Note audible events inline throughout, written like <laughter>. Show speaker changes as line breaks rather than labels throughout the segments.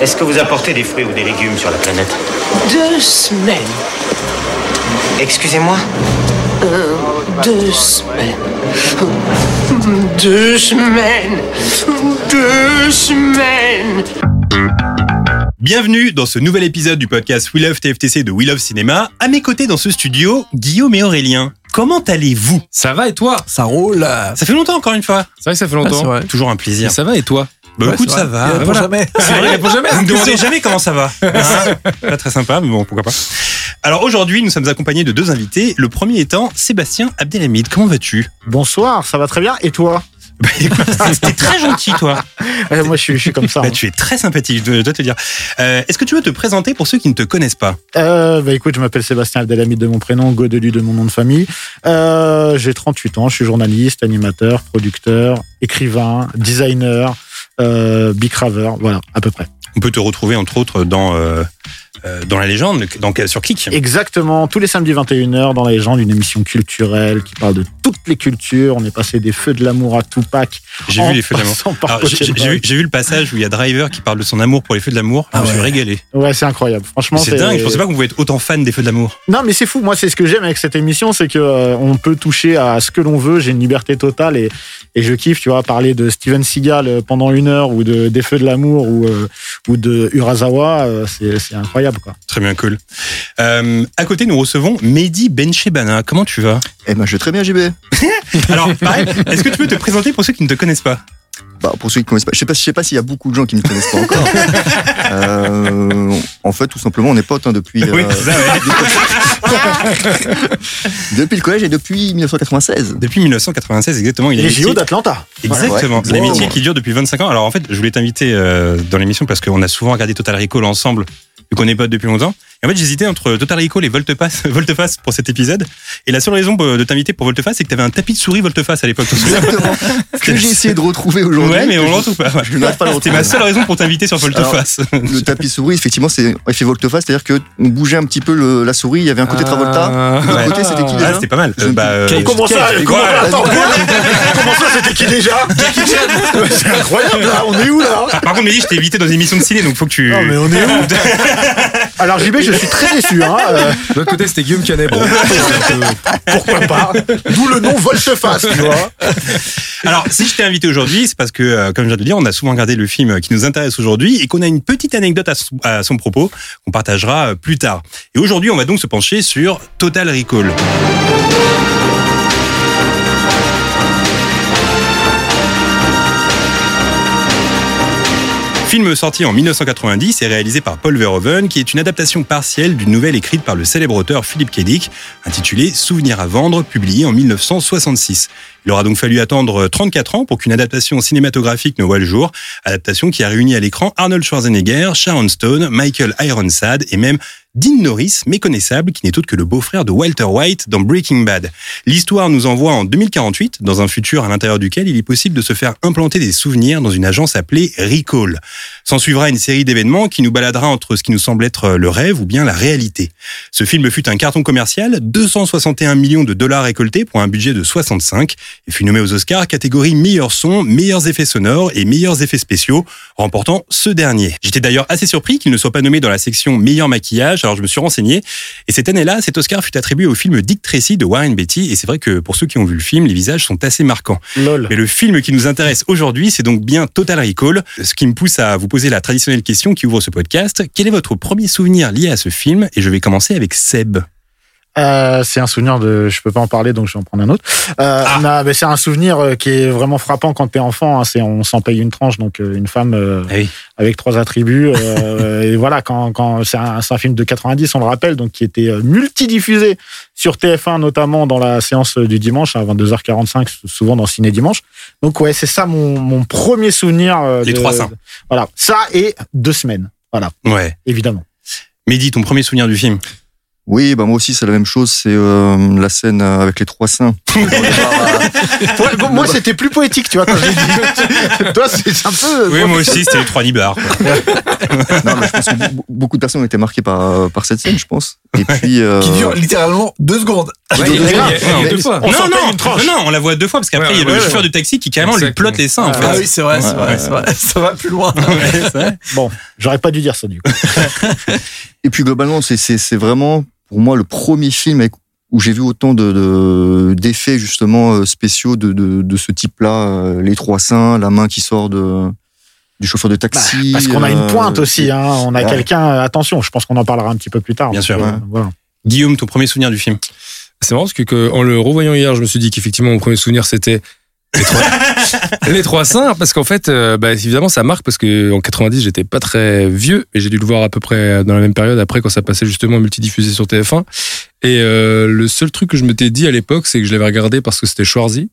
Est-ce que vous apportez des fruits ou des légumes sur la planète
Deux semaines.
Excusez-moi
Deux semaines. Deux semaines. Deux semaines.
Bienvenue dans ce nouvel épisode du podcast We Love TFTC de We Love Cinéma. À mes côtés dans ce studio, Guillaume et Aurélien. Comment allez-vous Ah,
Ça va et toi
Ça roule. Ah,
Ça fait longtemps encore une fois.
Ah, C'est vrai que ça fait longtemps.
vrai.
Toujours un plaisir.
Mais ça va et toi euh,
Bah écoute, ça va.
Il répond
Voilà.
jamais.
C'est vrai,
répond jamais hein,
Vous <laughs>
à
me
cette
demandez jamais comment ça va. Hein pas très sympa, mais bon, pourquoi pas. Alors aujourd'hui, nous sommes accompagnés de deux invités. Le premier étant Sébastien Abdelhamid. Comment vas-tu <laughs>
Bonsoir, ça va très bien. Et toi
Bah écoute,
Ah,
t'es très gentil, toi.
Euh, Moi, je suis, je suis comme
<laughs>
ça.
Bah,
hein.
tu es très sympathique, je dois te dire. Euh, Est-ce que tu veux te présenter pour ceux qui ne te connaissent pas
Euh, bah, écoute, je m'appelle Sébastien Abdelhamid de mon prénom, Godelu de mon nom de famille. Euh, J'ai 38 ans, je suis journaliste, animateur, producteur, écrivain, designer, euh, bicraveur, voilà, à peu près.
On peut te retrouver entre autres dans euh, euh, dans la légende, donc euh, sur Kik.
Exactement, tous les samedis 21h dans la légende, une émission culturelle qui parle de toutes les cultures. On est passé des feux de l'amour à Tupac.
J'ai
en
vu les feux de l'amour.
passant <laughs> par
Alors, j'ai- J'ai
Pokémon.
j'ai vu, j'ai vu le passage où il y a Driver qui parle de son amour pour les feux de l'amour. je me suis régalé.
Ouais, c'est incroyable. Franchement,
C'est dingue. Je pensais pas qu'on pouvait être autant fan des feux de l'amour.
Non, mais c'est fou. Moi, c'est ce que j'aime avec cette émission, c'est que euh, on peut toucher à ce que l'on veut. J'ai une liberté totale et, et je kiffe, tu vois, parler de Steven Seagal euh, pendant une heure ou de des Feux de l'amour ou euh, ou de Urasawa, euh, c'est c'est incroyable quoi.
Très bien, cool. Euh, à côté, nous recevons Mehdi Benchebana. Comment tu vas
Eh ben, je vais très bien, JB.
Alors, pareil, est-ce que tu peux te présenter pour ceux qui ne te connaissent pas
Bah, pour ceux qui ne connaissent pas, je sais pas, je sais pas s'il y a beaucoup de gens qui ne connaissent
<laughs>
pas encore. Euh, en fait, tout simplement, on est potes hein, depuis, euh,
Oui, c'est ça, ouais.
depuis le collège et depuis 1996.
Depuis 1996, exactement. Il a
Les
écrit-
JO d'Atlanta.
Exactement.
Ouais.
L'amitié
Wow.
qui dure depuis 25 ans. Alors en fait, je voulais t'inviter euh, dans l'émission parce qu'on a souvent regardé Total Recall ensemble, vu qu'on est potes depuis longtemps. Et en fait, j'hésitais entre Total Recall et Volteface, <laughs> Volteface pour cet épisode. Et la seule raison euh, de t'inviter pour Volteface, c'est que t'avais un tapis de souris Volteface à
<laughs>
l'époque. t'en souviens <laughs>
Exactement. que j'ai essayé de retrouver aujourd'hui.
Ouais, mais
que
on
je-
l'en trouve pas. ouais.
Je n'arrive pas à le
C'était
retrouver.
ma seule raison pour t'inviter sur Volteface.
Le tapis souris, effectivement, c'est effet Volteface, c'est-à-dire que on bougeait un petit peu le- la souris, il y avait un côté Travolta.
Ah. Ouais.
L'autre côté, c'était qui
Ah,
déjà
c'était pas mal.
Je-
bah, euh,
Comment ça
Cage.
Comment,
Voilà.
attends, comment ça C'était qui déjà <laughs> Ouais, C'est incroyable là. On est
<laughs>
où là
Ah, Par contre, Mehdi, je t'ai évité dans une émission de ciné, donc faut que tu.
Non, mais on est où Alors JB, je suis très déçu. Hein. euh,
De l'autre côté, c'était Guillaume Canet. Bon,
pourquoi pas D'où le nom Volteface, tu vois.
<laughs> Alors, si je t'ai invité aujourd'hui, c'est parce que, euh, comme je viens de le dire, on a souvent regardé le film qui nous intéresse aujourd'hui et qu'on a une petite anecdote à son, à son propos qu'on partagera euh, plus tard. Et aujourd'hui, on va donc se pencher sur Total Recall. Film sorti en 1990 et réalisé par Paul Verhoeven, qui est une adaptation partielle d'une nouvelle écrite par le célèbre auteur Philippe K. Dick, intitulée Souvenir à vendre, publiée en 1966. Il aura donc fallu attendre 34 ans pour qu'une adaptation cinématographique ne voie le jour, adaptation qui a réuni à l'écran Arnold Schwarzenegger, Sharon Stone, Michael Ironside et même Dean Norris, méconnaissable, qui n'est autre que le beau-frère de Walter White dans Breaking Bad. L'histoire nous envoie en 2048, dans un futur à l'intérieur duquel il est possible de se faire implanter des souvenirs dans une agence appelée Recall. S'en suivra une série d'événements qui nous baladera entre ce qui nous semble être le rêve ou bien la réalité. Ce film fut un carton commercial, 261 millions de dollars récoltés pour un budget de 65, et fut nommé aux Oscars catégorie meilleur son, meilleurs effets sonores et meilleurs effets spéciaux, remportant ce dernier. J'étais d'ailleurs assez surpris qu'il ne soit pas nommé dans la section meilleur maquillage, alors je me suis renseigné, et cette année-là, cet Oscar fut attribué au film Dick Tracy de Warren Beatty, et c'est vrai que pour ceux qui ont vu le film, les visages sont assez marquants.
Lol.
Mais le film qui nous intéresse aujourd'hui, c'est donc bien Total Recall, ce qui me pousse à vous poser la traditionnelle question qui ouvre ce podcast. Quel est votre premier souvenir lié à ce film Et je vais commencer avec Seb.
Euh, c'est un souvenir de, je peux pas en parler donc je vais en prendre un autre. Euh,
Ah.
on a- mais c'est un souvenir euh, qui est vraiment frappant quand t'es enfant. hein. c'est on s'en paye une tranche donc euh, une femme euh,
Ah oui.
avec trois attributs
<laughs>
euh, et voilà quand quand c'est un, c'est un film de 90 on le rappelle donc qui était euh, multidiffusé sur TF1 notamment dans la séance du dimanche à 22h45 souvent dans Ciné Dimanche. Donc ouais c'est ça mon, mon premier souvenir. euh,
Les
de-
trois saints.
Voilà ça et deux semaines voilà
Ouais.
évidemment.
Mehdi, ton premier souvenir du film
Oui, bah moi aussi c'est la même chose, c'est euh, la scène euh, avec les trois saints.
moi c'était plus poétique tu vois quand je l'ai <laughs> dit. Toi c'est un peu.
Oui, moi aussi, c'était les trois nibards. quoi.
non, mais je pense que be- be- beaucoup de personnes ont été marquées par, euh, par cette scène, je pense. Et puis euh,
<laughs> qui dure littéralement deux secondes.
Ouais, il y a- il y a- il y a deux fois.
non, non, non, non, on la voit deux fois parce qu'après,
Ouais,
il y a
ouais,
le
ouais.
chauffeur du taxi qui carrément lui
Exactement.
plotte les seins, en fait.
Ah oui, c'est vrai, c'est vrai, c'est vrai. Ça va plus loin.
Ouais, c'est vrai.
Bon, j'aurais pas dû dire ça du coup.
Et puis globalement, c'est- c'est c'est vraiment pour moi le premier film avec- où j'ai vu autant de- de d'effets justement euh, spéciaux de, de, de ce type-là, euh, les trois seins, la main qui sort de du chauffeur de taxi.
Bah, Parce qu'on a une pointe
euh,
aussi, hein. on a
ouais.
quelqu'un. Attention, je pense qu'on en parlera un petit peu plus tard.
Bien sûr,
Euh,
ouais.
voilà.
Guillaume, ton premier souvenir du film
C'est marrant parce que, que en le revoyant hier, je me suis dit qu'effectivement mon premier souvenir c'était les trois, les trois saints parce qu'en fait euh, bah, évidemment ça marque parce que en 90 j'étais pas très vieux et j'ai dû le voir à peu près dans la même période après quand ça passait justement multidiffusé sur TF1 et euh, le seul truc que je m'étais dit à l'époque c'est que je l'avais regardé parce que c'était Schwarzy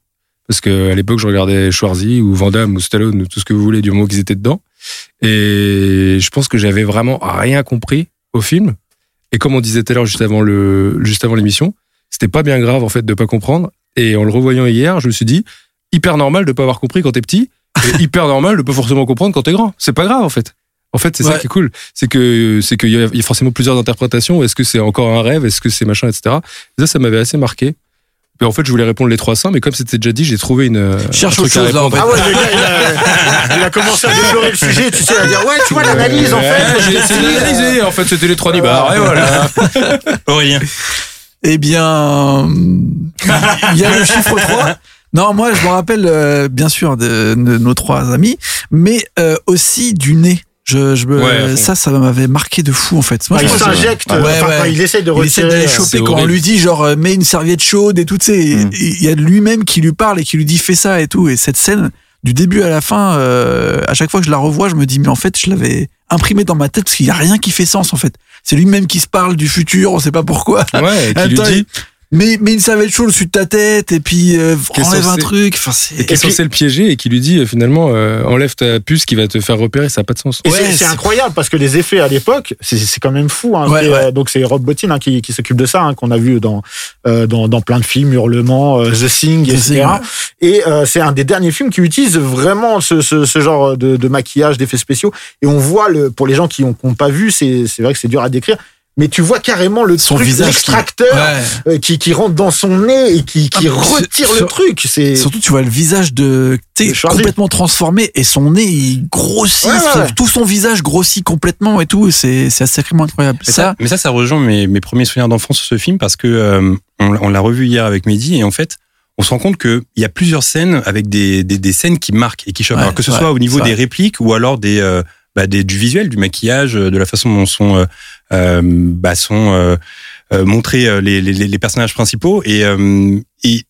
parce que à l'époque je regardais Schwarzy ou Van Damme ou Stallone ou tout ce que vous voulez du moment qu'ils étaient dedans et je pense que j'avais vraiment rien compris au film et comme on disait tout à l'heure juste avant le juste avant l'émission c'était pas bien grave en fait de pas comprendre et en le revoyant hier je me suis dit hyper normal de pas avoir compris quand t'es petit
<laughs>
et hyper normal de pas forcément comprendre quand t'es grand c'est pas grave en fait en fait c'est ça
Ouais.
qui est cool c'est que c'est qu'il y, a- il y a forcément plusieurs interprétations est-ce que c'est encore un rêve est-ce que c'est machin etc ça ça m'avait assez marqué mais en fait je voulais répondre les trois saints mais comme c'était déjà dit j'ai trouvé une
Cherche
un
autre
truc à
chose là en
répondre.
fait.
Ah ouais, le gars, il a, il a commencé à déflorer le sujet, tu sais, à dire Ouais, tu vois l'analyse en
Ouais, j'ai essayé d'analyser. En fait, c'était les trois nibards. Et voilà.
Aurélien.
Eh bien, il y a le chiffre 3. Non, moi, je me rappelle, euh, bien sûr, de, de nos trois amis, mais euh, aussi du nez. Je, je me-
Ouais, à fond.
ça, ça m'avait marqué de fou, en fait. Moi,
Ah,
je
il
pense-
s'injecte,
Ouais,
enfin,
ouais.
quand il euh, essaye de
il essaie d'aller
retirer.
C'est
choper quand on
horrible.
lui dit, genre, euh, mets une serviette chaude et tout, tu sais. et-
Mm.
et Il y a lui-même qui lui parle et qui lui dit, fais ça et tout. Et cette scène, du début à la fin, euh, à chaque fois que je la revois, je me dis, mais en fait, je l'avais imprimé dans ma tête parce qu'il n'y a rien qui fait sens, en fait. C'est lui-même qui se parle du futur, on sait pas pourquoi.
Ouais, et qui
Attends,
lui dit
Mais, mais une serviette chaude au-dessus de ta tête, et puis euh,
Qu'est-ce
enlève
qu'on
un
sait
truc. Enfin, c'est.
et qui est censé le piéger et qui lui dit euh, finalement euh, enlève ta puce qui va te faire repérer, ça n'a pas de sens.
Et
Ouais,
c'est- c'est
c'est-
incroyable parce que les effets à l'époque, c'est- c'est quand même fou. Hein,
Ouais,
Et,
ouais.
euh, donc c'est Rob Bottin hein, qui, qui s'occupe de ça, hein, qu'on a vu dans, euh, dans dans plein de films, Hurlement, euh, The Thing,
The
etc.
Thing, ouais.
Et euh, c'est un des derniers films qui utilise vraiment ce, ce, ce genre de, de maquillage, d'effets spéciaux. Et on voit le pour les gens qui n'ont pas vu, c'est c'est vrai que c'est dur à décrire. Mais tu vois carrément le
Son
truc,
visage qui-
l'extracteur
Ouais.
euh, qui, qui rentre dans son nez et qui, qui
Ah, mais
retire le
sur-
truc. C'est
Et Surtout, tu vois le visage de, tu
De
sais,
Schwarzy.
complètement transformé et son nez, il grossit,
Ouais, ouais,
son-
ouais.
tout son visage grossit complètement et tout. C'est, c'est assez vraiment incroyable.
Mais
Ça,
ça, mais ça, ça rejoint mes, mes premiers souvenirs d'enfance sur ce film parce que euh, on, l'a- on l'a revu hier avec Mehdi et en fait, on se rend compte qu'il y a plusieurs scènes avec des, des, des scènes qui marquent et qui choquent.
Ouais,
alors que ce
ouais,
soit au niveau
c'est
des
vrai.
répliques ou alors des, euh, bah, des du visuel, du maquillage, euh, de la façon dont sont euh, euh, bah, sont euh, euh, montrés euh, les, les, les- les personnages principaux et, euh, et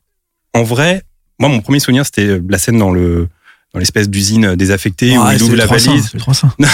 en vrai, moi mon premier souvenir c'était euh, la scène dans le dans l'espèce d'usine euh, désaffectée où
Ouais,
il
c'est
double
le
la
300,
valise
c'est le 300.
non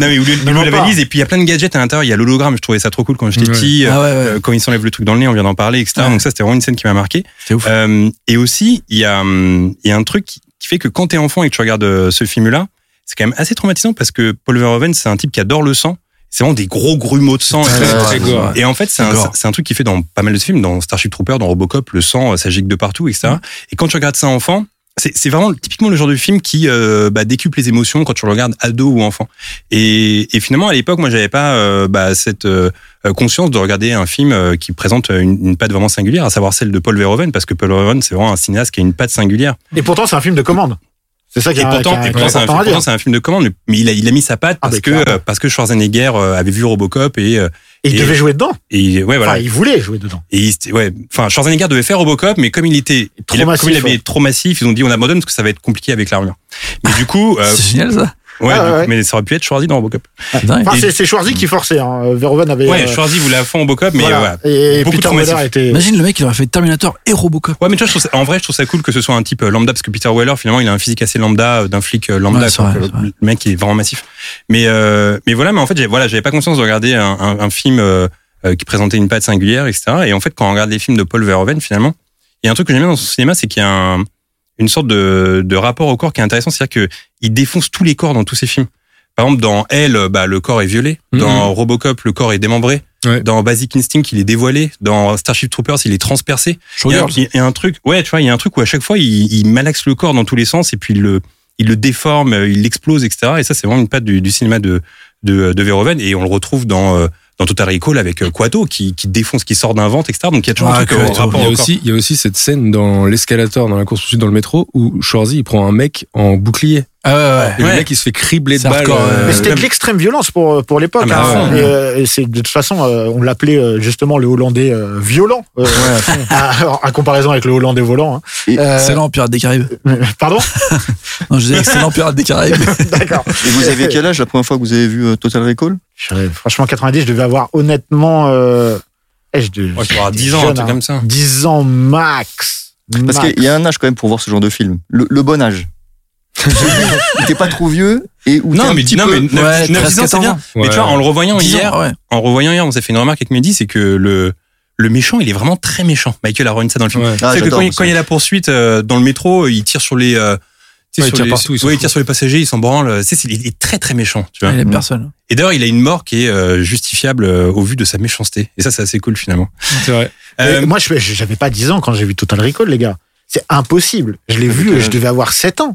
mais où il
Non,
ouvre la
pas.
valise et puis il y a plein de gadgets à l'intérieur. Il y a l'hologramme, je trouvais ça trop cool quand j'étais
Ouais.
petit.
Ah ouais, ouais.
Euh, Quand il s'enlève le truc dans le nez, on vient d'en parler, etc.
Ouais.
Donc ça, c'était vraiment une scène qui m'a marqué.
C'est ouf.
Euh, et aussi, il y a, hum, il y a un truc qui qui fait que quand t'es enfant et que tu regardes euh, ce film-là, c'est quand même assez traumatisant parce que Paul Verhoeven, c'est un type qui adore le sang. C'est vraiment des gros grumeaux de sang.
Très,
Et tout.
très gore.
Et en fait, c'est
C'est
un,
gore.
c'est un truc qui fait dans pas mal de films, dans Starship Trooper, dans Robocop, le sang, euh, ça gicle de partout, etc.
Mmh.
Et quand tu regardes ça enfant, c'est c'est vraiment typiquement le genre de film qui euh, bah, décuple les émotions quand tu le regardes ado ou enfant. Et, et finalement, à l'époque, moi, j'avais pas euh, bah, cette euh, conscience de regarder un film euh, qui présente une, une patte vraiment singulière, à savoir celle de Paul Verhoeven, parce que Paul Verhoeven, c'est vraiment un cinéaste qui a une patte singulière.
et pourtant c'est un film de commande. C'est ça qui
Et
est
pourtant, et pourtant, c'est un,
important à
pourtant,
dire.
c'est un film de commande, mais il a, il a mis sa patte
Ah,
parce
bah,
que
clairement.
euh, parce que Schwarzenegger euh, avait vu Robocop et, euh,
Et il
et-
devait jouer dedans.
et ouais voilà.
Enfin, il voulait jouer dedans.
Et il s'était- ouais, enfin Schwarzenegger devait faire Robocop, mais comme il était,
Trop
il a-
massif,
comme il avait
ouais. <laughs>
trop massif, ils ont dit on abandonne parce que ça va être compliqué avec l'armure. Mais du coup, euh,
C'est génial ça.
Ouais,
Ah,
du
ouais,
coup,
ouais.
mais ça aurait pu être Schwarzy dans Robocop.
Dingue.
Enfin,
Et-
c'est- c'est Schwarzy qui forçait. Hein. Verhoeven avait.
Ouais,
euh,
Schwarzy voulait à fond Robocop, mais
voilà.
voilà.
Et
Beaucoup
Peter
trop
Weller
massif.
était.
Imagine le mec, il aurait fait Terminator et Robocop.
Ouais, mais tu vois, je trouve ça- en vrai, je trouve ça cool que ce soit un type euh, lambda, parce que Peter Weller, finalement, il a un physique assez lambda, euh, d'un flic euh, lambda.
Ouais, c'est
quoi,
vrai,
que
c'est vrai.
le mec, il est vraiment massif. Mais, euh, mais voilà, mais en fait, j'ai- voilà, j'avais pas conscience de regarder un, un- un film euh, euh, qui présentait une patte singulière, etc. Et en fait, quand on regarde les films de Paul Verhoeven, finalement, il y a un truc que j'aime bien dans son cinéma, c'est qu'il y a un- une sorte de, de rapport au corps qui est intéressant. C'est-à-dire que il défonce tous les corps dans tous ses films. Par exemple, dans Elle, euh, bah, le corps est violé.
Mm-hmm.
Dans Robocop, le corps est démembré.
Ouais.
Dans Basic Instinct, il est dévoilé. Dans Starship Troopers, il est transpercé. Il y, a,
Showgirl.
il y a un truc, ouais, tu vois, il y a un truc où à chaque fois il, il malaxe le corps dans tous les sens et puis il le, il le déforme, euh, il l'explose, etc. Et ça, c'est vraiment une patte du, du cinéma de, de, de Verhoeven et on le retrouve dans, euh, dans Total Recall avec euh, Quato qui, qui défonce, qui sort d'un ventre, etc. Donc il y a toujours
Ah,
un truc euh,
Quato.
rapport
Il y a
au corps.
aussi, il y a aussi cette scène dans l'escalator, dans la course poursuite dans le métro, où Schwarzy il prend un mec en bouclier.
Ah ouais, ouais.
Et
Ouais.
le mec il se fait cribler de
C'est
balles.
hardcore,
euh,
Mais c'était
même-
de l'extrême violence pour, pour l'époque.
Ah, mais à
hein.
fond.
Et, euh, et c'est, de toute façon, euh, on l'appelait euh, justement le Hollandais euh, violent, euh, <laughs> à, à comparaison avec le Hollandais volant. hein.
Et-
Euh,
Excellent Pirates des Caraïbes.
<laughs>
<laughs> Pardon
Non, je disais excellent Pirates des Caraïbes.
D'accord.
Et
<laughs>
vous avez quel âge la première fois que vous avez vu euh, Total Recall
Je- Franchement, 90, je devais avoir honnêtement. Euh, eh, je devais-
Ouais, tu vas avoir 10 ans,
jeune,
un truc
hein.
comme ça.
10 ans max.
Parce
Max.
qu'il y a un âge quand même pour voir ce genre de film. Le, le bon âge.
<laughs>
Celui où t'es pas trop vieux et où t'es
Non,
un
mais,
<laughs>
petit
non,
peu...
mais 9,
Ouais,
10 ans,
13-14
c'est bien.
ans.
Mais tu vois, en le revoyant
10 ans,
hier,
ouais.
en le revoyant hier, on s'est fait une remarque avec Mehdi, c'est que le, le méchant, il est vraiment très méchant. Michael Aaron, ça dans le film.
ouais.
Ah,
c'est que
j'adore,
quand, il-
moi,
quand il y a la poursuite euh, dans le métro, euh, il tire sur les. euh, tu sais,
Ouais, il
sur
tire
les-
partout, il s'en
ouais, il
fout.
tire sur les passagers, il s'en branle. Tu sais, c'est- il est très très méchant. Tu vois.
Il aime personne.
Et d'ailleurs, il a une mort qui est euh, justifiable euh, au vu de sa méchanceté. Et ça, c'est assez cool finalement.
C'est vrai.
Mais
Euh,
Moi, je je- j'avais pas 10 ans quand j'ai vu Total Recall, les gars. C'est impossible. Je l'ai vu,
euh,
je devais avoir 7 ans.
ça.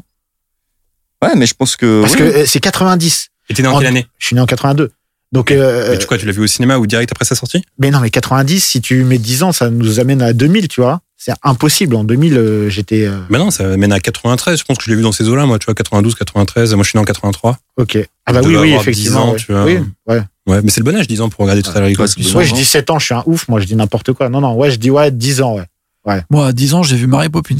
Ouais, mais je pense que...
Parce
oui.
que euh, c'est 90.
et t'es né en
en-
quelle année
Je suis né en 82. Donc, euh,
Mais tu quoi, tu l'as vu au cinéma ou direct après sa sortie
Mais non, mais 90, si tu mets 10 ans, ça nous amène à 2000, tu vois. C'est impossible. En 2000, euh, j'étais. euh,
Bah non, ça mène à 93. Je pense que je l'ai vu dans ces eaux-là, moi. Tu vois, 92, 93. Moi, je suis né en 83.
Ok. Ah bah
Je
oui,
devais
oui,
avoir 10
effectivement.
ans,
ouais.
tu vois.
Oui, ouais.
Ouais, mais c'est le bon âge, 10 ans, pour regarder Total Recall.
Ouais, c'est
Ouais,
ans.
je dis 7 ans, je suis un ouf, moi, je dis n'importe quoi. Non, non, ouais, je dis ouais, 10 ans, ouais.
Moi, à 10 ans, j'ai vu Mary Poppins.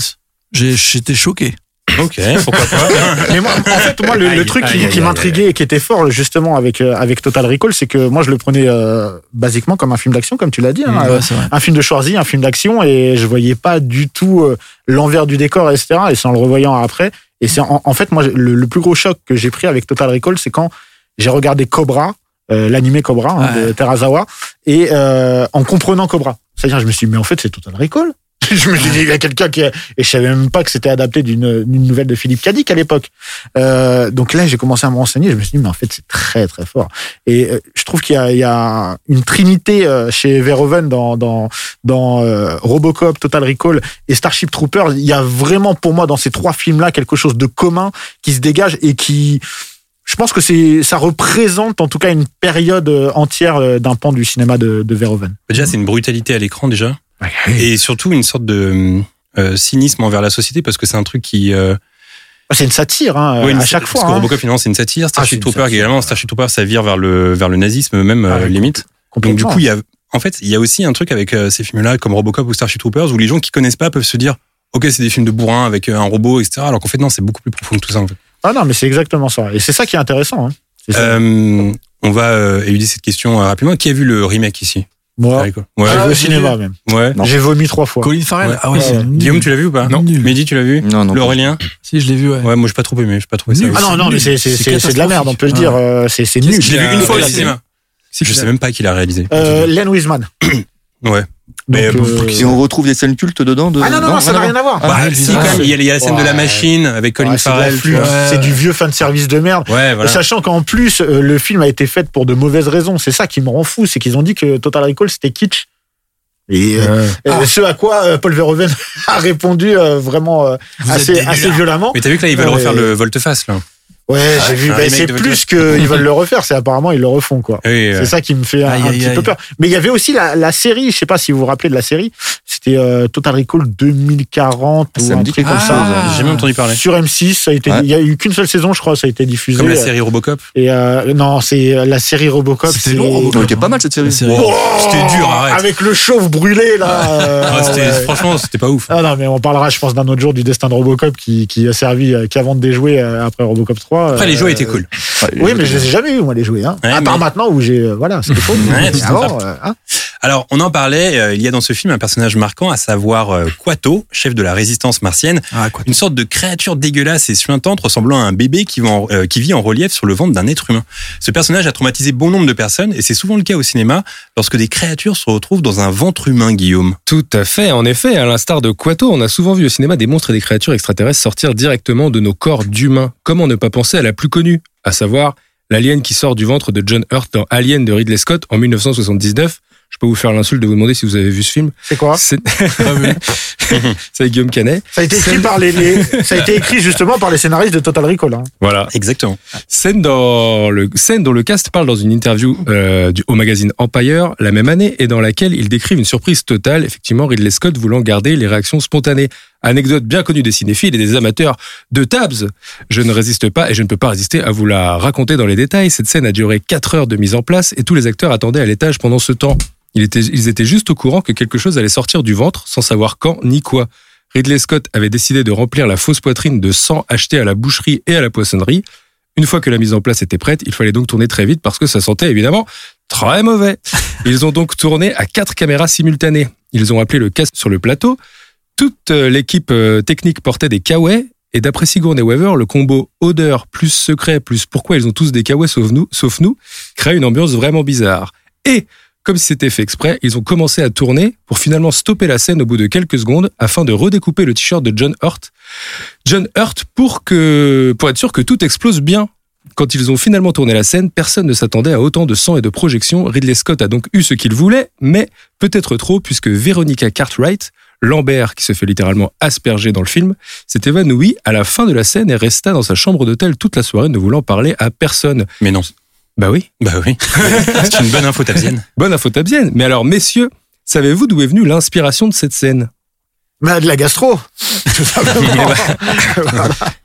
J'ai- J'étais choqué.
Ok, pourquoi pas
Mais moi, en fait, moi, le, le
Aïe,
truc qui,
aïe, aïe,
qui
aïe,
m'intriguait et qui était fort, justement, avec, euh, avec Total Recall, c'est que moi, je le prenais euh, basiquement comme un film d'action, comme tu l'as dit. hein,
Mm.
euh,
Ouais, c'est vrai.
un film de Schwarzy, un film d'action, et je voyais pas du tout euh, l'envers du décor, etc. Et c'est en le revoyant après. Et c'est en, en fait, moi, le, le plus gros choc que j'ai pris avec Total Recall, c'est quand j'ai regardé Cobra, euh, l'animé Cobra hein, de Terazawa, et euh, en comprenant Cobra. C'est-à-dire, je me suis dit, mais en fait, c'est Total Recall. <laughs> je me suis dit, il y a quelqu'un qui. a- Et je savais même pas que c'était adapté d'une d'une nouvelle de Philippe Cadic à l'époque. Euh, donc là, j'ai commencé à me renseigner. Je me suis dit, mais en fait, c'est très, très fort. Et euh, je trouve qu'il y, a- il y a une trinité euh, chez Verhoeven dans, dans, dans euh, Robocop, Total Recall et Starship Troopers. Il y a vraiment pour moi dans ces trois films-là quelque chose de commun qui se dégage et qui, je pense que c'est, ça représente en tout cas une période euh, entière euh, d'un pan du cinéma de, de Verhoeven.
Déjà, c'est une brutalité à l'écran, déjà. Et surtout, une sorte de euh, cynisme envers la société, parce que c'est un truc qui. euh,
C'est une satire hein,
Oui, une
à
sa-
chaque
parce
fois.
que
hein.
Robocop, finalement, c'est une satire.
c'est
Starship
une
Trooper,
satire.
également, Starship Trooper, ça vire vers le, vers le nazisme, même,
Ah,
euh,
oui.
limite. Donc, du
Complètement.
coup, il y a, en fait, il y a aussi un truc avec euh, ces films-là, comme Robocop ou Starship Troopers, où les gens qui connaissent pas peuvent se dire, OK, c'est des films de bourrin avec euh, un robot, etc. Alors qu'en fait, non, c'est beaucoup plus profond que tout ça, en fait.
Ah non, mais c'est exactement ça. Et c'est ça qui est intéressant. hein. C'est ça.
Euh, on va euh, éluder cette question euh, rapidement. Qui a vu le remake ici?
Moi,
Ouais. Ouais.
j'ai vu
Ah,
au
j'ai
cinéma même.
ouais.
Non.
J'ai vomi trois fois.
Colin Farrell.
Ouais.
Ah ouais,
Ouais.
c'est nul.
Guillaume, tu l'as vu ou pas?
Non. Nul.
Mehdi, tu l'as vu?
Non, non.
L'Aurélien?
Si, je l'ai vu, ouais.
Ouais, moi, j'ai pas trop aimé, j'ai pas trouvé ça.
Nul.
Ah non, non, mais c'est, c'est,
C'est
c'est- c'est de la merde, on peut le dire.
catastrophique.
euh, C'est, c'est nul.
Je l'ai vu une
Euh,
fois au
euh,
cinéma. Je sais même pas qui l'a réalisé.
Euh, Len Wiseman.
Ouais. Mais,
Donc,
euh,
euh,
Et on retrouve des scènes cultes dedans de...
Ah non, non, non, ça n'a rien à voir.
Bah,
ouais,
si,
c'est
quand
vrai.
même, il y a, il y a la scène de la
Ouais.
machine avec Colin
Ouais, c'est de la
Farrell. tu
flûte,
vois.
C'est du vieux fan service de merde.
Ouais, voilà.
Sachant qu'en plus, euh, le film a été fait pour de mauvaises raisons. C'est ça qui me rend fou, c'est qu'ils ont dit que Total Recall c'était kitsch. Et euh, euh,
Ah.
ce à quoi euh, Paul Verhoeven <laughs> a répondu euh, vraiment euh, assez, assez violemment.
Mais t'as vu que là, ils veulent
Ah, Ouais.
refaire le volte-face, là.
Ouais, j'ai vu.
un
Bah,
remake
c'est
de
plus qu'ils veulent le refaire, c'est apparemment ils le refont quoi.
Oui,
C'est
euh,
ça qui me fait un,
Aïe,
un
aïe,
petit peu
aïe.
peur. Mais il y avait aussi la, la série, je sais pas si vous vous rappelez de la série, c'était C'était euh, Total Recall 2040
Ça
ou
me
un
dit
truc
quelque
comme ça.
chose.
J'ai jamais entendu parler.
Sur M6, ça a été, il
Ouais.
y a eu qu'une seule saison, je crois, ça a été diffusé.
Comme la série Robocop.
Et euh, non, c'est euh, la série Robocop.
C'était
c'est-
long, Robocop.
Elle était pas mal cette série.
C'est-
Wow,
Oh,
c'était dur, arrête.
Avec le chauve brûlé là. euh,
Ah, c'était-
ouais.
Franchement, c'était pas ouf.
Ah non, mais on parlera, je pense, d'un autre jour du destin de Robocop qui, qui a servi, euh, qui avant de déjouer euh, après Robocop 3.
Après, les
euh,
jouets étaient cool.
Ouais,
Oui,
je-
mais je les ai jamais eu moi, les jouets. Hein.
Ouais,
à part
mais-
maintenant où j'ai. euh, Voilà, c'était faux.
Ouais,
Mais
c'est
avant, euh, hein.
Alors, on en parlait, euh, il y a dans ce film un personnage marquant, à savoir euh, Quato, chef de la résistance martienne,
Ah, quoi.
une sorte de créature dégueulasse et suintante ressemblant à un bébé qui, va en- euh, qui vit en relief sur le ventre d'un être humain. Ce personnage a traumatisé bon nombre de personnes, et c'est souvent le cas au cinéma, lorsque des créatures se retrouvent dans un ventre humain, Guillaume.
Tout à fait. En effet, à l'instar de Quato, on a souvent vu au cinéma des monstres et des créatures extraterrestres sortir directement de nos corps d'humains. Comment ne pas penser à la plus connue, à savoir l'alien qui sort du ventre de John Hurt dans Alien de Ridley Scott en 1979. Je peux vous faire l'insulte de vous demander si vous avez vu ce film.
C'est quoi
C'est <laughs> C'est avec Guillaume Canet.
Ça a été écrit par les, les- Ça a été écrit justement par les scénaristes de Total Recall. hein.
Voilà.
Exactement.
Scène, dans le, scène dont le cast parle dans une interview euh, du, au magazine Empire la même année et dans laquelle ils décrivent une surprise totale, effectivement Ridley Scott voulant garder les réactions spontanées. Anecdote bien connue des cinéphiles et des amateurs de Tabs. Je ne résiste pas et je ne peux pas résister à vous la raconter dans les détails. Cette scène a duré 4 heures de mise en place et tous les acteurs attendaient à l'étage pendant ce temps. Ils étaient, ils étaient juste au courant que quelque chose allait sortir du ventre sans savoir quand ni quoi. Ridley Scott avait décidé de remplir la fausse poitrine de sang acheté à la boucherie et à la poissonnerie. Une fois que la mise en place était prête, il fallait donc tourner très vite parce que ça sentait évidemment très mauvais. Ils ont donc tourné à quatre caméras simultanées. Ils ont appelé le cast sur le plateau. Toute euh, l'équipe euh, technique portait des kawaii. Et d'après Sigourney Weaver, le combo odeur plus secret plus pourquoi ils ont tous des kawaii sauf nous, sauf nous crée une ambiance vraiment bizarre. Et, comme si c'était fait exprès, ils ont commencé à tourner pour finalement stopper la scène au bout de quelques secondes afin de redécouper le t-shirt de John Hurt. John Hurt pour, que, pour être sûr que tout explose bien. Quand ils ont finalement tourné la scène, personne ne s'attendait à autant de sang et de projections. Ridley Scott a donc eu ce qu'il voulait, mais peut-être trop, puisque Veronica Cartwright, Lambert, qui se fait littéralement asperger dans le film, s'est évanouie à la fin de la scène et resta dans sa chambre d'hôtel toute la soirée, ne voulant parler à personne.
Mais non.
Bah oui.
Bah <laughs> oui. c'est une bonne info tabzienne.
Bonne info tabzienne. Mais alors, messieurs, savez-vous d'où est venue l'inspiration de cette scène
Bah, de la
<laughs>
gastro. Tout simplement.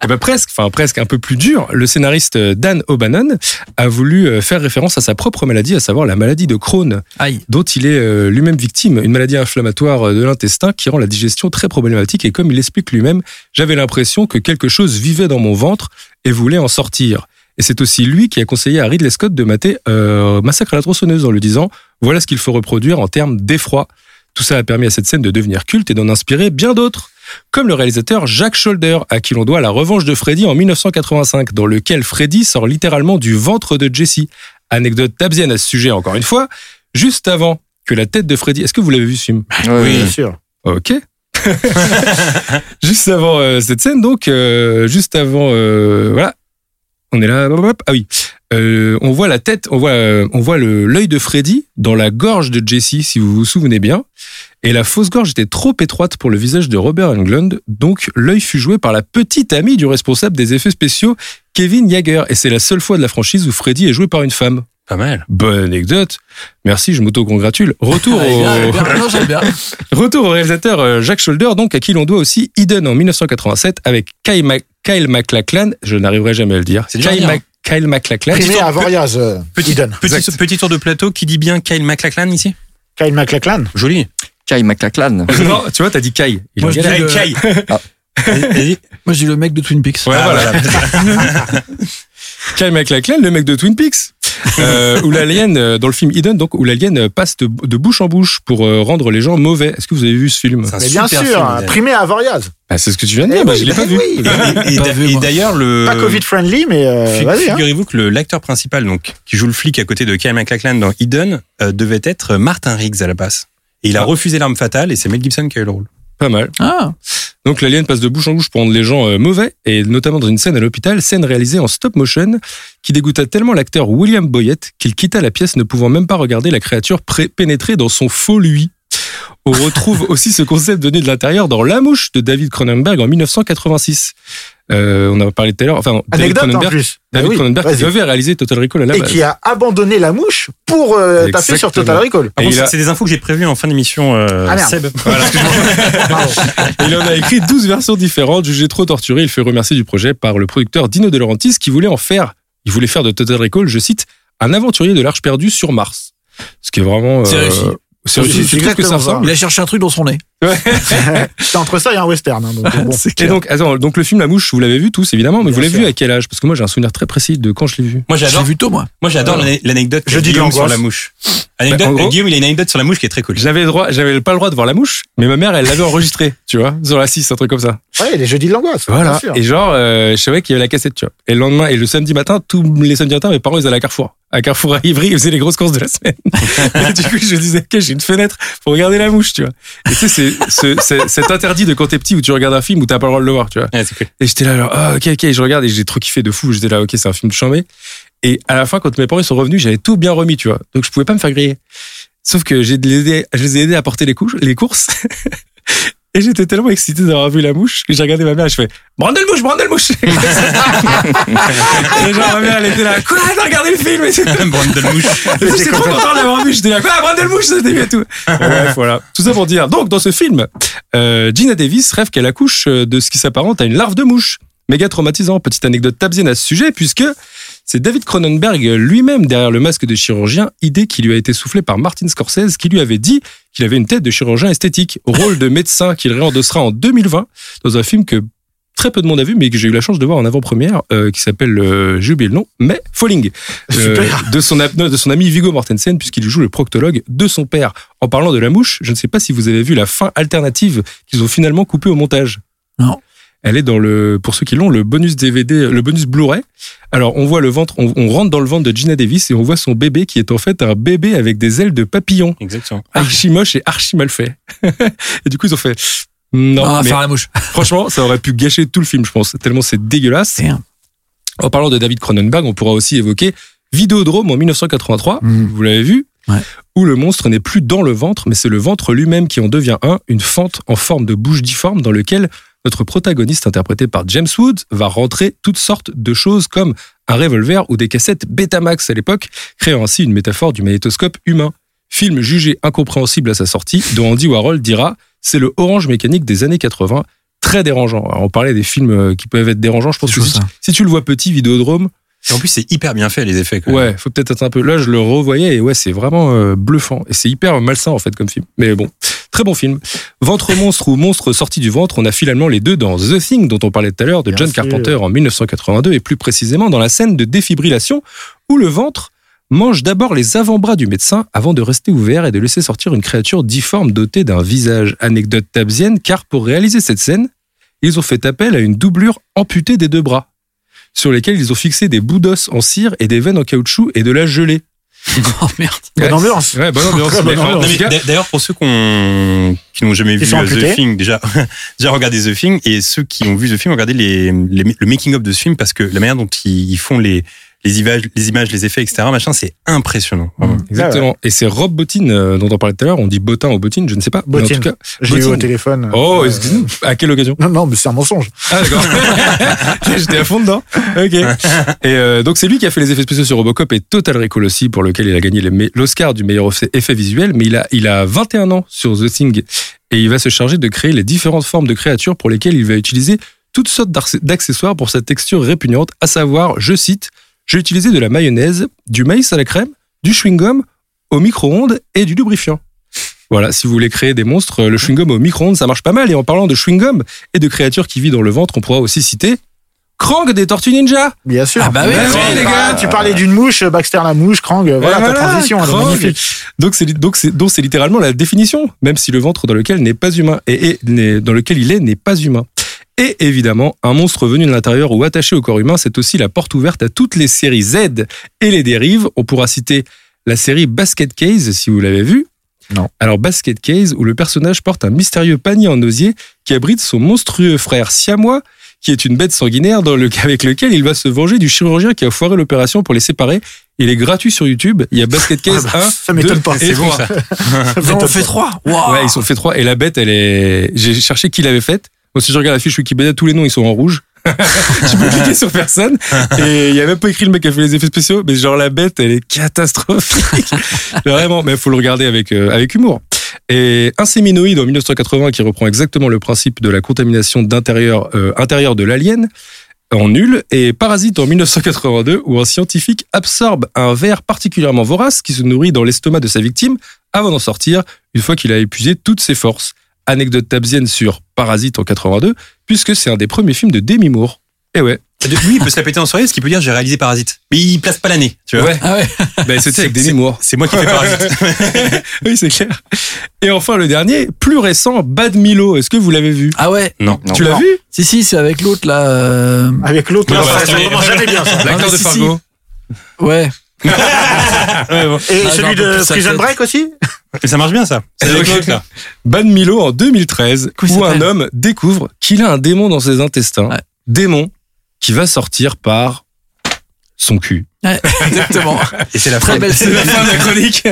Eh ben presque, enfin presque un peu plus dur. Le scénariste euh, Dan O'Bannon a voulu euh, faire référence à sa propre maladie, à savoir la maladie de Crohn,
Aïe.
dont il est euh, lui-même victime, une maladie inflammatoire euh, de l'intestin qui rend la digestion très problématique. Et comme il explique lui-même, j'avais l'impression que quelque chose vivait dans mon ventre et voulait en sortir. Et c'est aussi lui qui a conseillé à Ridley Scott de mater euh, Massacre à la tronçonneuse en lui disant voilà ce qu'il faut reproduire en termes d'effroi. Tout ça a permis à cette scène de devenir culte et d'en inspirer bien d'autres. Comme le réalisateur Jacques Scholder, à qui l'on doit la revanche de Freddy en 1985, dans lequel Freddy sort littéralement du ventre de Jesse. Anecdote tabzienne à ce sujet, encore une fois, juste avant que la tête de Freddy. Est-ce que vous l'avez vu ce film
Ouais,
Bien
ouais.
sûr.
Ok. <laughs> juste avant euh, cette scène, donc, euh, juste avant, euh, voilà, on est là. hop, hop, Ah oui, Euh, on voit la tête, on voit, euh, on voit le- l'œil de Freddy dans la gorge de Jesse, si vous vous souvenez bien. Et la fausse gorge était trop étroite pour le visage de Robert Englund, donc l'œil fut joué par la petite amie du responsable des effets spéciaux, Kevin Yeager. Et c'est la seule fois de la franchise où Freddy est joué par une femme.
Pas mal.
Bonne anecdote. Merci, je m'auto-congratule.
Ah,
Retour
Aïe,
au,
Ah, j'aime bien. Non, j'aime bien.
Retour au réalisateur euh, Jacques Scholder, donc à qui l'on doit aussi Eden en 1987 avec Kyle, Mac- Kyle MacLachlan, je n'arriverai jamais à le dire.
C'est dur à
Kyle,
dire,
Mac- Kyle MacLachlan.
Primé à Voriaz. euh,
Petit,
Eden.
petit, petit tour de plateau qui dit bien Kyle MacLachlan ici.
Kyle MacLachlan.
Ah,
Joli.
Kyle McLachlan.
Non, tu vois, t'as dit Kyle. Il
Moi,
a
je
galéré.
dis le-
Kyle.
Ah.
Vas-y.
Moi, j'ai le mec de Twin Peaks.
Ouais,
Ah,
voilà. Kyle MacLachlan, le mec de Twin Peaks, euh, où l'alien, euh, dans le film Eden, donc, où l'alien euh, passe de, de bouche en bouche pour euh, rendre les gens mauvais. Est-ce que vous avez vu ce film
C'est un
Mais bien
super
sûr,
hein,
film, Eden.
primé à Voriaz.
Ah, C'est ce que tu viens de
Eh
dire, bah,
oui,
je l'ai pas
eh
vu.
oui.
Et, et-
Ah. Pas vu,
et
moi.
d'ailleurs, le.
Pas Covid friendly, mais euh,
Fi-
vas-y. hein.
Figurez-vous que le- l'acteur principal, donc, qui joue le flic à côté de Kyle MacLachlan dans Eden, euh, devait être Martin Riggs à la base. Et il a
Ah.
refusé l'arme fatale et c'est Mel Gibson qui a eu le rôle.
Pas mal.
Ah,
Donc l'alien passe de bouche en bouche pour rendre les gens euh, mauvais, et notamment dans une scène à l'hôpital, scène réalisée en stop motion, qui dégoûta tellement l'acteur William Boyett qu'il quitta la pièce ne pouvant même pas regarder la créature pré- pénétrer dans son faux lui. on
<laughs>
retrouve aussi ce concept donné de l'intérieur dans La Mouche de David Cronenberg en 1986. Euh, on en a parlé tout à l'heure. Enfin, non, David
Anecdote en
Cronenberg,
plus.
David
Eh oui,
Cronenberg qui
vas-y.
devait réaliser Total Recall à la
Et
base.
qui a abandonné la mouche pour euh, taper sur
Exactement. Euh,
Total Recall.
Par
Et
contre,
il a-
Ah c'est des infos que j'ai prévues en fin d'émission, euh,
Ah, merde. <laughs>
Seb.
Il en a écrit 12 versions différentes, jugé trop torturé. Il fait remercier du projet par le producteur Dino De Laurentiis qui voulait en faire, il voulait faire de Total Recall, je cite, un aventurier de l'arche perdue sur Mars. Ce qui est vraiment. euh,
C'est réussi.
C'est réussi.
C'est
Tu trouves que ça
exactement ça.
ressemble
Il a cherché un truc dans son nez.
C'est entre ça et un western. hein, donc, bon.
C'est
Et
clair.
donc, attends, donc le film La Mouche, vous l'avez vu tous évidemment, mais vous l'avez
sûr.
vu à quel âge Parce que moi j'ai un souvenir très précis de quand je l'ai vu.
Moi,
Je l'ai
j'adore.
vu tôt, moi.
Moi, j'adore l'ane- l'anecdote.
Je
de
dis de
Guillaume sur
l'angoisse.
la mouche.
Bah,
Anecdote.
en gros-
Guillaume, il a une anecdote sur la mouche qui est très cool.
J'avais le droit, j'avais pas le droit de voir La Mouche, mais ma mère elle l'avait enregistré, tu vois, sur la 6, un truc comme ça.
Ouais, les jeudis de l'angoisse. bien
Voilà.
sûr.
Et genre, euh, je savais qu'il y avait la cassette, tu vois. Et le lendemain, et le samedi matin, tous les samedis matins, mes parents, ils allaient à Carrefour. À Carrefour à Ivry, ils faisaient les grosses courses de
<laughs>
la semaine. et du coup, je disais, ok, j'ai une fenêtre pour regarder la mouche, tu vois. Et tu sais, c'est, ce- c'est- cet interdit de quand t'es petit où tu regardes un film où t'as pas le droit de le voir, tu vois.
Ouais, c'est cool.
Et j'étais là, genre, ah, ok, ok, et je regarde et j'ai trop kiffé de fou. J'étais là, ok, c'est un film de chambé. Et à la fin, quand mes parents ils sont revenus, j'avais tout bien remis, tu vois. Donc, je pouvais pas me faire griller. Sauf que j'ai aidé, je les ai aidés à porter les, couches, les courses. <laughs> Et j'étais tellement excité d'avoir vu la mouche que j'ai regardé ma mère et je fais Brandel mouche, Brandel mouche <laughs> Et genre ma mère elle était là Quoi T'as regardé le film et tout.
<laughs> Brandon Mouche.
Et J'étais trop content de l'avoir vu, j'étais là Quoi Brandel mouche, c'était bien et tout Bref, voilà. Tout ça pour dire, donc dans ce film, euh, Gina Davis rêve qu'elle accouche de ce qui s'apparente à une larve de mouche. Méga traumatisant, petite anecdote tabzienne à ce sujet, puisque c'est David Cronenberg lui-même derrière le masque de chirurgien, idée qui lui a été soufflée par Martin Scorsese, qui lui avait dit qu'il avait une tête de chirurgien esthétique, rôle de médecin qu'il réendossera en 2020 dans un film que très peu de monde a vu, mais que j'ai eu la chance de voir en avant-première, euh, qui s'appelle, euh, j'ai oublié le nom, mais Falling, euh, de, son, ap- de son ami Vigo Mortensen, puisqu'il joue le proctologue de son père. En parlant de la mouche, je ne sais pas si vous avez vu la fin alternative qu'ils ont finalement coupée au montage.
Non.
Elle est dans le, pour ceux qui l'ont, le bonus DVD, le bonus Blu-ray. Alors, on voit le ventre, on, on rentre dans le ventre de Gina Davis et on voit son bébé qui est en fait un bébé avec des ailes de papillon,
Exactement.
archi moche et archi mal fait. <laughs> et du coup, ils ont fait, non,
Ah,
mais
faire la mouche.
Franchement, ça aurait pu gâcher tout le film, je pense, tellement c'est dégueulasse.
Damn.
En parlant de David Cronenberg, on pourra aussi évoquer Vidéodrome en 1983,
Mm.
vous l'avez vu,
Ouais.
où le monstre n'est plus dans le ventre, mais c'est le ventre lui-même qui en devient un, une fente en forme de bouche difforme dans lequel notre protagoniste, interprété par James Woods, va rentrer toutes sortes de choses comme un revolver ou des cassettes Betamax à l'époque, créant ainsi une métaphore du magnétoscope humain. Film jugé incompréhensible à sa sortie, dont Andy Warhol dira c'est le orange mécanique des années 80, très dérangeant. Alors, on parlait des films euh, qui peuvent être dérangeants. Je pense
C'est
que
chaud,
si,
ça.
si tu le vois petit, Vidéodrome,
Et en plus, c'est hyper bien fait, les effets. quoi.
ouais, faut peut-être être un peu. Là, je le revoyais et ouais, c'est vraiment euh, bluffant et c'est hyper malsain en fait comme film. Mais bon, très bon film. Ventre monstre ou monstre sorti du ventre, on a finalement les deux dans The Thing dont on parlait tout à l'heure de
Bien
John
sûr.
Carpenter en 1982 et plus précisément dans la scène de défibrillation où le ventre mange d'abord les avant-bras du médecin avant de rester ouvert et de laisser sortir une créature difforme dotée d'un visage. Anecdote tabzienne, car pour réaliser cette scène, ils ont fait appel à une doublure amputée des deux bras, sur lesquels ils ont fixé des bouts d'os en cire et des veines en caoutchouc et de la gelée.
<laughs> Oh merde.
Bonne ambiance.
Ouais, bonne <laughs> ambiance.
Bonne
Mais,
ambiance.
en
Non, mais
tout cas,
d'a- D'ailleurs, pour ceux qu'on- qui n'ont jamais
Qui
vu
sont
euh,
amputés.
The Thing, déjà, <laughs> déjà regardez The Thing, et ceux qui ont vu The Thing, regardez les, les- le making-of de ce film, parce que la manière dont ils, ils font les, les, images, les images, les effets, etc., machin, c'est impressionnant. vraiment.
Exactement. Et c'est Rob Bottin euh, dont on parlait tout à l'heure. On dit Bottin ou Bottin, je ne sais pas. Mais en
Bottin.
tout cas,
J'ai eu
Bottine.
au
Ah.
téléphone.
oh,
Euh,
excuse-nous. À quelle occasion
Non, non, mais c'est un mensonge.
Ah d'accord. Là, <laughs> J'étais à fond dedans. Ok. Et euh, donc c'est lui qui a fait les effets spéciaux sur Robocop et Total Recall aussi pour lequel il a gagné le me- l'Oscar du meilleur eff- effet visuel. Mais il a il a 21 ans sur The Thing et il va se charger de créer les différentes formes de créatures pour lesquelles il va utiliser toutes sortes d'arc- d'accessoires pour sa texture répugnante, à savoir, je cite, j'ai utilisé de la mayonnaise, du maïs à la crème, du chewing-gum au micro-ondes et du lubrifiant. Voilà, si vous voulez créer des monstres, le chewing-gum au micro-ondes, ça marche pas mal. Et en parlant de chewing-gum, et de créatures qui vivent dans le ventre, on pourra aussi citer Krang des Tortues Ninja.
Bien sûr.
Ah bah oui,
Mais
oui,
non,
les gars.
Tu parlais d'une mouche, Baxter la mouche, Krang. Voilà,
Et
ta transition, elle est
Krang.
magnifique.
Donc c'est donc c'est donc c'est littéralement la définition, même si le ventre dans lequel n'est pas humain et, et n'est- dans lequel il est n'est pas humain. Et évidemment, un monstre venu de l'intérieur ou attaché au corps humain, c'est aussi la porte ouverte à toutes les séries Z et les dérives. On pourra citer la série Basket Case si vous l'avez vue.
Non.
Alors Basket Case où le personnage porte un mystérieux panier en osier qui abrite son monstrueux frère siamois qui est une bête sanguinaire dans le, <laughs> avec lequel il va se venger du chirurgien qui a foiré l'opération pour les séparer. Il est gratuit sur YouTube. Il y a Basket Case
Ah bah,
1,
ça
2
m'étonne pas,
et
c'est bon,
3.
Ils en ont fait trois. Waouh.
Ouais, ils sont fait trois. Et la bête, elle est. J'ai cherché qui l'avait faite. Moi, si je regarde la fiche Wikipédia, tous les noms, ils sont en rouge. je peux cliquer sur personne. Et il y a même pas écrit le mec qui a fait les effets spéciaux. Mais genre, la bête, elle est catastrophique. Vraiment. Mais faut le regarder avec, euh, avec humour. Et un séminoïde en 1980 qui reprend exactement le principe de la contamination d'intérieur, euh, intérieur de l'alien en nul et Parasite en 1982 où un scientifique absorbe un ver particulièrement vorace qui se nourrit dans l'estomac de sa victime avant d'en sortir une fois qu'il a épuisé toutes ses forces. Anecdote tabzienne sur Parasite en 82 puisque c'est un des premiers films de Demi Moore. Et ouais,
Lui, il peut se la péter en soirée, ce qui peut dire j'ai réalisé Parasite. Mais il place pas l'année, tu vois.
ouais.
Ah ouais.
<laughs> Ben, c'était avec Demi Moore.
C'est moi qui fais Parasite.
oui, c'est clair. Et enfin le dernier, plus récent, Bad Milo. Est-ce que vous l'avez vu
Ah ouais.
Non.
Non.
Tu l'as vu
Si si, c'est avec l'autre là. euh,
Avec l'autre,
Non,
là,
bah,
ça, ça
attendez.
commence jamais bien. ça.
L'acteur
mais
de
si,
Fargo.
Ouais.
Ouais, bon.
Et
Ah,
celui
j'en peux
de
plus, ça
Prison
fait-
Break aussi
Mais ça marche bien, ça. C'est
Et
avec
donc,
l'autre, là.
Ban Milo en 2013,
Comment il
où un
s'appelle
homme découvre qu'il a un démon dans ses intestins.
Ouais.
Démon qui va sortir par son cul.
Ouais, exactement.
Et c'est la
Très
fin.
belle
C'est la fin de la chronique.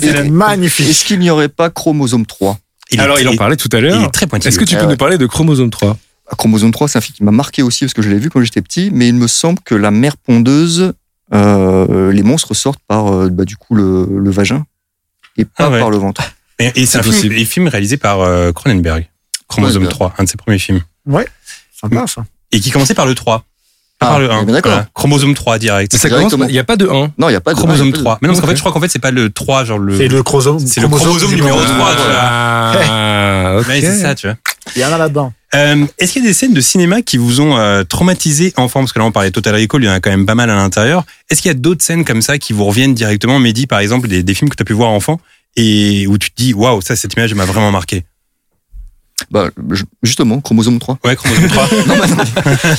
C'est la-
Magnifique.
Est-ce qu'il n'y aurait pas chromosome 3
Il est-
Alors, il en parlait tout à
Il
l'heure.
est très pointilleux.
Est-ce que tu
Ah
peux
ouais.
nous parler de chromosome 3
Ah, Chromosome 3, c'est un film qui m'a marqué aussi parce que je l'ai vu quand j'étais petit, mais il me semble que la mère pondeuse, euh, les monstres sortent par euh, bah, du coup le, le vagin et pas
Ah ouais.
par le ventre.
Et, et c'est un film,
Impossible.
et film réalisé par euh, Cronenberg. Chromosome
Cronenberg.
3, un de ses premiers films.
Sympa, ça.
Et qui commençait par le 3. Pas
Ah,
par le 1.
eh ben,
mais d'accord.
Chromosome 3 direct.
Ça
Directement.
commence, par- il n'y a pas de 1.
Non, il n'y a pas de Ah,
Chromosome
il y a pas de-
3. Mais non, parce qu'en
Ok.
fait, je crois qu'en fait, c'est pas le 3, genre le.
C'est le chromosome.
C'est le chromosome numéro 3, tu vois.
Ah, ok.
Ouais, c'est ça, tu vois.
Il y en a là-dedans.
Euh, Est-ce qu'il y a des scènes de cinéma qui vous ont euh, traumatisé enfant Parce que là, on parlait de Total Recall, il y en a quand même pas mal à l'intérieur. Est-ce qu'il y a d'autres scènes comme ça qui vous reviennent directement Mehdi, par exemple, des, des films que tu as pu voir enfant et où tu te dis, waouh, ça, cette image elle m'a vraiment marqué.
Bah, je- justement, chromosome 3.
Ouais, Chromosome 3.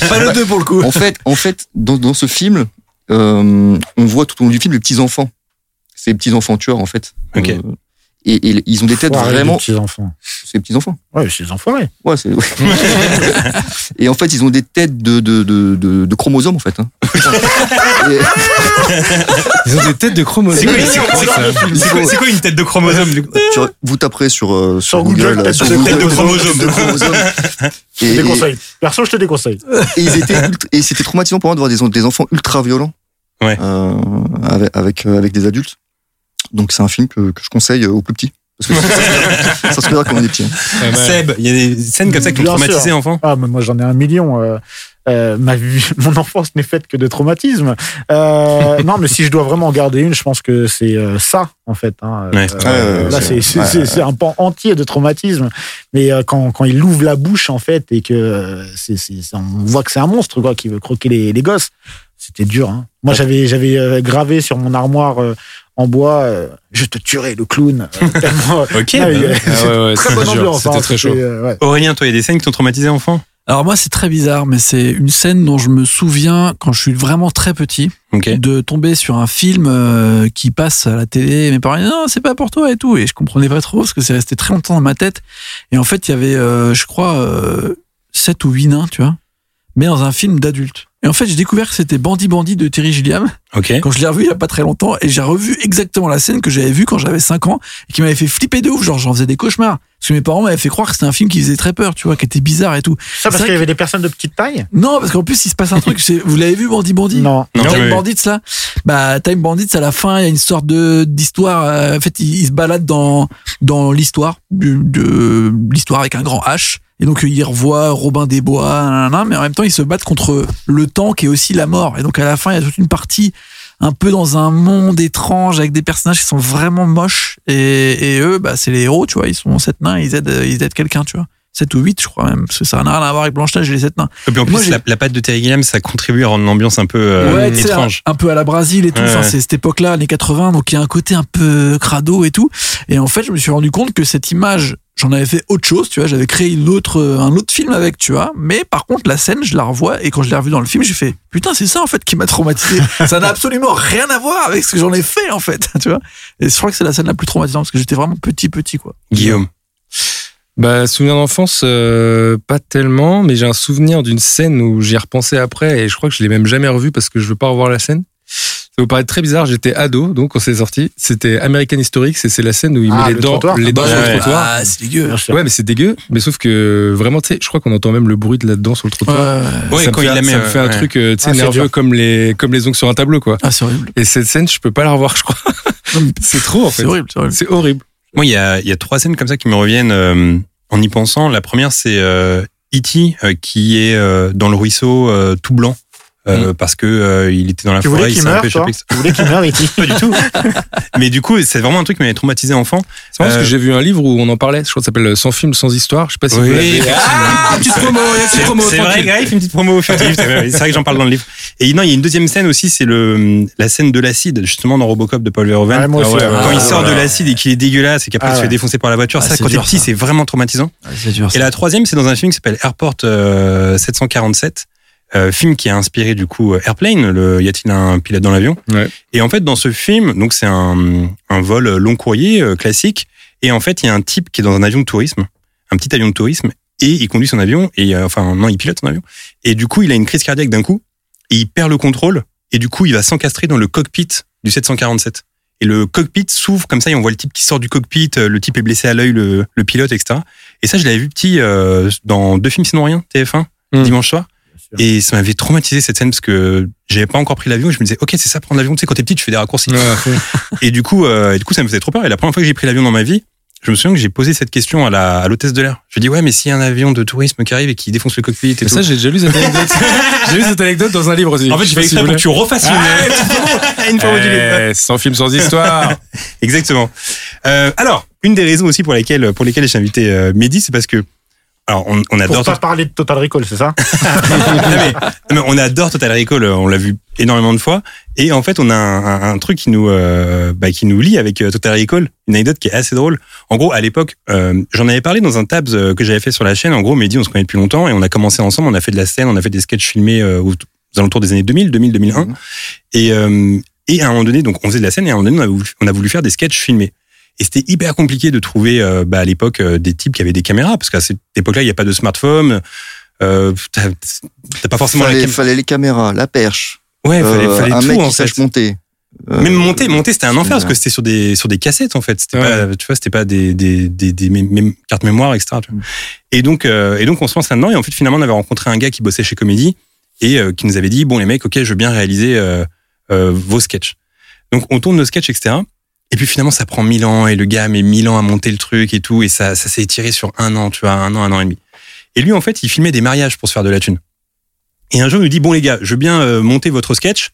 Pas le 2 pour le coup.
<laughs> En fait, en fait dans, dans ce film, euh, on voit tout au long du film les petits-enfants. C'est les petits-enfants tueurs, en fait.
Ok.
Euh, et, et ils ont des têtes
Foiré de
vraiment...
petits enfants.
C'est les petits-enfants.
Ouais, c'est des enfoirés.
Ouais, c'est. ouais. <laughs> et en fait, ils ont des têtes de, de, de, de, de chromosomes, en fait. hein. Et-
Ils ont des têtes
<laughs>
de
C'est
chromosome.
quoi, c'est quoi- c'est
Ah,
quoi- c'est quoi- c'est quoi une tête de chromosome du coup <laughs>
tu vois, vous taperez sur, euh, sur
Sur
Google,
Google,
euh,
tête
sur
de-
Google,
tête de
euh,
chromosome.
tête de chromosome. Et,
Je te
et-
déconseille. Perso, je te déconseille.
et ils étaient ultra- et c'était traumatisant pour moi de voir des, des enfants ultra violents
Ouais.
euh, avec, avec, euh, avec des adultes. Donc c'est un film que, que je conseille aux plus petits. Parce que
<laughs>
ça, ça se verra quand on est petit. hein.
Pas mal.
Seb, il y a des scènes comme ça qui t'ont
Bien
traumatisé
sûr.
enfant
Ah, mais moi, j'en ai un million. euh, euh, ma vie, <laughs> mon enfance n'est faite que de traumatismes.
<laughs>
Euh, non, mais si je dois vraiment en garder une, je pense que c'est euh, ça, en fait. hein.
Ouais.
Euh,
Ouais, ouais,
là,
ouais,
c'est
ouais.
c'est-
Ouais,
c'est- c'est un pan entier de traumatisme. Mais euh, quand, quand il ouvre la bouche, en fait, et que euh, c'est c'est- c'est- on voit que c'est un monstre, quoi, qui veut croquer les, les gosses, c'était dur. hein. Moi, j'avais j'avais euh, gravé sur mon armoire euh, en bois euh, Je te tuerai, le
<laughs>
clown. Euh, tellement-
Ok. bah.
Ah, il y a-
Ah ouais, ouais,
Très
c'était
bonne
dur,
ambiance.
C'était
hein,
très chaud.
c'était, euh, ouais.
Aurélien, toi, il y a des scènes qui t'ont traumatisé enfant
Alors moi c'est très bizarre, mais c'est une scène dont je me souviens quand je suis vraiment très petit
Ok.
de tomber sur un film euh, qui passe à la télé. Mes parents disaient non c'est pas pour toi et tout, et je comprenais pas trop parce que c'est resté très longtemps dans ma tête. Et en fait il y avait euh, je crois euh, sept ou huit nains, tu vois, mais dans un film d'adulte. Et en fait j'ai découvert que c'était Bandit Bandit de Terry Gilliam
Ok.
quand je l'ai revu il y a pas très longtemps et j'ai revu exactement la scène que j'avais vue quand j'avais 5 ans et qui m'avait fait flipper de ouf, genre j'en faisais des cauchemars. Parce que mes parents m'avaient fait croire que c'était un film qui faisait très peur, tu vois, qui était bizarre et tout.
Ça,
C'est
parce
vrai
qu'il y avait des personnes de petite taille
Non, parce qu'en plus, il se passe un truc. c'est- Vous l'avez vu, Bandit Bandit
Non.
Non,
Time
oui.
Bandits là, bah Time Bandits à la fin il y a une sorte de d'histoire. euh, en fait, ils, ils se baladent dans dans l'histoire du- de l'histoire avec un grand H. Et donc ils revoient Robin des Bois, nanana, mais en même temps ils se battent contre le temps qui est aussi la mort. Et donc à la fin il y a toute une partie un peu dans un monde étrange avec des personnages qui sont vraiment moches et, et eux bah c'est les héros tu vois ils sont sept nains ils aident ils aident quelqu'un tu vois sept ou huit je crois même parce que ça n'a rien à voir avec Blanche Neige et les sept nains
Et puis en plus,
Moi, j'ai-
la, la patte de Terry Gilliam, ça contribue à rendre l'ambiance un peu euh,
ouais, tu sais,
étrange.
Un, un peu à la Brésil et tout.
Ouais,
Enfin,
ouais.
c'est cette époque-là, années 80, donc il y a un côté un peu crado et tout. Et en fait, je me suis rendu compte que cette image, j'en avais fait autre chose, tu vois. J'avais créé une autre, euh, un autre film avec, tu vois. Mais par contre, la scène, je la revois et quand je l'ai revue dans le film, j'ai fait putain, c'est ça en fait qui
<laughs>
m'a traumatisé. ça n'a absolument rien à voir avec ce que j'en ai fait <laughs> en fait, tu vois. Et je crois que c'est la scène la plus traumatisante parce que j'étais vraiment petit, petit quoi.
Guillaume.
Bah, souvenir d'enfance, euh, pas tellement, mais j'ai un souvenir d'une scène où j'y ai repensé après et je crois que je l'ai même jamais revue parce que je veux pas revoir la scène. Ça vous paraît très bizarre, j'étais ado, donc on s'est sorti. C'était American Historics et c'est la scène où il
Ah,
met les
le
dents,
trottoir.
les dents sur
Ouais.
le trottoir.
Ah, c'est dégueu.
Bien sûr.
Ouais, mais c'est dégueu. Mais sauf que vraiment, tu sais, je crois qu'on entend même le bruit de là-dedans sur le trottoir.
Ouais,
ça me
quand
fait,
il la met,
ça me fait un
ouais.
truc, euh, tu sais,
Ah, c'est
nerveux
dur.
comme les, comme les ongles sur un tableau, quoi.
Ah, c'est horrible.
Et cette scène, je peux pas la revoir, je crois. <laughs>
Non, mais
C'est trop, en fait.
C'est horrible, c'est horrible.
C'est horrible.
Moi, il y a, il y a trois scènes comme ça qui me reviennent euh, en y pensant. La première, c'est euh, E.T. euh, qui est euh, dans le ruisseau euh, tout blanc euh, parce que euh, il était dans la
Tu
forêt,
voulais
il
qu'il
s'est un
meure,
peu
toi
échappé.
Tu voulais qu'il meure, E.T.
Pas du
<laughs>
tout. Mais du coup, c'est vraiment un truc qui m'avait traumatisé enfant.
C'est marrant parce
Euh,
que j'ai vu un livre où on en parlait. Je crois que ça s'appelle euh, Sans film, sans histoire. Je sais pas si vous l'avez.
Ah, petite promo, c'est, c'est vrai, Grave, une petite promo furtive, c'est vrai, c'est vrai que j'en parle dans le livre. Et non, il y a une deuxième scène aussi, c'est le, la scène de l'acide, justement, dans Robocop de Paul Verhoeven.
Ouais, moi aussi,
Ah
ouais.
Quand
Ah,
il sort de
voilà.
l'acide et qu'il est dégueulasse et qu'après
Ah,
il se fait
ouais.
défoncer par la voiture,
Ah,
ça,
c'est
quand t'es
dur,
petit,
ça.
c'est vraiment traumatisant.
Ah, C'est dur.
Et la troisième, c'est dans un film qui s'appelle Airport euh, 747. euh, film qui a inspiré du coup euh, Airplane, le y a-t-il un pilote dans l'avion
Ouais.
Et en fait, dans ce film, donc c'est un, un vol long courrier euh, classique, et en fait, il y a un type qui est dans un avion de tourisme, un petit avion de tourisme, et il conduit son avion, et euh, enfin non, il pilote son avion, et du coup, il a une crise cardiaque d'un coup, et il perd le contrôle, et du coup, il va s'encastrer dans le cockpit du 747. Et le cockpit s'ouvre comme ça, et on voit le type qui sort du cockpit, euh, le type est blessé à l'œil, le, le pilote, etc. Et ça, je l'avais vu petit euh, dans deux films sinon rien, TF1,
Mm.
dimanche soir. Et ça m'avait traumatisé cette scène parce que j'avais pas encore pris l'avion. et Je me disais, ok, c'est ça prendre l'avion. Tu sais, quand t'es petit, tu fais des raccourcis. Et du coup, euh, et du coup, ça me faisait trop peur. Et la première fois que j'ai pris l'avion dans ma vie, je me souviens que j'ai posé cette question à la à l'hôtesse de l'air. Je lui ai dit, ouais, mais s'il y a un avion de tourisme qui arrive et qui défonce le cockpit et
Mais
tout.
ça, j'ai déjà lu cette anecdote. j'ai lu cette anecdote dans un livre aussi.
en fait,
Je
j'ai
sais
fait
pas si
exprès
vous
pour que tu refasses une- une fois modulée.
Eh, sans film, sans
<laughs>
histoire.
Exactement. Euh, alors, une des raisons aussi pour lesquelles, pour lesquelles j'ai invité euh, Mehdi, c'est parce que, alors, on, on adore.
Pour <laughs> pas parler de Total Recall, c'est ça
Non, mais- non, mais on adore Total Recall, euh, on l'a vu énormément de fois. Et en fait, on a un, un- un truc qui nous, euh, bah, qui nous lie avec euh, Total Recall, une anecdote qui est assez drôle. En gros, à l'époque, euh, j'en avais parlé dans un tabs euh, que j'avais fait sur la chaîne. En gros, Mehdi, on se connaît depuis longtemps et on a commencé ensemble, on a fait de la scène, on a fait des sketchs filmés euh, aux aux alentours des années 2000, 2000, 2001.
Mhm.
Et, euh, et à un moment donné, donc on faisait de la scène et à un moment donné, on a voulu, on a voulu faire des sketchs filmés. Et c'était hyper compliqué de trouver euh, bah, à l'époque euh, des types qui avaient des caméras, parce qu'à cette époque-là, il n'y a pas de smartphone. Euh, t'as t'as pas forcément la
Fallait,
cam-
fallait les caméras, la perche,
Ouais, fallait,
euh,
fallait
un
tout
mec
en
qui sache
fait.
monter. Euh,
Même monter, monter, c'était un
c'est
enfer parce
vrai.
que c'était sur des sur des cassettes en fait. C'était
Ouais.
pas, tu vois, c'était pas des des des, des mé- mé- cartes mémoire, etc.
Mm.
tu vois. Et donc euh, et donc on se lance là-dedans et en fait finalement on avait rencontré un gars qui bossait chez Comédie et euh, qui nous avait dit bon les mecs, ok, je veux bien réaliser euh, euh, vos sketchs. Donc on tourne nos sketchs, etc. Et puis finalement ça prend mille ans et le gars met mille ans à monter le truc et tout et ça ça s'est étiré sur un an, tu vois, un an, un an et demi. Et lui en fait il filmait des mariages pour se faire de la thune. Et un jour il nous dit bon les gars, je veux bien euh, monter votre sketch.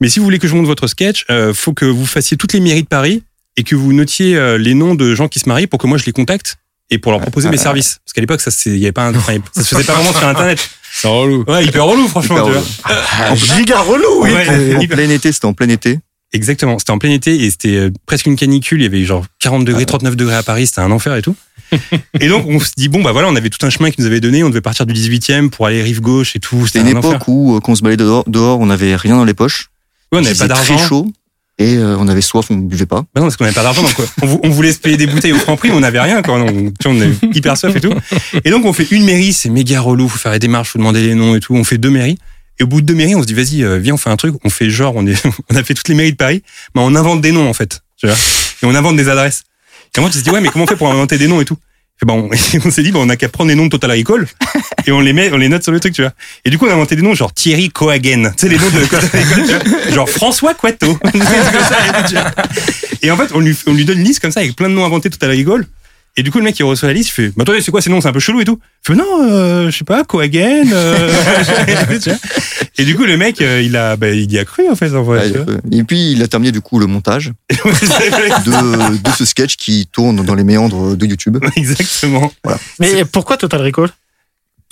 Mais si vous voulez que je monte votre sketch, euh, faut que vous fassiez toutes les mairies de Paris et que vous notiez euh, les noms de gens qui se marient pour que moi je les contacte et pour leur proposer mes services. Parce qu'à l'époque, ça, c'est- il y avait pas, un- enfin, ça se faisait pas vraiment sur Internet.
C'est relou.
Ouais, hyper relou, franchement.
Hyper
tu vois.
relou.
Giga relou, oui.
Ouais,
en
hyper-
plein été, c'était en plein été.
Exactement. C'était en plein été et c'était euh, presque une canicule. Il y avait genre 40
Ah
degrés, 39 degrés à Paris. C'était un enfer et tout. et donc, on se dit, bon, bah voilà, on avait tout un chemin qui nous avait donné. On devait partir du 18e pour aller rive gauche et tout. C'était
C'était une
un enfer.
époque où, euh, quand on se baladait dehors, dehors, on n'avait rien dans les poches.
Ouais, on
Il
n'avait pas
faisait
d'argent.
très chaud. Et euh, on avait soif, on ne buvait pas.
Bah non, parce qu'on n'avait pas d'argent, donc quoi. On, vou- on voulait se payer des bouteilles au franc prix, mais on n'avait rien, quoi. On, tu vois, on avait hyper soif et tout. Et donc, on fait une mairie, c'est méga relou, faut faire les démarches, faut demander les noms et tout. On fait deux mairies. Et au bout de deux mairies, on se dit, vas-y, euh, viens, on fait un truc. On fait genre, on, est, <laughs> on a fait toutes les mairies de Paris, mais Bah, on invente des noms, en fait. Tu vois. Et on invente des adresses. Et moi, je me dis, ouais, mais comment on fait pour inventer des noms et tout? Et ben, on, <laughs> et on s'est dit, ben, on n'a qu'à prendre les noms de Total Recall et on les met, on les note sur le truc, tu vois. Et du coup, on a inventé des noms genre Thierry Cohagen. Tu sais, les noms de Total Recall, tu vois. Genre François <laughs> Quato. Des trucs comme ça, et tout, tu vois. Et en fait, on lui, on lui donne une liste comme ça avec plein de noms inventés tout à la rigole. Et du coup, le mec, il reçoit la liste, il fait, mais attendez, c'est quoi ces noms? C'est un peu chelou et tout. Je fais, non, euh, je sais pas, Cohagen, euh, <laughs> tu vois. Et du coup, le mec, euh, il a, bah, il y a cru, en fait, en vrai.
Ouais,
tu vois.
euh, et puis, il a terminé du coup le montage
<laughs>
de, de ce sketch qui tourne dans les méandres de YouTube.
Exactement.
Mais pourquoi Total Recall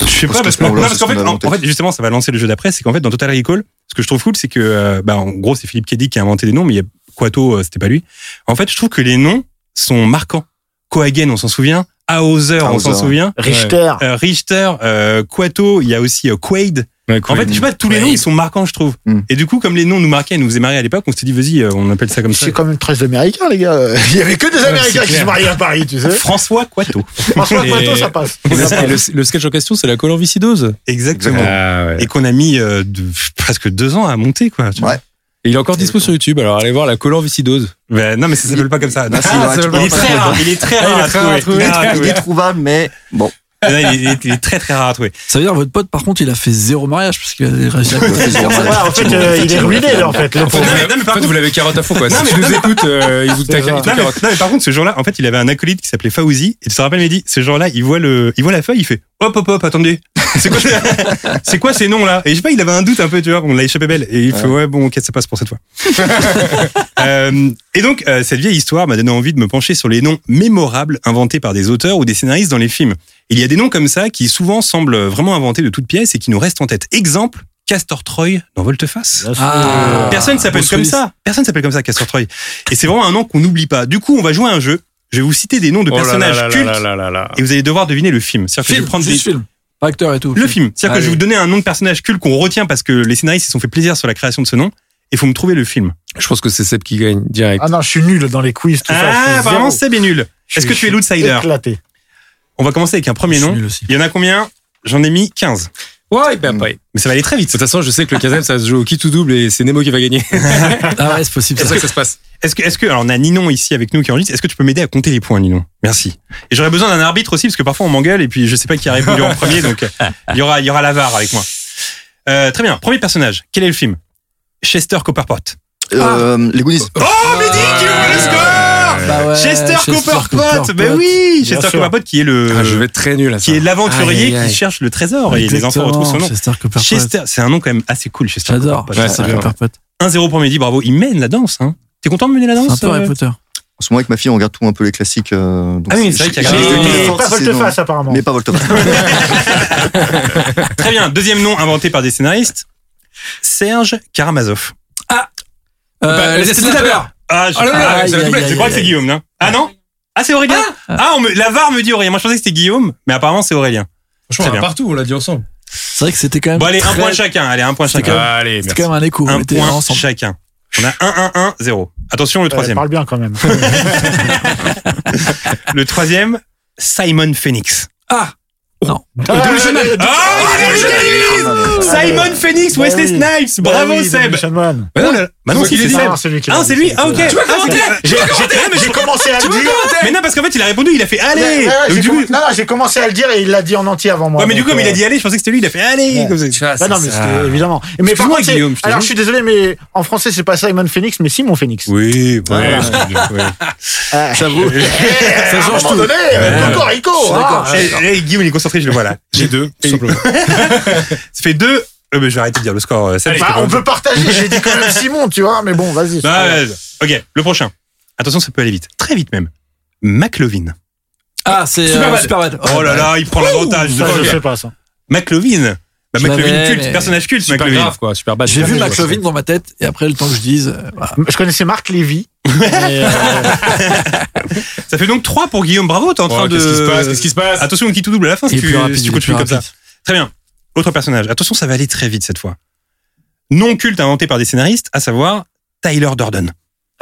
Je sais
Parce
pas,
que
parce,
ce moment-là,
non,
c'est
parce
ce
qu'en fait,
qu'on a
en,
inventé.
en fait, justement, ça va lancer le jeu d'après. C'est qu'en fait, dans Total Recall, ce que je trouve cool, c'est que, euh, bah, en gros, c'est Philippe Kedic qui a inventé les noms, mais il y a Quato, euh, c'était pas lui. En fait, je trouve que les noms sont marquants. Cohagen, on s'en souvient. Hauser, on s'en
Hauser.
souvient.
Richter.
Euh, Richter, euh, Quato, il y a aussi euh, Quaid.
Ouais,
En
cool.
fait, je sais pas, tous les
Ouais.
noms, ils sont marquants, je trouve.
Mm.
Et du coup, comme les noms nous marquaient et nous faisaient marrer à l'époque, on s'est dit, vas-y, euh, on appelle ça comme ça.
C'est quand même très américain, les gars. <laughs> Il y avait que des Américains qui
clair.
se mariaient à Paris, tu <laughs> sais.
François Quato.
François
Et-
Poitot, ça passe.
Et le, et le- le sketch en question, c'est la colorvicidose.
Exactement.
Ah, ouais.
Et qu'on a mis euh, de- presque deux ans à monter, quoi. tu vois.
Ouais.
Et il est encore dispo sur YouTube, alors allez voir la colorvicidose.
Ben, non, mais ça s'appelle pas comme ça.
Ah, si,
Ah,
ouais,
ça
tu
veut
peux
pas
pas
dire.
trouver.
Il est très
Ah, il
rare
est
à
très rare
trouver.
à
Il
trouver.
est très rare à
Il est
trouver.
trouvable, mais
<laughs>
bon,
Non, Il est- il est très très rare à trouver.
Ça veut dire votre pote, par contre, il a fait zéro mariage parce qu'il a réussi à.
Ouais, en fait, euh, il est ruiné, là, en fait. Le
En fait,
pauvre.
mais-
vous l'avez-
Ah, non, mais par
en fait, vous l'avez carotte à fond, quoi.
Non,
Si
mais-
tu
non,
nous
mais-
écoutes, euh, il vous
C'est vrai.
t'as- il te
Non mais,
carotte.
non, mais par contre, ce jour-là, en fait, il avait un acolyte qui s'appelait Faouzi. Et tu te rappelles, il m'a dit, ce jour-là, il voit le, il voit la feuille, il fait, hop, hop, hop, attendez. <laughs> C'est quoi, c'est quoi ces noms-là? Et je sais pas, il avait un doute un peu, tu vois, on l'a échappé belle. Et il fait, ouais, bon, ok, ça passe pour cette fois. <laughs> Euh, et donc, euh, cette vieille histoire m'a donné envie de me pencher sur les noms mémorables inventés par des auteurs ou des scénaristes dans les films. Il y a des noms comme ça qui souvent semblent vraiment inventés de toutes pièces et qui nous restent en tête. Exemple, Castor Troy dans Volteface.
euh,
Ah.
Personne s'appelle
Bruce
comme
Willis.
ça. Personne s'appelle comme ça, Castor Troy. Et c'est vraiment un nom qu'on n'oublie pas. Du coup, on va jouer à un jeu. Je vais vous citer des noms de
Oh là
personnages
là là
cultes
là là là là.
et vous allez devoir deviner le film. C'est-à-dire que je
Film,
vais prendre
juste
des-
film. Pas acteur et tout.
le film. C'est-à-dire que je vais
Allez.
vous donner un nom de personnage culte qu'on retient parce que les scénaristes se sont fait plaisir sur la création de ce nom. Et faut me trouver le film.
Je pense que c'est Seb qui gagne direct.
Ah non, je suis nul dans les quiz, tout ça. je suis
Ah,
zéro.
apparemment, c'est bien nul.
Je
Est-ce que tu
suis-
es
je suis
l'outsider
Éclaté.
On va commencer avec un premier nom. Il y en a combien J'en ai mis 15.
Ouais, ben après.
Mais ça va aller très
De
vite.
toute façon, je sais que le casem, ça se joue au qui tout double et c'est Nemo qui va gagner. <laughs>
Ah ouais, c'est possible.
C'est
ça.
ça que ça se passe.
Est-ce que, est-ce que, alors on a Ninon ici avec nous qui enregistre. Est-ce que tu peux m'aider à compter les points, Ninon Merci. Et j'aurais besoin d'un arbitre aussi parce que parfois on m'engueule et puis je sais pas qui a répondu en premier, donc euh, il y aura, il y aura l'avare avec moi. Euh, très bien. Premier personnage. Quel est le film Chester Copperpot.
Euh, les Goonies.
Oh, mais dis, tu ouvres le score
Ah Bah ouais,
Chester Copperpot. Ben oui,
Bien
Chester
sûr.
Copperpot qui est le,
Ah, je vais être très nul à ça.
Euh, qui est
Aïe,
l'aventurier
aïe, aïe.
qui cherche le trésor et les enfants
Exactement,
retrouvent son nom.
Chester Copperpot.
Chester, c'est un nom quand même assez cool. Chester
J'adore.
Copperpot.
Chester
ouais, ouais.
Copperpot.
1-0 premier dit, bravo. Il mène la danse. Hein. T'es content de mener la
C'est un
danse
peu
euh,
Harry Potter.
En ce moment, avec ma fille, on regarde tout un peu les classiques. euh, donc
Ah oui, c'est vrai qu'il y a
j'ai-
Galaxy
j'ai-
Domain.
j'ai-
Et pas
c'est
volte-face,
dans-
apparemment.
Mais pas Volteface.
Très bien. Deuxième nom inventé par des scénaristes. Serge Karamazov.
Bah,
Euh,
les
C'était
Escapeurs.
d'abord.
Ah, je,
Oh là là,
Ah,
aïe,
c'est la
aïe,
doublette.
aïe,
Je crois
aïe,
que c'est
aïe.
Guillaume, non Ah non Ah, c'est Aurélien Ah, on me... la VAR me dit Aurélien. Moi, je pensais que c'était Guillaume, mais apparemment, c'est Aurélien.
Franchement,
Très bien.
partout, on l'a dit ensemble.
C'est vrai que c'était quand même.
Bon, allez, un
très-
point chacun. Allez, un point chacun.
Allez,
C'était quand même un écho. On
Un
était
point
ensemble.
chacun. On a 1-1-1-0. Attention, le
Ouais,
troisième.
parle bien quand <laughs> même.
Le troisième, Simon Phoenix.
Ah Non.
Ah, il a gagné Simon Phoenix,
Bah
Wesley
oui.
Snipes. Bravo, Seb.
Bah
Oh là là. Bah non,
C'est
c'est
moi qui
Seb.
c'est lui qui l'a
Ah, c'est
dit,
lui. Ah, ok.
Tu vois comment
Ah,
t'es-
ok. J'ai- j'ai- ah, mais je-
J'ai commencé à le dire.
Ah, Mais non, parce qu'en fait, il a répondu, il a fait allez.
Ouais, ouais,
Donc,
j'ai
du coup-
comm- Non, non, j'ai commencé à le dire et il l'a dit en entier avant moi.
Ouais, mais du
donc,
coup, comme il
euh,
a dit allez, je pensais que c'était lui, il a fait allez. comme ça.
Bah non, mais
Ah.
c'était évidemment. Mais par
Excuse-moi,
contre, c'est-
Guillaume, je te
alors
jure.
je suis désolé, mais en français, c'est pas Simon Phoenix, mais Simon Phoenix.
Oui, ouais.
Ah.
J'avoue.
Ça change tout. Donné, Cocorico, hein.
Ah,
Eh, eh, Guillaume, il est concentré, je le vois
<laughs>
là. J'ai deux, <laughs> Ça fait deux. Euh, mais je Bah, vais arrêter de dire le score. euh, Seb,
Bah,
parce que
on
bon.
peut partager. J'ai dit quand même Simon, tu vois, mais bon, vas-y. c'est
Non,
pas grave.
ouais, ouais. ok, le prochain. Attention, ça peut aller vite. Très vite même. McLovin.
Ah, c'est
Superbad.
euh, Superbad.
Oh là là, il prend l'avantage.
Ça, je
Ok.
sais pas ça.
McLovin. Bah,
Je
McLovin
l'avais,
culte,
mais-
personnage culte,
Super
McLovin.
grave, quoi. Super bad.
J'ai
Super
vu
nul,
McLovin dans ma tête et après le temps que je dise. euh, voilà.
Je connaissais Marc Lévy. mais,
<laughs>
euh,
Ça fait donc 3 pour Guillaume. Bravo, t'es en
quoi.
train
Oh,
de.
Qu'est-ce qui se passe Qu'est-ce qui se passe
Attention, on quitte tout double à la fin si
Il est
tu,
plus rapide,
si tu
il est
continues
plus
comme ça.
rapide.
Très bien. Autre personnage. Attention, ça va aller très vite cette fois. Non culte inventé par des scénaristes, à savoir Tyler Durden.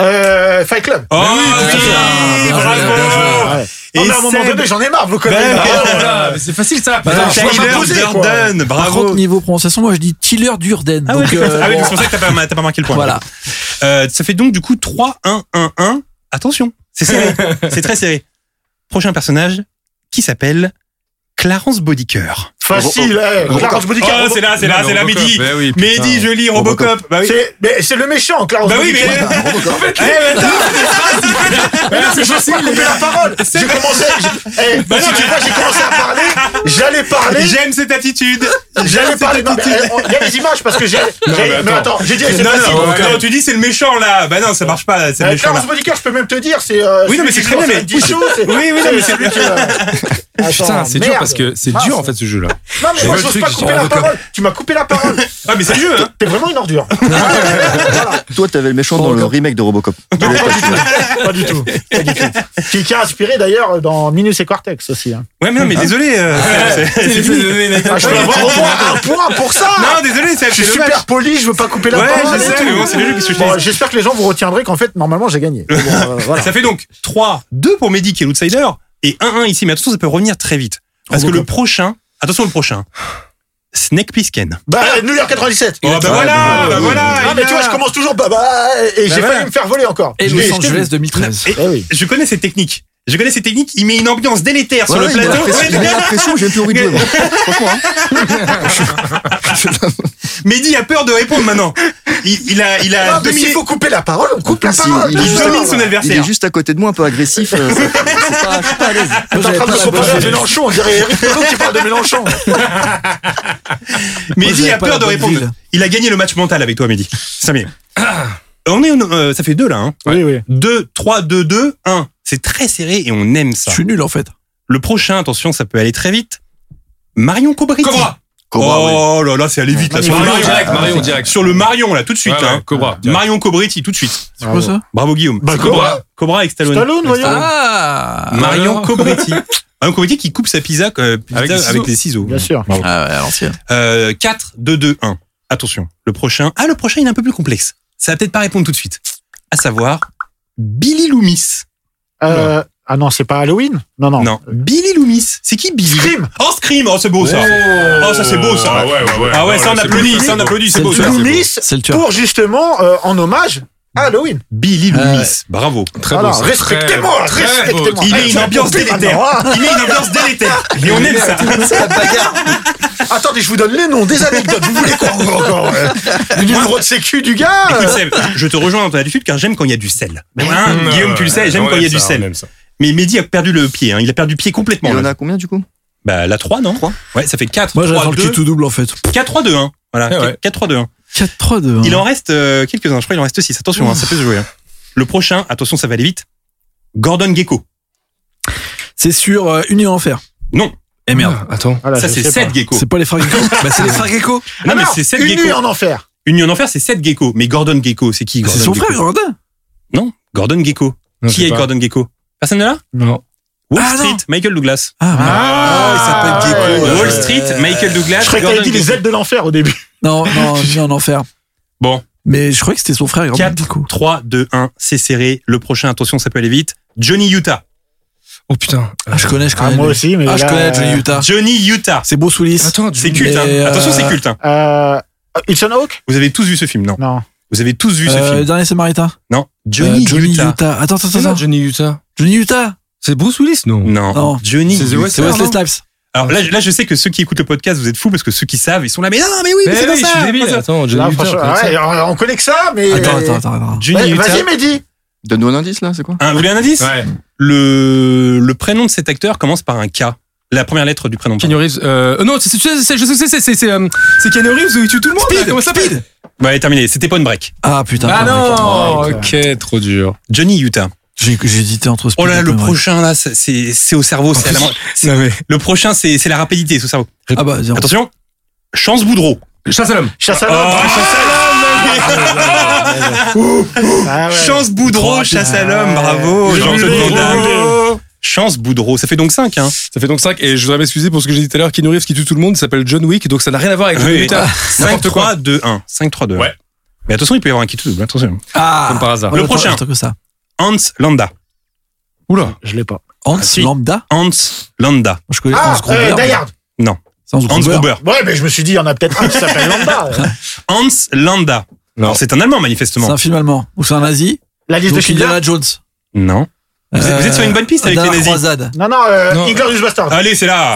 euh, Fight Club. Ah,
Oh
oui,
oui,
bien joué,
bravo Ah,
bien joué.
Ouais.
Et
Non, mais à un moment
Seb-
donné, j'en ai marre, vous connaissez.
Ben,
Ah,
ben,
voilà.
Ah, mais C'est facile, ça.
Bah,
putain.
non,
Tyler
franchement, posé, quoi.
Durden,
Par contre,
bravo.
niveau prononciation, moi je dis Tiller Durden.
Ah ouais,
Donc,
c'est comme
euh,
ça. Ah oui,
bon,
donc c'est pour ça que t'as pas, ma- t'as pas marqué le point.
Voilà.
Euh, ça fait donc du coup 3-1-1-1. Attention, c'est serré. c'est très serré. Prochain personnage qui s'appelle Clarence Bodicker.
Facile. eh, Clarence Boudica.
Oh, c'est là, c'est là,
Non,
c'est là,
Robocop.
Midi.
Eh oui, putain.
Midi, je lis Robocop. Bah oui.
C'est mais c'est le méchant, Clarence
Bah oui,
Boudica.
mais.
<laughs>
Robocop.
Eh, mais attends.
Mais non, c'est facile, couper la parole. J'ai commencé. j'ai- eh, si tu vois, j'ai commencé à parler. J'allais parler.
J'aime cette attitude.
J'allais parler. Non, mais, eh, on- Il y a des images parce que j'ai. j'ai-
mais
Mais attends, j'ai dit. eh, c'est
Non,
facile.
non, non, tu dis c'est le méchant là. Bah non, ça marche pas, c'est le
Eh,
méchant là.
Clarence Boudica, je peux même te dire, c'est. euh,
Oui, non, mais
celui
c'est
qui
très bien,
commence
mais-
à être dit chaud, c'est-
Oui, oui, non, mais c'est-
celui qui. euh,
Putain,
attends,
c'est dur
merde.
parce que c'est
Ah,
dur en
c'est-
fait ce jeu-là.
Non, mais
J'ai
moi,
vu le
j'ose
truc,
pas
j'ai
couper
dit,
la
oh,
parole. Tu m'as coupé la parole.
Ah, mais c'est le jeu,
<laughs>
hein
T'es vraiment une ordure. Voilà.
Toi, t'avais le méchant dans le remake de Robocop.
Pas du tout. Pas du tout. Qui qui a inspiré d'ailleurs dans Minus et Cortex aussi. hein.
Ouais, mais non, mais désolé. euh, c'est- c'est-
C'est fini.
Ah, je peux avoir au moins un point pour ça.
non, désolé, c'est
Je suis
c'est dommage.
super poli, je veux pas couper la
Ouais,
parole.
je
et
sais,
tout.
mais bon, c'est le jeu, qu'est-ce que je
Bon,
dis
J'espère que les gens vous retiendrez qu'en fait, normalement, j'ai gagné. Bon,
<laughs>
euh, voilà.
Ça fait donc 3-2 pour Mehdi qui est l'outsider et 1-1 ici. Mais attention, ça peut revenir très vite. Parce que le prochain, attention, le prochain, Snake Plissken.
Bah, New York 97.
Oh, bah voilà, bah voilà.
Ah,
il
mais
a-
tu vois, je commence toujours bah, bah, et j'ai
Bah,
failli
voilà.
me faire voler encore.
Et
Je l'ai
Los
jeté.
Angeles 2013.
Et
Eh oui.
je connais cette technique. Je connais cette technique. Il met une ambiance délétère sur le
Voilà, il m'a
plateau.
l'impression- il m'a l'impression, j'ai plus envie de jouer. moi. Franchement, hein.
<laughs> Mehdi a peur de répondre maintenant. Il, il a, il a
Ah, mais
dominé.
s'il faut couper la parole, on coupe la
Si,
parole.
il est
Il
juste-
domine son
il
adversaire.
est juste à côté de moi, un peu agressif. euh, c'est- c'est pas- je suis pas à l'aise.
T'es en train de me comparer à Mélenchon, on dirait Eric Nolot qui parle
<laughs>
de Mélenchon.
Mehdi
j'avais
a
pas
peur
la
de
bonne
répondre.
ville.
Il a gagné le match mental avec toi, Mehdi. Ça bien. On est, au- euh, ça fait deux là. Hein.
Oui, oui.
2, 3, 2, 2, 1. C'est très serré et on aime ça.
Je suis nul en fait.
Le prochain, attention, ça peut aller très vite. Marion Cobretti.
Cobra.
Cobra, ouais.
oh là là, c'est allé vite là. Sur,
Marion
le-
direct, Marion direct.
sur le Marion là, tout de suite.
Ouais, ouais,
hein.
Cobra. direct.
Marion Cobretti, tout de suite.
C'est quoi ça
Bravo Guillaume.
Bah,
C'est
Cobra.
Cobra avec Stallone.
Stallone, voyons.
Ah
Marion
Alors
Cobretti. Marion Cobretti qui coupe sa pizza, euh, pizza
Avec
avec,
des ciseaux.
les ciseaux.
Bien sûr.
Ah ouais, à l'ancienne.
Euh, 4, 2, 2, 1. Attention, le prochain. Ah, le prochain, il est un peu plus complexe. Ça va peut-être pas répondre tout de suite. À savoir, Billy Loomis.
Euh, ah non, c'est pas Halloween Non, non.
Non, Billy Loomis. C'est qui <laughs> Billy
Scream
Oh, Scream Oh, c'est beau ça
Oh,
Oh, ça, c'est beau, ça.
Ah ouais, ouais, ouais.
Ah ouais,
Non,
ça on
là, c'est
applaudit,
beau,
ça on
c'est beau.
applaudit, c'est
C'est
beau
le
ça.
tout.
Loomis
C'est le tueur.
pour justement, euh, en hommage, à Halloween.
Billy
Ah ouais.
Loomis, bravo.
Très
Voilà,
beau, ça.
respectez-moi,
Très beau.
respectez-moi.
Il
Ah,
est
tu
une
vas
ambiance
pomper
délétère.
un endroit.
Il met une ambiance délétère. Et on aime
<laughs>
ça.
Attendez, je vous donne les noms des anecdotes. Vous voulez quoi encore, encore euh, Le numéro de sécu du gars euh,
Écoute, Seb, je te rejoins dans ton attitude car j'aime quand il y a du sel. Hein,
Mmh,
Guillaume, tu le sais,
ouais,
j'aime
on
quand il y a
aime
du
ça, on
sel.
aime ça.
Mais Mehdi a perdu le pied, hein, il a perdu pied complètement.
Il y en
là.
a combien du coup
Bah la 3 non Ouais, ça fait 4
Moi
3
j'attends le cul
2
tout double en fait.
4 3 2 1.
Ah
Voilà,
ouais.
4 3 2 1.
4-3-2. hein.
Il en reste euh, quelques-uns, je crois il en reste 6. Attention, hein, ça peut se jouer. hein. Le prochain, attention, ça va aller vite. Gordon Gecko.
C'est sur euh, Union Enfer.
Non,
Eh merde.
Ah, Attends.
Voilà,
ça
bah, je
c'est
sais
7 Gecko.
C'est pas les frères Gecko Bah c'est les frères Gecko.
pas.
Non mais
Ah
c'est 7
Une nuit
Gecko.
en enfer.
Union Enfer, c'est 7 Gecko. Mais Gordon Gecko, c'est qui Gordon
Bah, C'est son
Gecko
frère Gordon.
Non, Gordon Gecko.
Non, je
qui
sais
est
pas.
Gordon Gecko Personne n'est là
Non.
Wall
Ah, non.
Street, Michael Douglas.
Ah, merde.
Ah,
il s'appelle Gecko. euh,
ouais,
Wall
ouais.
Street, Michael Douglas.
Je croyais que t'avais
Gordon
dit les
Gecko.
ailes de l'enfer au début.
Non, non, Union Enfer.
Bon.
Mais je croyais que c'était son frère Gordon
Quatre.
Gecko.
3, 2, 1, c'est serré. Le prochain, attention, ça peut aller vite. Johnny Utah.
Oh putain.
Ah je connais, je
Ah,
connais.
moi
lui.
aussi, mais
Ah je
là, euh,
connais Johnny Utah.
Johnny Utah.
C'est Bruce Willis.
Attends,
C'est
tu-
culte, hein.
Mais, euh,
Attention, c'est culte, hein.
euh, Hudson Hawk
Vous avez tous vu ce film, non
Non.
Vous avez tous vu ce
Euh,
film
dernier Samaritain.
Non.
Euh,
Johnny, Utah.
Attends, attends,
C'est
attends.
ça, Johnny Utah. Mm.
Johnny Utah.
C'est Bruce Willis, non
Non.
Oh,
Non.
Johnny.
C'est The
Utah.
West-
C'est
Ah,
Wesley
non.
Snipes.
Alors là, je- là, je sais que ceux qui écoutent le podcast, vous êtes fous parce que ceux qui savent, ils sont là. Mais non, mais oui, mais
Eh
c'est pas
oui, je
ça,
suis
c'est
débile.
pas ça.
Attends, Johnny
Là,
Utah.
franchement,
connais ça.
ouais, on on connaît que ça, mais.
Attends, attends, attends, attends.
Johnny
Ouais,
Utah.
Vas-y, Mehdi.
Donne-nous un indice là, c'est quoi
Un- vous voulez un indice
Ouais.
le, le prénom de cet acteur commence par un K. La première lettre du prénom.
Keanu Reeves. Euh, non, c'est, c'est, c'est, je sais que c'est, c'est, c'est, euh, c'est Keanu Reeves où il tue tout le monde. là, comment ça s'appelle
Bon, Bah, allez, terminé. C'était pas une break.
Ah putain.
Ah
putain, mec.
non
mec,
Ok, trop dur.
Johnny Utah.
J'ai j'ai hésité entre Speed
Oh là là,
et
le
Connery.
prochain là, c'est- c'est c'est au cerveau. c'est à la main. C'est-
Non, mais...
Le prochain, c'est c'est la rapidité, c'est au cerveau.
Ah bah, zéro.
Attention, Chance Boudreau.
Oh,
Chasse à l'homme.
Chasse à l'homme. Ah ouais. Ah,
Chance Boudreau, chasse à l'homme, bravo.
J'ai
Jean-Claude
vu,
Van Damme.
j'ai vu.
Chance Boudreau, ça fait donc 5 hein.
Ça fait donc 5 et je voudrais m'excuser pour ce que j'ai dit tout à l'heure. Keanu Reeves qui tue tout le monde s'appelle John Wick, donc ça n'a rien à voir avec Johnny
Oui.
Utah.
5 3 2 1. 5 3 2 1.
Ouais.
Mais attention, il peut y avoir un qui tout double,
bah,
attention.
Ah.
Comme par hasard.
Le
Attends,
prochain.
attends que ça.
Hans Landa.
Oula.
Je l'ai pas.
Hans
si.
Lambda.
Hans Landa.
Je connais
Ah,
Hans Gruber.
euh,
mais-
Dayard.
C'est Hans
Hans
Gruber.
Gruber.
Ouais, mais je me suis dit, il y en a peut-être un qui s'appelle Lambda.
Hans Landa.
Non.
Alors, c'est un Allemand,
C'est
manifestement.
un film allemand. Ou c'est un nazi.
La liste de
Donc
Schindler.
Indiana Jones.
Non. Vous êtes- vous êtes sur une bonne piste avec les
Dernière
nazis.
croisade.
Non, non, euh,
Non.
Inglourious Bastard.
Ah.
Allez, c'est là.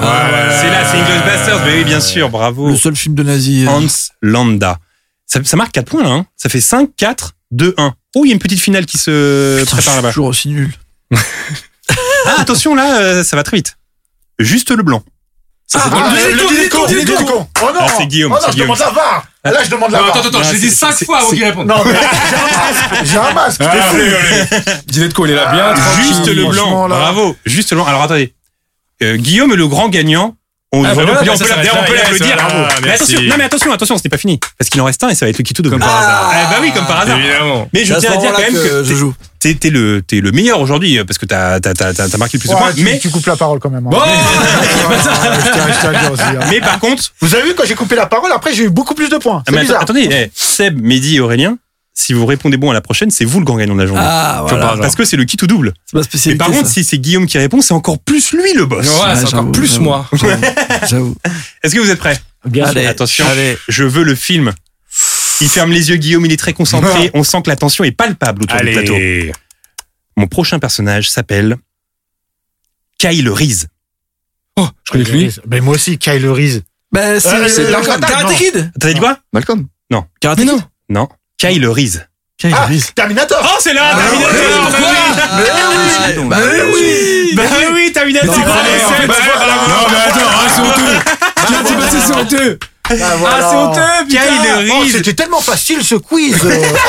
C'est là, c'est English Bastards. Mais oui, bien sûr, bravo.
Le seul film de nazi. euh,
Hans Landa. Ça, ça marque 4 points là. Hein. Ça fait 5, 4, 2, 1. Oh, il y a une petite finale qui se
putain,
prépare
je suis
là-bas.
toujours aussi nul.
Ah, attention là, euh, ça va très vite. Juste le blanc.
Ça, c'est
Ah,
dans le-
le
détour, détour,
détour, le
détour.
détour. Oh non
Ah, c'est Guillaume,
Oh
c'est
non, je
Guillaume.
demande la Vare Là, je demande la
Attends,
VAR
attends, attends, je l'ai dit 5 fois avant qu'il <laughs> réponde.
Non, mais j'ai un masque J'ai un masque, t'es fou.
Dis-le de quoi, il est là bien.
Juste
tranquille.
le blanc.
Ah, franchement, là.
Bravo. Juste le blanc. Alors attendez. Euh, Guillaume est le grand gagnant On,
Ah, bah
on
voilà,
peut-
bah,
on
ça
peut, la-
s'arrête
on peut
là,
l'applaudir.
voilà,
bravo. Mais
merci.
attention, non mais attention, attention, ce n'est pas fini. Parce qu'il en reste un et ça va être le Kito de
Comme par hasard.
Ah, bah oui, comme par hasard.
Évidemment.
Mais je
C'est à
tiens à
ce
dire quand
moment-là
même
que
que
je joue.
t'es- t'es le, t'es le meilleur aujourd'hui euh, parce que t'as, t'as, t'as, t'as- t'as marqué le plus de
Ouais,
points.
tu,
Mais,
tu coupes la parole quand même. hein.
Bon
Ouais, je tiens- je tiens à le dire aussi, hein.
mais par contre,
Vous avez vu, quand j'ai coupé la parole, après j'ai eu beaucoup plus de points.
Ah,
C'est
mais
bizarre.
attendez, eh, Seb, Mehdi et Aurélien, si vous répondez bon à la prochaine, c'est vous le grand gagnant de la journée.
Ah,
Comme par
voilà.
hasard. Parce que c'est le Kito double.
C'est ma
Et
spécialité.
par contre, si c'est Guillaume qui répond, c'est encore plus lui le boss.
Ouais, c'est
j'avoue,
encore plus
j'avoue.
moi.
ça. J'avoue, J'avoue.
Est-ce que vous êtes prêts
Bien sûr.
Allez,
Attention.
Allez.
Je veux le film. Il ferme les yeux, Guillaume, il est très concentré. On sent que la tension est palpable autour du plateau.
Allez.
Mon prochain personnage s'appelle Kyle Reese.
Oh, je connais que lui.
Mais moi aussi, Kyle Reese.
Ben, c'est
Euh,
c'est
euh,
Dark-
Dark-
Karate
non.
Kid.
T'as dit quoi
Malcolm.
Karate Kid.
Non. Kyle Reese.
Kyle
Ah,
Reese.
Terminator
Oh, c'est là, Terminator Bah
Mais oui,
oui,
bah
oui,
oui.
oui Bah oui, Terminator
Mais c'est
Allez,
vrai, en
Seb,
fait,
bah
c'est
voilà.
Non, mais attends, ah, c'est honteux. Tiens, t'es passé sur honteux.
Ah,
Ah, c'est honteux, putain.
Kyle
Oh,
Reese
C'était tellement facile ce quiz. Oh,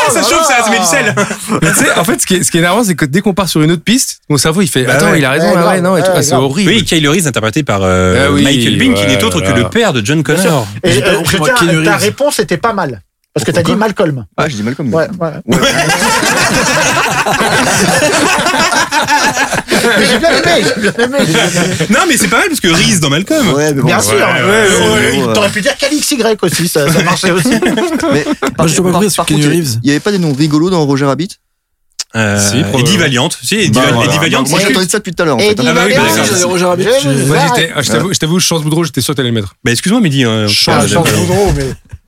Ah, ça chauffe, ça, ça met du sel
Mais tu sais, en fait, ce qui est, ce qui est énervant, c'est que dès qu'on part sur une autre piste, mon cerveau, il fait,
Bah
attends,
ouais.
il a raison,
Ouais,
là,
grave.
ouais, non, et tout.
Ouais,
Ah, c'est
grave.
horrible.
Oui, Kyle Reese interprété par euh,
Ah oui,
Michael Bing, qui
ouais,
n'est autre que
voilà.
le père de John Connor.
Et,
J'ai pas
euh,
compris,
je
moi,
tiens,
Keanu Reeves.
ta réponse était pas mal. Parce que t'as dit Malcolm.
Ah, je dis Malcolm. mais-
Ouais, ouais. <laughs> Mais J'ai bien aimé. j'ai bien aimé, j'ai bien aimé.
Non, mais c'est pas mal parce que Reese dans Malcolm.
Ouais, mais bon.
Bien
ouais.
sûr. Euh,
ouais, ouais.
T'aurais pu dire Calix Y aussi, ça, ça marchait aussi.
Mais
Moi, j'ai pas compris, c'est Keanu
il y-
Reeves.
il y avait pas des noms rigolos dans Roger Rabbit
Euh,
Si,
Eddie
probablement.
Valiant. Si, Eddie,
Bah,
Val-
voilà.
Eddie Valiant,
Moi,
c'est-
j'attendais ça depuis tout à l'heure. en fait, hein.
Ah bah oui, bah,
Valiant,
d'accord.
je-
Roger Rabbit,
je-
tu-
je-
Moi,
je-
j'étais, ah, je t'avoue, je t'avoue, Chance Boudreau, j'étais sûr que t'allais le mettre.
Bah, excuse-moi, Mehdi. euh,
Ah,
Charles
je pense
Boudreau.
Boudreau, mais.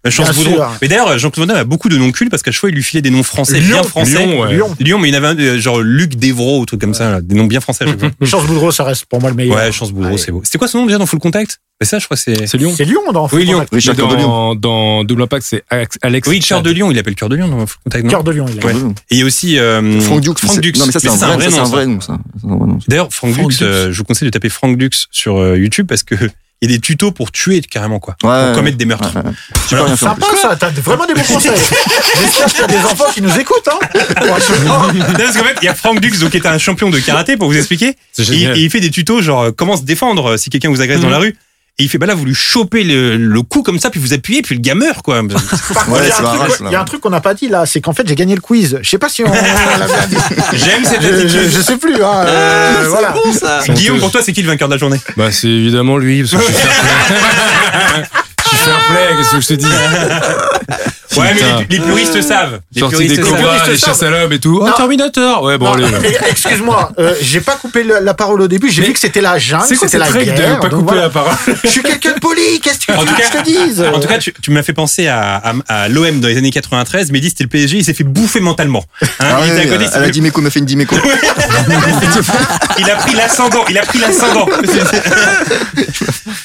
Euh, Chance
Bien
Boudreau.
sûr.
Mais d'ailleurs, Jean-Claude Van Damme a beaucoup de noms cultes parce qu'à chaque fois, il lui filait des noms français, bien français.
Lyon, ouais.
Lyon.
Lyon, mais il y en avait un, euh, genre Luc Dévrault ou truc comme ça, là, des noms bien français à chaque fois.
<laughs>
Chance Boudreau, ça reste pour moi le meilleur.
Ouais, Chance Boudreau,
Allez.
c'est beau. C'était quoi son nom déjà dans Full Contact Bah, Ça, je crois que c'est.
C'est Lyon.
C'est Lyon dans
Oui, Lyon.
Contact.
Richard
Mais
Cœur de Lion.
dans, dans Double Impact, c'est Alex. Alex
Oui, Cœur de Lyon, il appelle Cœur de Lyon dans Full Contact, non
Cœur de Lyon, il a.
Ouais.
Cœur de Lion.
Et il y a aussi. euh,
Franck Dux.
Franck Dux.
Non, mais ça, c'est
Mais
un
ça,
vrai ça, c'est un
ça.
vrai nom. ça. C'est un vrai nom, ça.
D'ailleurs, Frank
Frank
Dux, euh, je vous conseille de taper Frank Dux sur euh, YouTube parce que <laughs> il y a des tutos pour tuer carrément quoi,
Ouais,
pour
ouais,
commettre des meurtres.
Ah Ouais, ouais. Tu peux
Voilà.
rien faire. en
Sympa ça, t'as vraiment des bons conseils. J'espère qu'il y a des enfants qui nous écoutent. Hein.
<laughs> Non, parce qu'en fait, il y a Frank Dux donc qui est un champion de karaté pour vous expliquer.
C'est
Et,
génial.
et il fait des tutos genre euh, comment se défendre euh, si quelqu'un vous agresse dans la rue. Et il fait bah là vous lui chopez le, le cou comme ça puis vous appuyez puis le gars meurt <laughs> quoi.
Par
Ouais,
contre, il y a
c'est
un
la
truc-
race, là.
il y a un truc qu'on n'a pas dit là, c'est qu'en fait j'ai gagné le quiz. Je sais pas si on. l'a bien dit.
J'aime cette
je, je,
attitude.
je sais plus. Hein, euh, voilà.
Bon, ça.
C'est
Guillaume
honteux.
pour toi c'est qui le vainqueur de la journée
Bah, c'est évidemment lui, parce que je suis fair play. Je suis fair play, qu'est-ce que je te dis hein.
Ouais mais
Putain.
les, les puristes savent. Les
Sorti des
puristes
combats,
savent.
les chasses à l'homme et tout. Oh,
Non.
Terminator Ouais, bon,
Non, <laughs>
allez.
Ah
et- Excuse-moi, euh, j'ai pas coupé le- la parole au début. J'ai
Mais
vu que c'était la jungle,
C'est quoi
c'était
cette
la
règle
guerre.
de pas
donc
couper
voilà.
la parole
Je suis quelqu'un de poli. Qu'est-ce que tu
En
veux
tout
que
cas-
je te dise
En tout cas, tu, tu m'as fait penser à, à, à l'OM dans les années 93. Mehdi, c'était le PSG, il s'est fait bouffer mentalement. Hein,
Ah
il,
ouais,
était à côté, il s'est
elle a
fait-
dit Meko m'a fait une Dimeco.
<laughs> il a pris l'ascendant. Il a pris
<laughs>
l'ascendant.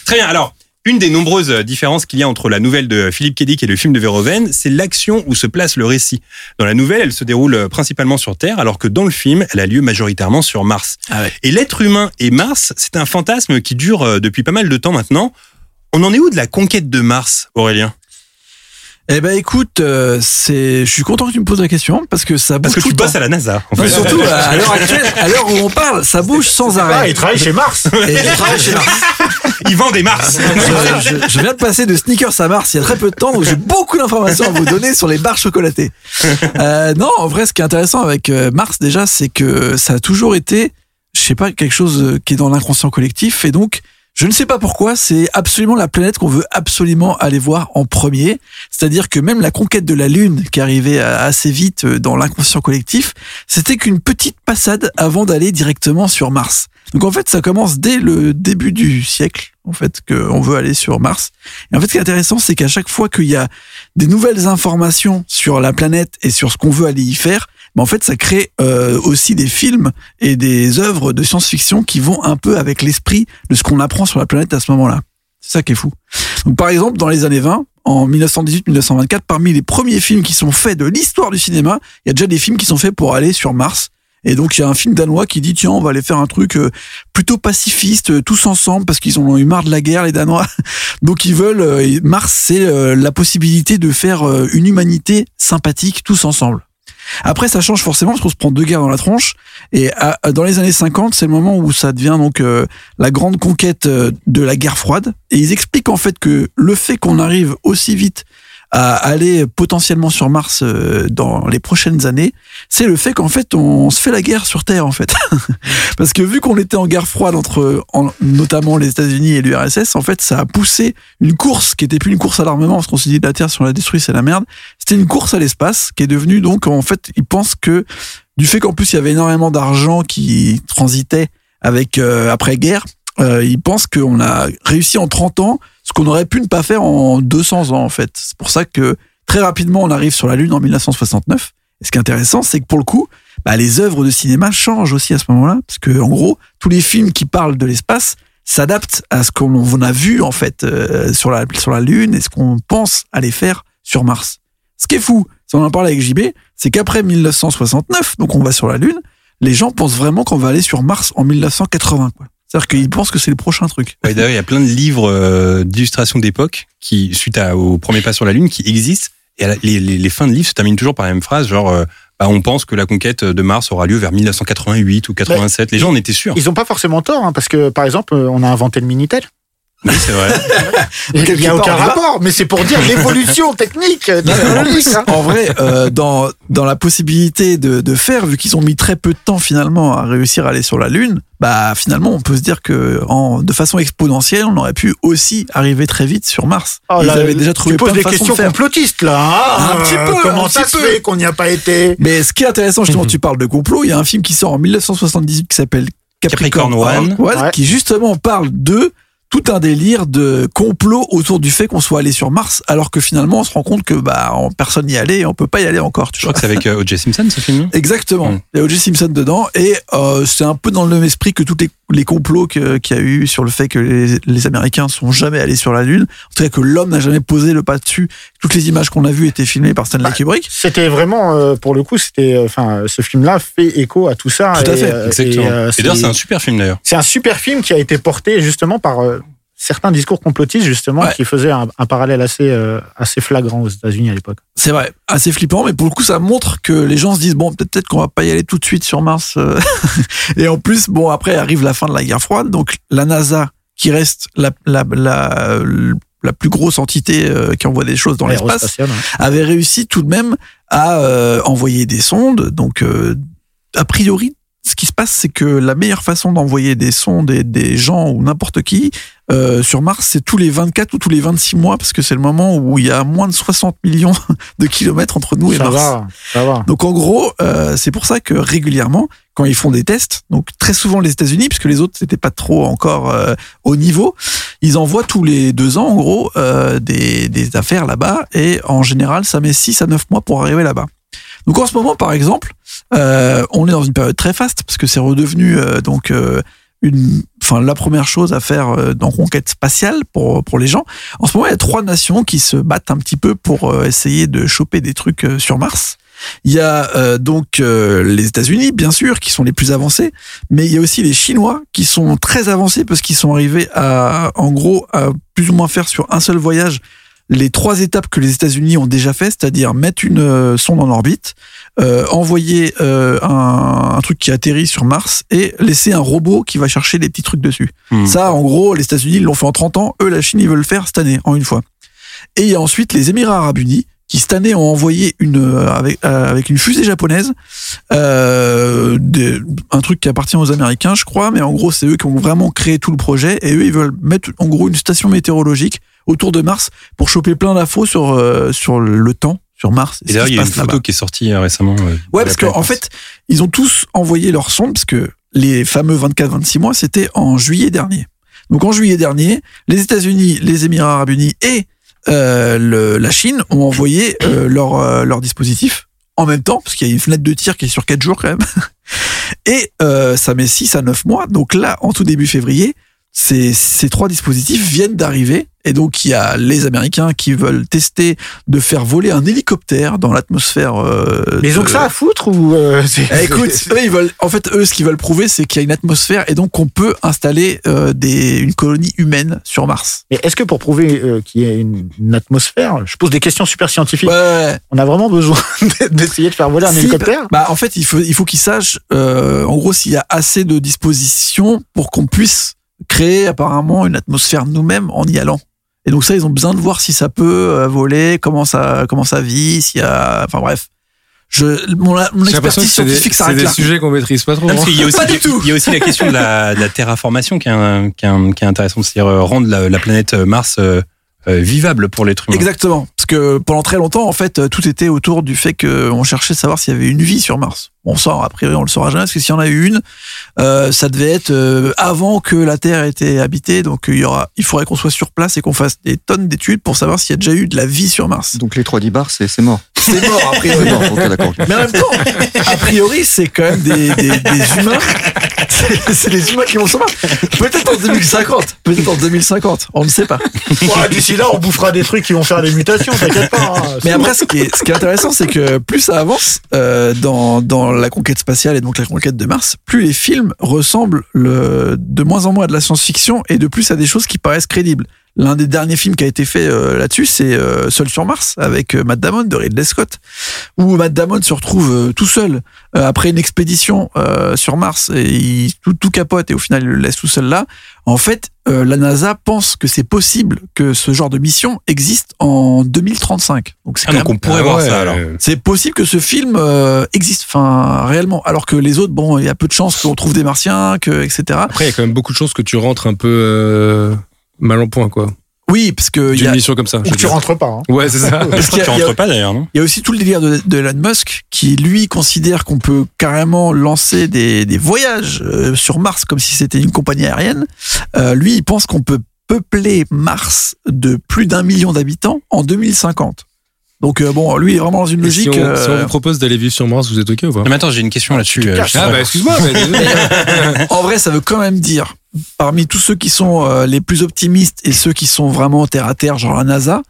Très bien. Alors, une des nombreuses euh, différences qu'il y a entre la nouvelle de Philippe Kedic et le film de Verhoeven, c'est l'action où se place le récit. Dans la nouvelle, elle se déroule euh, principalement sur Terre, alors que dans le film, elle a lieu majoritairement sur Mars.
Ah ouais.
Et l'être humain et Mars, c'est un fantasme qui dure euh, depuis pas mal de temps maintenant. On en est où de la conquête de Mars, Aurélien
Eh ben, écoute, euh, c'est, je suis content que tu me poses la question parce que ça bouge
Parce que
tout
tu
le
bosses
temps.
à la NASA. en
Non,
fait. <laughs>
surtout à l'heure actuelle, à l'heure où on parle, ça bouge sans
Ah,
arrêt.
il travaille chez
<laughs>
Mars.
Et je travaille chez Mars.
Il vend des
<laughs>
Mars.
je, je- je viens de passer de sneakers à Mars il y a très peu de temps, donc j'ai beaucoup d'informations à vous donner sur les barres chocolatées. Euh, non, en vrai, ce qui est intéressant avec euh, Mars déjà, c'est que ça a toujours été, je sais pas, quelque chose euh, qui est dans l'inconscient collectif, et donc je ne sais pas pourquoi, c'est absolument la planète qu'on veut absolument aller voir en premier. C'est-à-dire que même la conquête de la Lune, qui arrivait à- assez vite euh, dans l'inconscient collectif, c'était qu'une petite passade avant d'aller directement sur Mars. Donc en fait, ça commence dès le début du siècle, en fait, qu'on veut aller sur Mars. Et en fait, ce qui est intéressant, c'est qu'à chaque fois qu'il y a des nouvelles informations sur la planète et sur ce qu'on veut aller y faire, mais en fait, ça crée euh, aussi des films et des œuvres de science-fiction qui vont un peu avec l'esprit de ce qu'on apprend sur la planète à ce moment-là. C'est ça qui est fou. Donc, par exemple, dans les années 20, en 1918-1924, parmi les premiers films qui sont faits de l'histoire du cinéma, il y a déjà des films qui sont faits pour aller sur Mars. Et donc, il y a un film danois qui dit, tiens, on va aller faire un truc euh, plutôt pacifiste, euh, tous ensemble, parce qu'ils en ont eu marre de la guerre, les Danois. <laughs> Donc, ils veulent, euh, Mars, c'est euh, la possibilité de faire euh, une humanité sympathique, tous ensemble. Après, ça change forcément parce qu'on se prend deux guerres dans la tronche. Et à- à- dans les années 50, c'est le moment où ça devient donc euh, la grande conquête euh, de la guerre froide. Et ils expliquent en fait que le fait qu'on arrive aussi vite à aller potentiellement sur Mars euh, dans les prochaines années, c'est le fait qu'en fait on se fait la guerre sur Terre en fait. Parce que vu qu'on était en guerre froide entre en- notamment les États-Unis et l'URSS, en fait ça a poussé une course qui était plus une course à l'armement parce qu'on s'est dit la Terre si on la détruit c'est la merde. C'était une course à l'espace qui est devenue donc en fait ils pensent que du fait qu'en plus il y avait énormément d'argent qui transitait avec euh, après guerre, euh, ils pensent qu'on a réussi en 30 ans ce qu'on aurait pu ne pas faire en 200 ans en fait. C'est pour ça que très rapidement on arrive sur la Lune en 1969. Et ce qui est intéressant, c'est que pour le coup, bah, les œuvres de cinéma changent aussi à ce moment-là, parce que en gros, tous les films qui parlent de l'espace s'adaptent à ce qu'on on a vu en fait euh, sur la sur la Lune et ce qu'on pense aller faire sur Mars. Ce qui est fou, si on en parle avec JB, c'est qu'après 1969, donc on va sur la Lune, les gens pensent vraiment qu'on va aller sur Mars en 1980. quoi. C'est-à-dire qu'ils pensent que c'est le prochain truc.
Ouais, D'ailleurs, il y a plein de livres euh, d'illustrations d'époque qui, suite à, au premier pas sur la Lune, qui existent. Et à la- les, les- les fins de livres se terminent toujours par la même phrase, genre euh, bah, on pense que la conquête de Mars aura lieu vers 1988 ou 87. les gens en étaient sûrs.
Ils ont pas forcément tort, hein, parce que par exemple, euh, on a inventé le Minitel.
Oui, c'est vrai.
Il n'y a
part,
aucun
on va-
rapport, mais c'est pour
<laughs>
dire l'évolution technique, euh, technologique. hein.
En vrai, euh, dans, dans la possibilité de, de faire, vu qu'ils ont mis très peu de temps finalement à réussir à aller sur la Lune, bah finalement on peut se dire que en, de façon exponentielle, on aurait pu aussi arriver très vite sur Mars.
Oh,
Ils
là,
avaient déjà trouvé
tu
plein
poses
de
des
façons de
questions
faire.
complotistes là. hein
Un petit peu,
comment
un
ça
petit
se
peu.
fait qu'on n'y a pas été
Mais ce qui est intéressant, justement, tu parles de complot. Il y a un film qui sort en 1978 qui s'appelle Capricorn,
Capricorn One.
One,
Ouais.
qui justement parle de tout un délire de complot autour du fait qu'on soit allé sur Mars, alors que finalement on se rend compte que bah en- personne n'y allait, et on peut pas y aller encore. Tu
Je
vois.
crois que c'est avec euh, O.J. Simpson ce film. non
Exactement.
Mm.
Il y a O.J. Simpson dedans et euh, c'est un peu dans le même esprit que tous les, les complots que- qu'il y a eu sur le fait que les, les Américains sont jamais allés sur la Lune, en tout cas que l'homme n'a jamais posé le pas dessus. Toutes les images qu'on a vues étaient filmées par Stanley Kubrick.
C'était vraiment, euh, pour le coup, c'était, euh, enfin, ce film-là fait écho à tout ça.
Tout à fait,
euh,
Exactement.
et, euh,
et d'ailleurs, c'est
c'est-
un super film d'ailleurs.
C'est un super film qui a été porté justement par euh, certains discours complotistes justement
Ouais.
qui faisaient un, un parallèle assez euh, assez flagrant aux États-Unis à l'époque.
C'est vrai, assez flippant, mais pour le coup, ça montre que les gens se disent bon, peut-être peut-être qu'on va pas y aller tout de suite sur Mars. euh. <laughs> et en plus, bon, après arrive la fin de la guerre froide, donc la NASA qui reste la la la, la plus grosse entité euh, qui envoie des choses dans l'espace
L'aérospatiale, hein.
avait réussi tout de même à euh, envoyer des sondes. Donc, euh, a priori, ce qui se passe, c'est que la meilleure façon d'envoyer des sondes et des gens ou n'importe qui euh, sur Mars, c'est tous les 24 ou tous les 26 mois, parce que c'est le moment où il y a moins de 60 millions <laughs> de kilomètres entre nous et
ça
Mars.
va, hein. ça va.
Donc en gros, euh, c'est pour ça que régulièrement, quand ils font des tests, donc très souvent les États-Unis, puisque les autres n'étaient pas trop encore euh, au niveau, ils envoient tous les deux ans en gros euh, des, des affaires là-bas et en général ça met 6 à 9 mois pour arriver là-bas. Donc en ce moment par exemple, euh, on est dans une période très faste parce que c'est redevenu euh, donc euh, une, enfin la première chose à faire euh, dans conquête spatiale pour pour les gens. En ce moment, il y a trois nations qui se battent un petit peu pour euh, essayer de choper des trucs euh, sur Mars. Il y a euh, donc euh, les États-Unis, bien sûr, qui sont les plus avancés, mais il y a aussi les Chinois qui sont très avancés parce qu'ils sont arrivés à, en gros, à plus ou moins faire sur un seul voyage les trois étapes que les États-Unis ont déjà fait, c'est-à-dire mettre une euh, sonde en orbite, euh, envoyer euh, un, un truc qui atterrit sur Mars et laisser un robot qui va chercher les petits trucs dessus.
Hmm.
Ça, en gros, les États-Unis ils l'ont fait en 30 ans. Eux, la Chine, ils veulent le faire cette année, en une fois. Et il y a ensuite les Émirats Arabes Unis qui cette année ont envoyé une euh, avec euh, avec une fusée japonaise euh, des- un truc qui appartient aux Américains je crois mais en gros c'est eux qui ont vraiment créé tout le projet et eux ils veulent mettre en gros une station météorologique autour de Mars pour choper plein d'infos sur euh, sur le temps sur Mars
Et
ce
d'ailleurs, il
qui
y
se
a une
passe là-bas.
photo qui est sortie euh, récemment. euh,
Ouais,
de
parce
la
qu'en en
planète.
fait, ils ont tous envoyé leur sonde, parce que les fameux 24-26 mois, c'était en juillet dernier. Donc en juillet dernier, les États-Unis, les Émirats arabes unis et euh, le- la Chine ont envoyé euh, leur, euh, leur dispositif en même temps, parce qu'il y a une fenêtre de tir qui est sur 4 <laughs> jours quand même. Et euh, ça met 6 à 9 mois. Donc là, en tout début février, Ces, ces trois dispositifs viennent d'arriver et donc il y a les Américains qui veulent tester de faire voler un hélicoptère dans l'atmosphère. euh,
Mais ils ont
de-
que ça à foutre ou
<laughs>
euh, c'est-
<laughs>
Eh, écoute, eux, ils veulent, en fait, eux, ce qu'ils veulent prouver, c'est qu'il y a une atmosphère et donc on peut installer euh, des, une colonie humaine sur Mars.
Mais est-ce que pour prouver euh, qu'il y a une, une atmosphère, je pose des questions super scientifiques,
Ouais.
on a vraiment
<laughs>
besoin d'essayer de faire voler un
Si, <laughs>
hélicoptère
Bah, en fait, il faut, il faut qu'ils sachent, euh, en gros, s'il y a assez de dispositions pour qu'on puisse créer apparemment une atmosphère nous-mêmes en y allant. Et donc ça, ils ont besoin de voir si ça peut euh, voler, comment ça, comment ça vit, s'il y a, enfin bref. Je, mon, mon
J'ai l'impression que
expertise
c'est des,
scientifique
c'est
s'arrête
des
là.
sujets qu'on maîtrise pas trop.
Ah, parce
hein.
qu'il y a aussi,
Pas du tout.
il y a aussi la question de la, de la terraformation qui est, un- qui est un- qui est intéressante, c'est-à-dire euh, rendre la, la planète Mars euh, euh, vivable pour
Mmh.
l'être humain.
Exactement, parce que pendant très longtemps, en fait, euh, tout était autour du fait qu'on cherchait à savoir s'il y avait une vie sur Mars. On sort, a priori, on le saura jamais, parce que s'il y en a eu une, euh, ça devait être euh, avant que la Terre était habitée, donc euh, il y aura, il faudrait qu'on soit sur place et qu'on fasse des tonnes d'études pour savoir s'il y a déjà eu de la vie sur Mars.
Donc les 3D bars, c'est c'est mort.
<laughs> C'est mort, a
C'est
priori.
mort, ok, d'accord.
Mais en même temps, a priori, c'est quand même des, des- des humains. C'est- C'est les humains qui vont sur Mars. Peut-être en 2050. Peut-être en 2050. On ne sait pas.
Ouais, D'ici
<laughs>
là, on bouffera des trucs qui vont faire des mutations, t'inquiète pas.
Euh,
hein.
Mais après, ce qui est, ce qui est intéressant, c'est que plus ça avance euh, dans, dans la conquête spatiale et donc la conquête de Mars, plus les films ressemblent le, de moins en moins à de la science-fiction et de plus à des choses qui paraissent crédibles. L'un des derniers films qui a été fait euh, là-dessus, c'est euh, Seul sur Mars avec euh, Matt Damon de Ridley Scott, où Matt Damon se retrouve euh, tout seul euh, après une expédition euh, sur Mars et il, tout, tout capote et au final il le laisse tout seul là. En fait, euh, la NASA pense que c'est possible que ce genre de mission existe en 2035. Donc c'est
Ah,
quand
donc
même-
on pourrait
Ah
voir
ouais,
ça alors.
euh,
c'est possible que ce film euh, existe, enfin réellement, alors que les autres, bon, il y a peu de chances qu'on trouve des martiens, que etc.
Après, il y a quand même beaucoup de choses que tu rentres un peu euh, mal en point, quoi.
Oui, parce que il y
D'une
a,
mission comme ça. je
Ou
veux
tu
dire.
rentres pas. hein.
Ouais, c'est ça.
parce
Je crois
qu'il
que
y
tu
a- il y a-
rentres pas d'ailleurs, non
il y a aussi tout le délire de, de Elon Musk qui lui considère qu'on peut carrément lancer des, des voyages euh, sur Mars comme si c'était une compagnie aérienne. Euh, lui, il pense qu'on peut peupler Mars de plus d'un million d'habitants en 2050. Donc euh, bon, lui il est vraiment dans une
Et Si
logique.
on,
euh,
si on vous propose d'aller vivre sur Mars, vous êtes OK ou pas
Non, mais attends, j'ai une question là-dessus. euh,
Ah, bah, excuse-moi. mais <laughs> désolé.
En vrai, ça veut quand même dire, parmi tous ceux qui sont euh, les plus optimistes et ceux qui sont vraiment terre à terre, genre la NASA,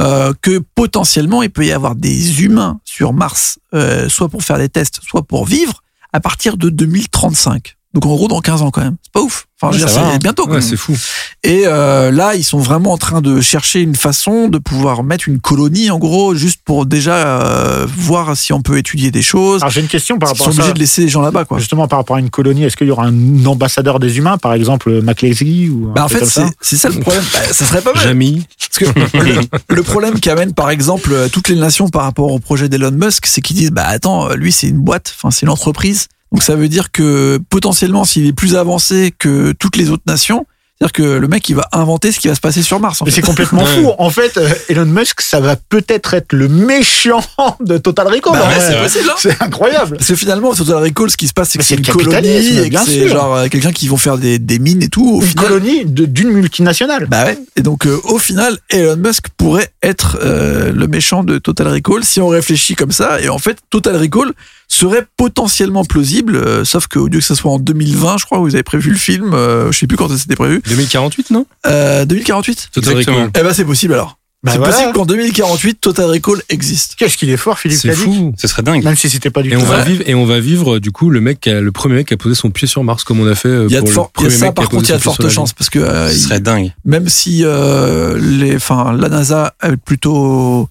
euh, que potentiellement il peut y avoir des humains sur Mars, euh, soit pour faire des tests, soit pour vivre, à partir de 2035. Donc en gros dans 15 ans quand même. C'est pas ouf. Enfin, je veux
Ouais,
dire,
ça va,
c'est
hein.
bientôt. quoi.
Ouais, c'est fou.
Et euh, là, ils sont vraiment en train de chercher une façon de pouvoir mettre une colonie, en gros, juste pour déjà euh, voir si on peut étudier des choses.
Ah,
Alors j'ai une question par
Ils sont
rapport à
obligés
ça.
de laisser les gens là-bas, quoi.
Justement, par rapport à une colonie, est-ce qu'il y aura un ambassadeur des humains, par exemple McLeazy ou un
Bah en
truc
fait,
comme
c'est
ça
c'est ça le problème. Bah, ça serait pas mal.
Jamy. <laughs>
Parce que le, <laughs> le problème qu'amènent par exemple euh, toutes les nations par rapport au projet d'Elon Musk, c'est qu'ils disent bah attends, euh, lui c'est une boîte, enfin c'est une entreprise. Donc ça veut dire que potentiellement s'il est plus avancé que toutes les autres nations, c'est-à-dire que le mec il va inventer ce qui va se passer sur Mars. En
Mais
fait.
c'est
<laughs>
complètement
Ouais.
fou. En fait, euh, Elon Musk, ça va peut-être être le méchant <laughs> de Total Recall.
Bah
en
ouais,
vrai.
c'est possible, hein.
C'est incroyable.
Parce que finalement, sur Total Recall, ce qui se passe, c'est
Mais
que c'est
c'est
une
le capitalisme,
colonie, et que
bien
c'est
sûr.
genre euh, quelqu'un qui vont faire des, des mines et tout. Au
Une
final,
colonie de- d'une multinationale.
Bah ouais. Et donc euh, au final, Elon Musk pourrait être euh, le méchant de Total Recall si on réfléchit comme ça. Et en fait, Total Recall serait potentiellement plausible, euh, sauf que au lieu que ça soit en 2020, je crois, où ils avaient prévu le film, euh, je sais plus quand c'était prévu,
2048, non
euh, 2048.
Total
Exactement.
Recall.
Eh ben c'est possible alors.
Bah
c'est
voilà.
possible qu'en 2048, Total Recall existe.
Qu'est-ce qu'il est fort, Philippe
C'est
Cadic.
fou.
Ce serait dingue.
Même si c'était pas du
Et
tout.
on, va
Ouais.
vivre, et on va vivre, du coup, le, mec qui a- le premier mec qui a posé son pied sur Mars, comme on a fait euh,
Il y a, de
pour
fort-
le
il y a
premier
ça
mec qui
par
a posé
contre, il y
son
a
pied sur
de fortes
la Lune.
chances parce que euh,
Ce
il-
serait dingue.
même si euh, les, enfin, la NASA est plutôt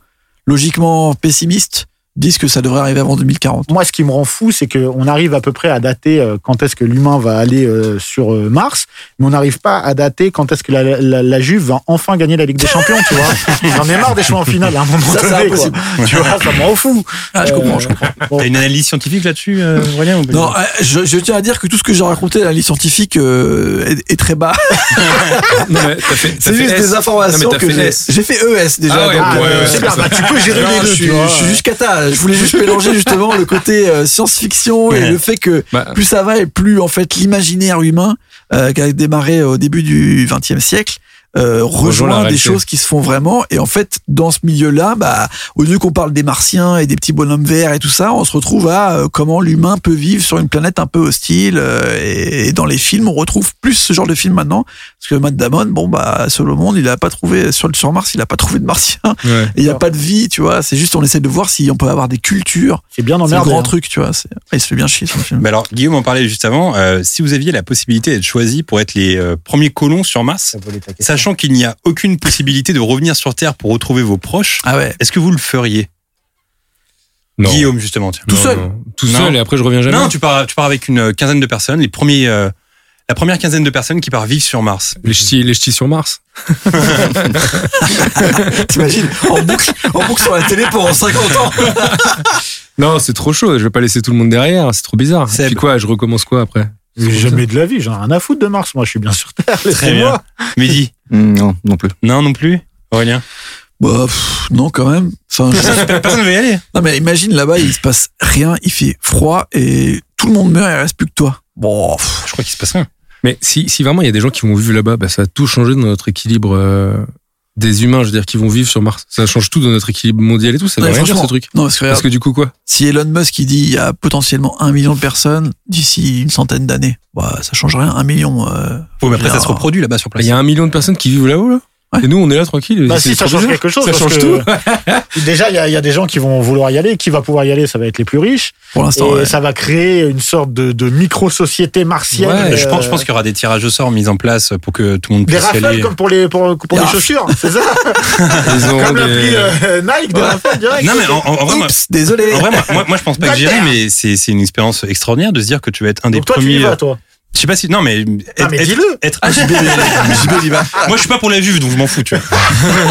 logiquement pessimiste, disent que ça devrait arriver avant 2040.
Moi, ce qui me rend fou, c'est qu'on arrive à peu près à dater euh, quand est-ce que l'humain va aller euh, sur euh, Mars, mais on n'arrive pas à dater quand est-ce que la, la, la Juve va enfin gagner la Ligue des Champions, tu
<laughs>
vois. J'en ai marre des choix en finale à un moment
Ça, c'est
donné, quoi.
impossible.
Tu vois, ça me rend fou.
Ah, je
Euh,
comprends, je comprends.
bon.
T'as une analyse scientifique là-dessus, euh, Aurélien ou pas du
Non,
tout
euh, je, je tiens à dire que tout ce que j'ai raconté à la liste scientifique euh, est, est très bas.
<laughs> Non, mais t'as fait- t'as
C'est
fait
juste
S.
des informations
Non, mais t'as
que
fait
j'ai.
S.
J'ai fait ES déjà.
Ah ouais,
donc,
ouais,
Ah,
ouais,
euh,
ouais,
c'est
c'est
bien,
ça.
bah, tu peux gérer
Non,
les deux,
Je
tu
suis,
vois.
je suis juste cata. Je voulais juste mélanger justement le côté euh, science-fiction et
Ouais.
le fait que
Bah,
plus euh, ça va et plus en fait l'imaginaire humain euh, qui a démarré au début du XXe siècle euh,
Rejoint la
rejoint des
réalité.
choses qui se font vraiment. Et en fait, dans ce milieu-là, bah, au lieu qu'on parle des martiens et des petits bonhommes verts et tout ça, on se retrouve à euh, comment l'humain peut vivre sur une planète un peu hostile. euh, et, et dans les films, on retrouve plus ce genre de film maintenant. Parce que Matt Damon, bon, bah, solo monde, il a pas trouvé, sur, sur Mars, il a pas trouvé de martiens.
Ouais.
Et Il y a pas de vie, tu vois. C'est juste, on essaie de voir si on peut avoir des cultures.
C'est bien
C'est un
emmerdé.
grand
hein.
truc, tu vois. c'est- Il se fait bien chier, son film.
Bah alors, Guillaume en parlait juste avant. euh, si vous aviez la possibilité d'être choisi pour être les euh, premiers colons sur Mars, sachant qu'il n'y a aucune possibilité de revenir sur Terre pour retrouver vos proches, <laughs>
Ah ouais.
est-ce que vous le feriez
Non.
Guillaume, justement. tiens.
Non,
seul
non. Tout
Non.
seul, et après, je reviens jamais.
Non, tu pars, tu pars avec une euh, quinzaine de personnes, les premiers, euh, la première quinzaine de personnes qui part vivre sur Mars.
Les ch'tis, les ch'tis sur Mars.
T'imagines, en boucle, en boucle sur la télé pendant 50
<laughs>
ans.
Non, c'est trop chaud. Je vais pas laisser tout le monde derrière. C'est trop bizarre.
Seb.
Et puis quoi, je recommence quoi après
Mais Jamais de la vie, j'en ai rien à foutre de Mars, moi je suis bien sur Terre. Laissez-moi.
Mehdi,
Hum, Non, non plus.
non non plus. Aurélien.
Bah, pff, non, quand même. Enfin, je-
Personne ne veut y aller.
Non, mais imagine là-bas, il se passe rien, il fait froid et tout le monde meurt et il reste plus que toi. Bon, pff,
Je crois qu'il se passe rien.
Mais si, si vraiment il y a des gens qui vont vivre là-bas, bah, ça a tout changé dans notre équilibre euh, des humains, je veux dire, qui vont vivre sur Mars. Ça change tout dans notre équilibre mondial et tout. Ça
non,
veut
mais
rien dire
franchement,
ce truc.
Non, parce que,
Parce
regarde,
que du coup, quoi
si Elon Musk il dit il y a potentiellement un million de personnes d'ici une centaine d'années, bah, ça change rien, un million. euh,
Bon, mais après
Non.
ça se reproduit là-bas sur
Bah, Il
place.
y a un million de personnes qui vivent là-haut, là.
Ouais.
Et nous, on est là tranquille.
Bah
C'est
si, ça
trop
change
bizarre.
quelque chose.
Ça
parce
change
que
tout.
<laughs>
Déjà, il y, a- il y a des gens qui vont vouloir y aller. Qui va pouvoir y aller, ça va être les plus riches.
pour
Et
l'instant, ouais.
ça va créer une sorte de, de micro-société martienne.
Ouais,
Je pense,
euh,
je pense qu'il y aura des tirages au sort mis en place pour que Ah. tout le monde
Des
puisse y
rafales
aller.
comme pour les, pour, pour
Des
les
raf-
chaussures, c'est ça
Ils auront
Comme l'a
des-
pris euh, Nike, des
Ouais.
rafales direct.
Non mais en, en- en vrai, moi,
Oups, désolé.
en vrai, moi, moi, moi, je pense pas que j'irai, mais c'est c'est une expérience extraordinaire de se dire que tu vas être un des
Donc toi, tu
premiers. euh,
y vas, toi.
je sais pas si non mais
<laughs> Ah, mais dis-le
être- Moi je suis pas pour la Juve donc je m'en fous tu
<laughs>
vois.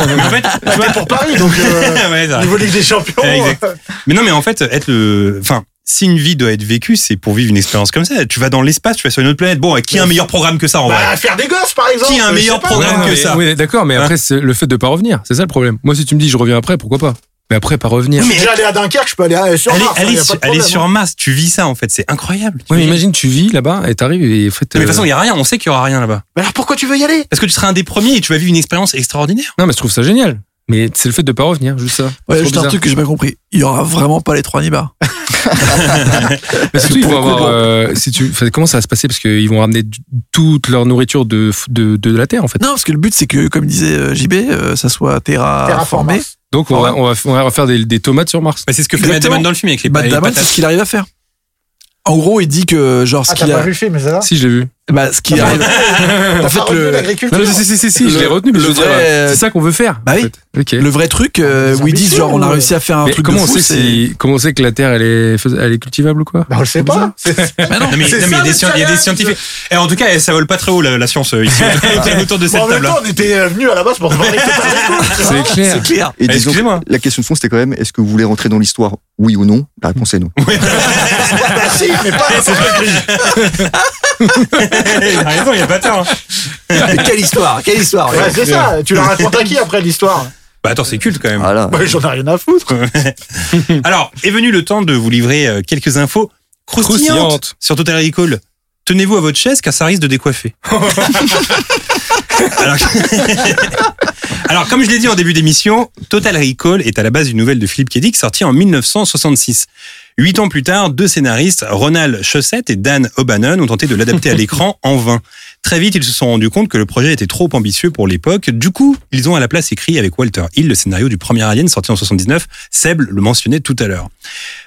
mais en fait, tu vois,
Pour Paris, donc euh,
<laughs> ouais, ça.
niveau Ligue des Champions. euh,
Ouais, exact. Mais non, mais en fait, être le. Enfin, si une vie doit être vécue, c'est pour vivre une expérience comme ça. Tu vas dans l'espace, tu vas sur une autre planète. Bon, qui a un meilleur programme que ça en
Bah,
vrai
faire des gosses, par exemple. euh,
Qui a un
je
meilleur
sais pas,
programme
moi.
que
mais-
ça.
Oui, d'accord, mais
Hein
après, c'est le fait de pas revenir. C'est ça le problème. Moi, si tu me dis, je reviens après, pourquoi pas Mais après, pas revenir.
Je suis déjà allé à Dunkerque, je peux aller à- sur
Allez,
Mars. hein,
allez
y a pas de
sur,
problème,
allez sur Mars, tu vis ça en fait, c'est incroyable.
Ouais, mais
mais,
imagine, tu vis là-bas et t'arrives et en fait.
de toute
euh,
façon, il y a rien, on sait qu'il y aura rien là-bas.
Mais alors pourquoi tu veux y aller
Parce que tu seras un des premiers et tu vas vivre une expérience extraordinaire.
Non, mais je trouve ça génial. Mais c'est le fait de pas revenir, juste ça.
Ouais,
C'est
juste
trop
un truc que j'ai pas compris. Il y aura vraiment pas les trois nibards.
Mais surtout, ils
Pour
vont
le coup,
avoir. euh, si tu, enfin, comment ça va se passer Parce qu'ils vont ramener du- toute leur nourriture de, de, de la Terre, en fait.
Non, parce que le but c'est que, comme disait euh, JB, euh, ça soit
Ah,
terraformé.
Terraformé.
Donc,
Ah
on va, on va, on va refaire des, des tomates sur Mars.
Mais Bah, c'est ce que fait Matt
Exactement.
Damon dans le film avec les,
Matt
les
Damon, c'est
patates.
ce qu'il arrive à faire. En gros, il dit que genre ce
Ah, t'as
qu'il
pas
a,
vu le film, mais ça va
Si, je l'ai vu.
bah, ce qu'il
T'as pas
arrive. <laughs> En
T'as
fait,
pas retenu
le-
l'agriculture
Non, mais si, si, si, si, je
Le-
l'ai retenu, mais
le
je veux dire,
vrai, euh,
c'est ça qu'on veut faire.
Bah
en
oui.
fait. Ok.
Le vrai truc euh,
Des
où ils disent
ambitieux,
genre on a
ou-
réussi à faire un
Mais
truc
comment
de
on
fou,
sait si, comment on sait que la Terre elle est, fais- elle est cultivable ou quoi
Bah, on le sait pas. C'est-
Non, mais, non,
Ah C'est
mais il y a
ça,
des,
le
scien- il y a des
challenge.
scientifiques. Et en tout cas, eh, ça vole pas très haut la, la science
<laughs>
euh, ici autour de
Bon,
cette
en même
table. hein.
temps, on était euh, venus à la base pour parler de
<laughs>
ça.
C'est clair.
C'est clair.
Et
Ah,
disons que
excusez-moi.
la question de fond, c'était quand même est-ce que vous voulez rentrer dans l'histoire Oui ou non La réponse est non.
Bah, si, mais
<laughs>
pas.
Il a raison, il a pas tort. hein.
Mais quelle histoire, quelle histoire.
Ouais, c'est ça. Tu la racontes à qui après l'histoire
Bah attends, c'est culte quand même.
Voilà.
Bah, J'en ai rien à foutre.
<laughs> Alors, est venu le temps de vous livrer euh, quelques infos croustillantes,
Croustillantes.
sur Total Recall. Tenez-vous à votre chaise car ça risque de décoiffer. Alors, <laughs> Alors, comme je l'ai dit en début d'émission, Total Recall est à la base d'une nouvelle de Philippe Kedick sortie en 1966. Huit ans plus tard, deux scénaristes, Ronald Chaussette et Dan O'Bannon, ont tenté de l'adapter à l'écran en vain. Très vite, ils se sont rendus compte que le projet était trop ambitieux pour l'époque. Du coup, ils ont à la place écrit avec Walter Hill le scénario du premier Alien sorti en 79. Seb le mentionnait tout à l'heure.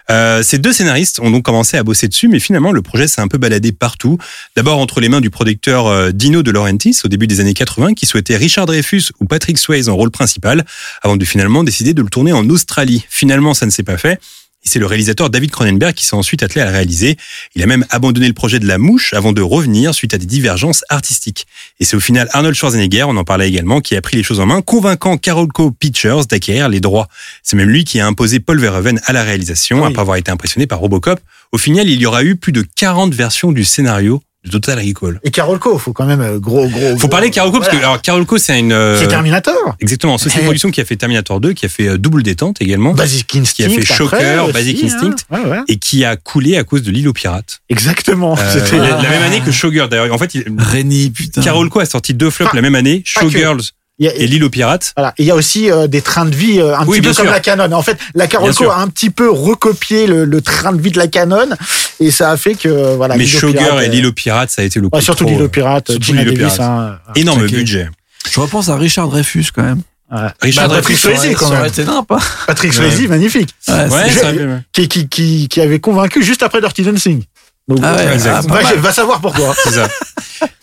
Euh, ces deux scénaristes ont donc commencé à bosser dessus, mais finalement, le projet s'est un peu baladé partout. D'abord entre les mains du producteur euh, Dino De Laurentiis au début des années 80, qui souhaitait Richard Dreyfus ou Patrick Swayze en rôle principal, avant de finalement décider de le tourner en Australie. Finalement, ça ne s'est pas fait. Et c'est le réalisateur David Cronenberg qui s'est ensuite attelé à le réaliser. Il a même abandonné le projet de la mouche avant de revenir suite à des divergences artistiques. Et c'est au final Arnold Schwarzenegger, on en parlait également, qui a pris les choses en main, convainquant Carolco Pictures d'acquérir les droits. C'est même lui qui a imposé Paul Verhoeven à la réalisation,
Ah oui.
après avoir été impressionné par Robocop. Au final, il y aura eu plus de 40 versions du scénario de Total Recall.
Et Carolco, faut quand même euh, gros, gros.
Faut parler de Carolco, parce que alors, Carolco, c'est une. euh,
C'est Terminator.
Exactement, société de production qui a fait Terminator 2, qui a fait euh, Double Détente également,
Basic Instinct.
qui a fait
après,
Shocker,
aussi,
Basic
hein.
Instinct,
Ouais, ouais.
et qui a coulé à cause de l'île aux pirates.
Exactement.
Euh,
Oh, C'était-
la, la même année que Showgirl d'ailleurs. En fait, il-
Rennie, putain.
Carolco a sorti deux flops
Pas-
la même année,
que.
Showgirls
Il y a-
et l'île aux pirates.
Voilà. Et il y a aussi euh, des trains de vie euh, un
Oui,
petit peu
bien
comme
sûr.
la Canon. En fait, la Carolco
sûr.
a un petit peu recopié le, le train de vie de la Canon et ça a fait que euh, voilà.
mais
l'île aux pirates,
Showgirl et
euh,
l'île aux pirates, ça a été le coup
ouais, surtout
trop,
l'île
euh,
aux pirates,
surtout
Gina
l'île aux
Davis.
pirates.
hein.
énorme
Attaqué.
budget.
Je repense à Richard Dreyfus quand même.
Richard
Bah, Dreyfus,
Dreyfus,
Swayze,
Ça
quand
aurait
même.
été nimp, hein.
Patrick Swayze, magnifique,
Ouais,
Ouais,
Je-
ça aurait pu-
qui, qui, qui, qui avait convaincu juste après Dirty Dancing. Donc,
Ah ouais,
Exact.
ah, pas
ouais,
mal.
je- va savoir pourquoi.
c'est ça.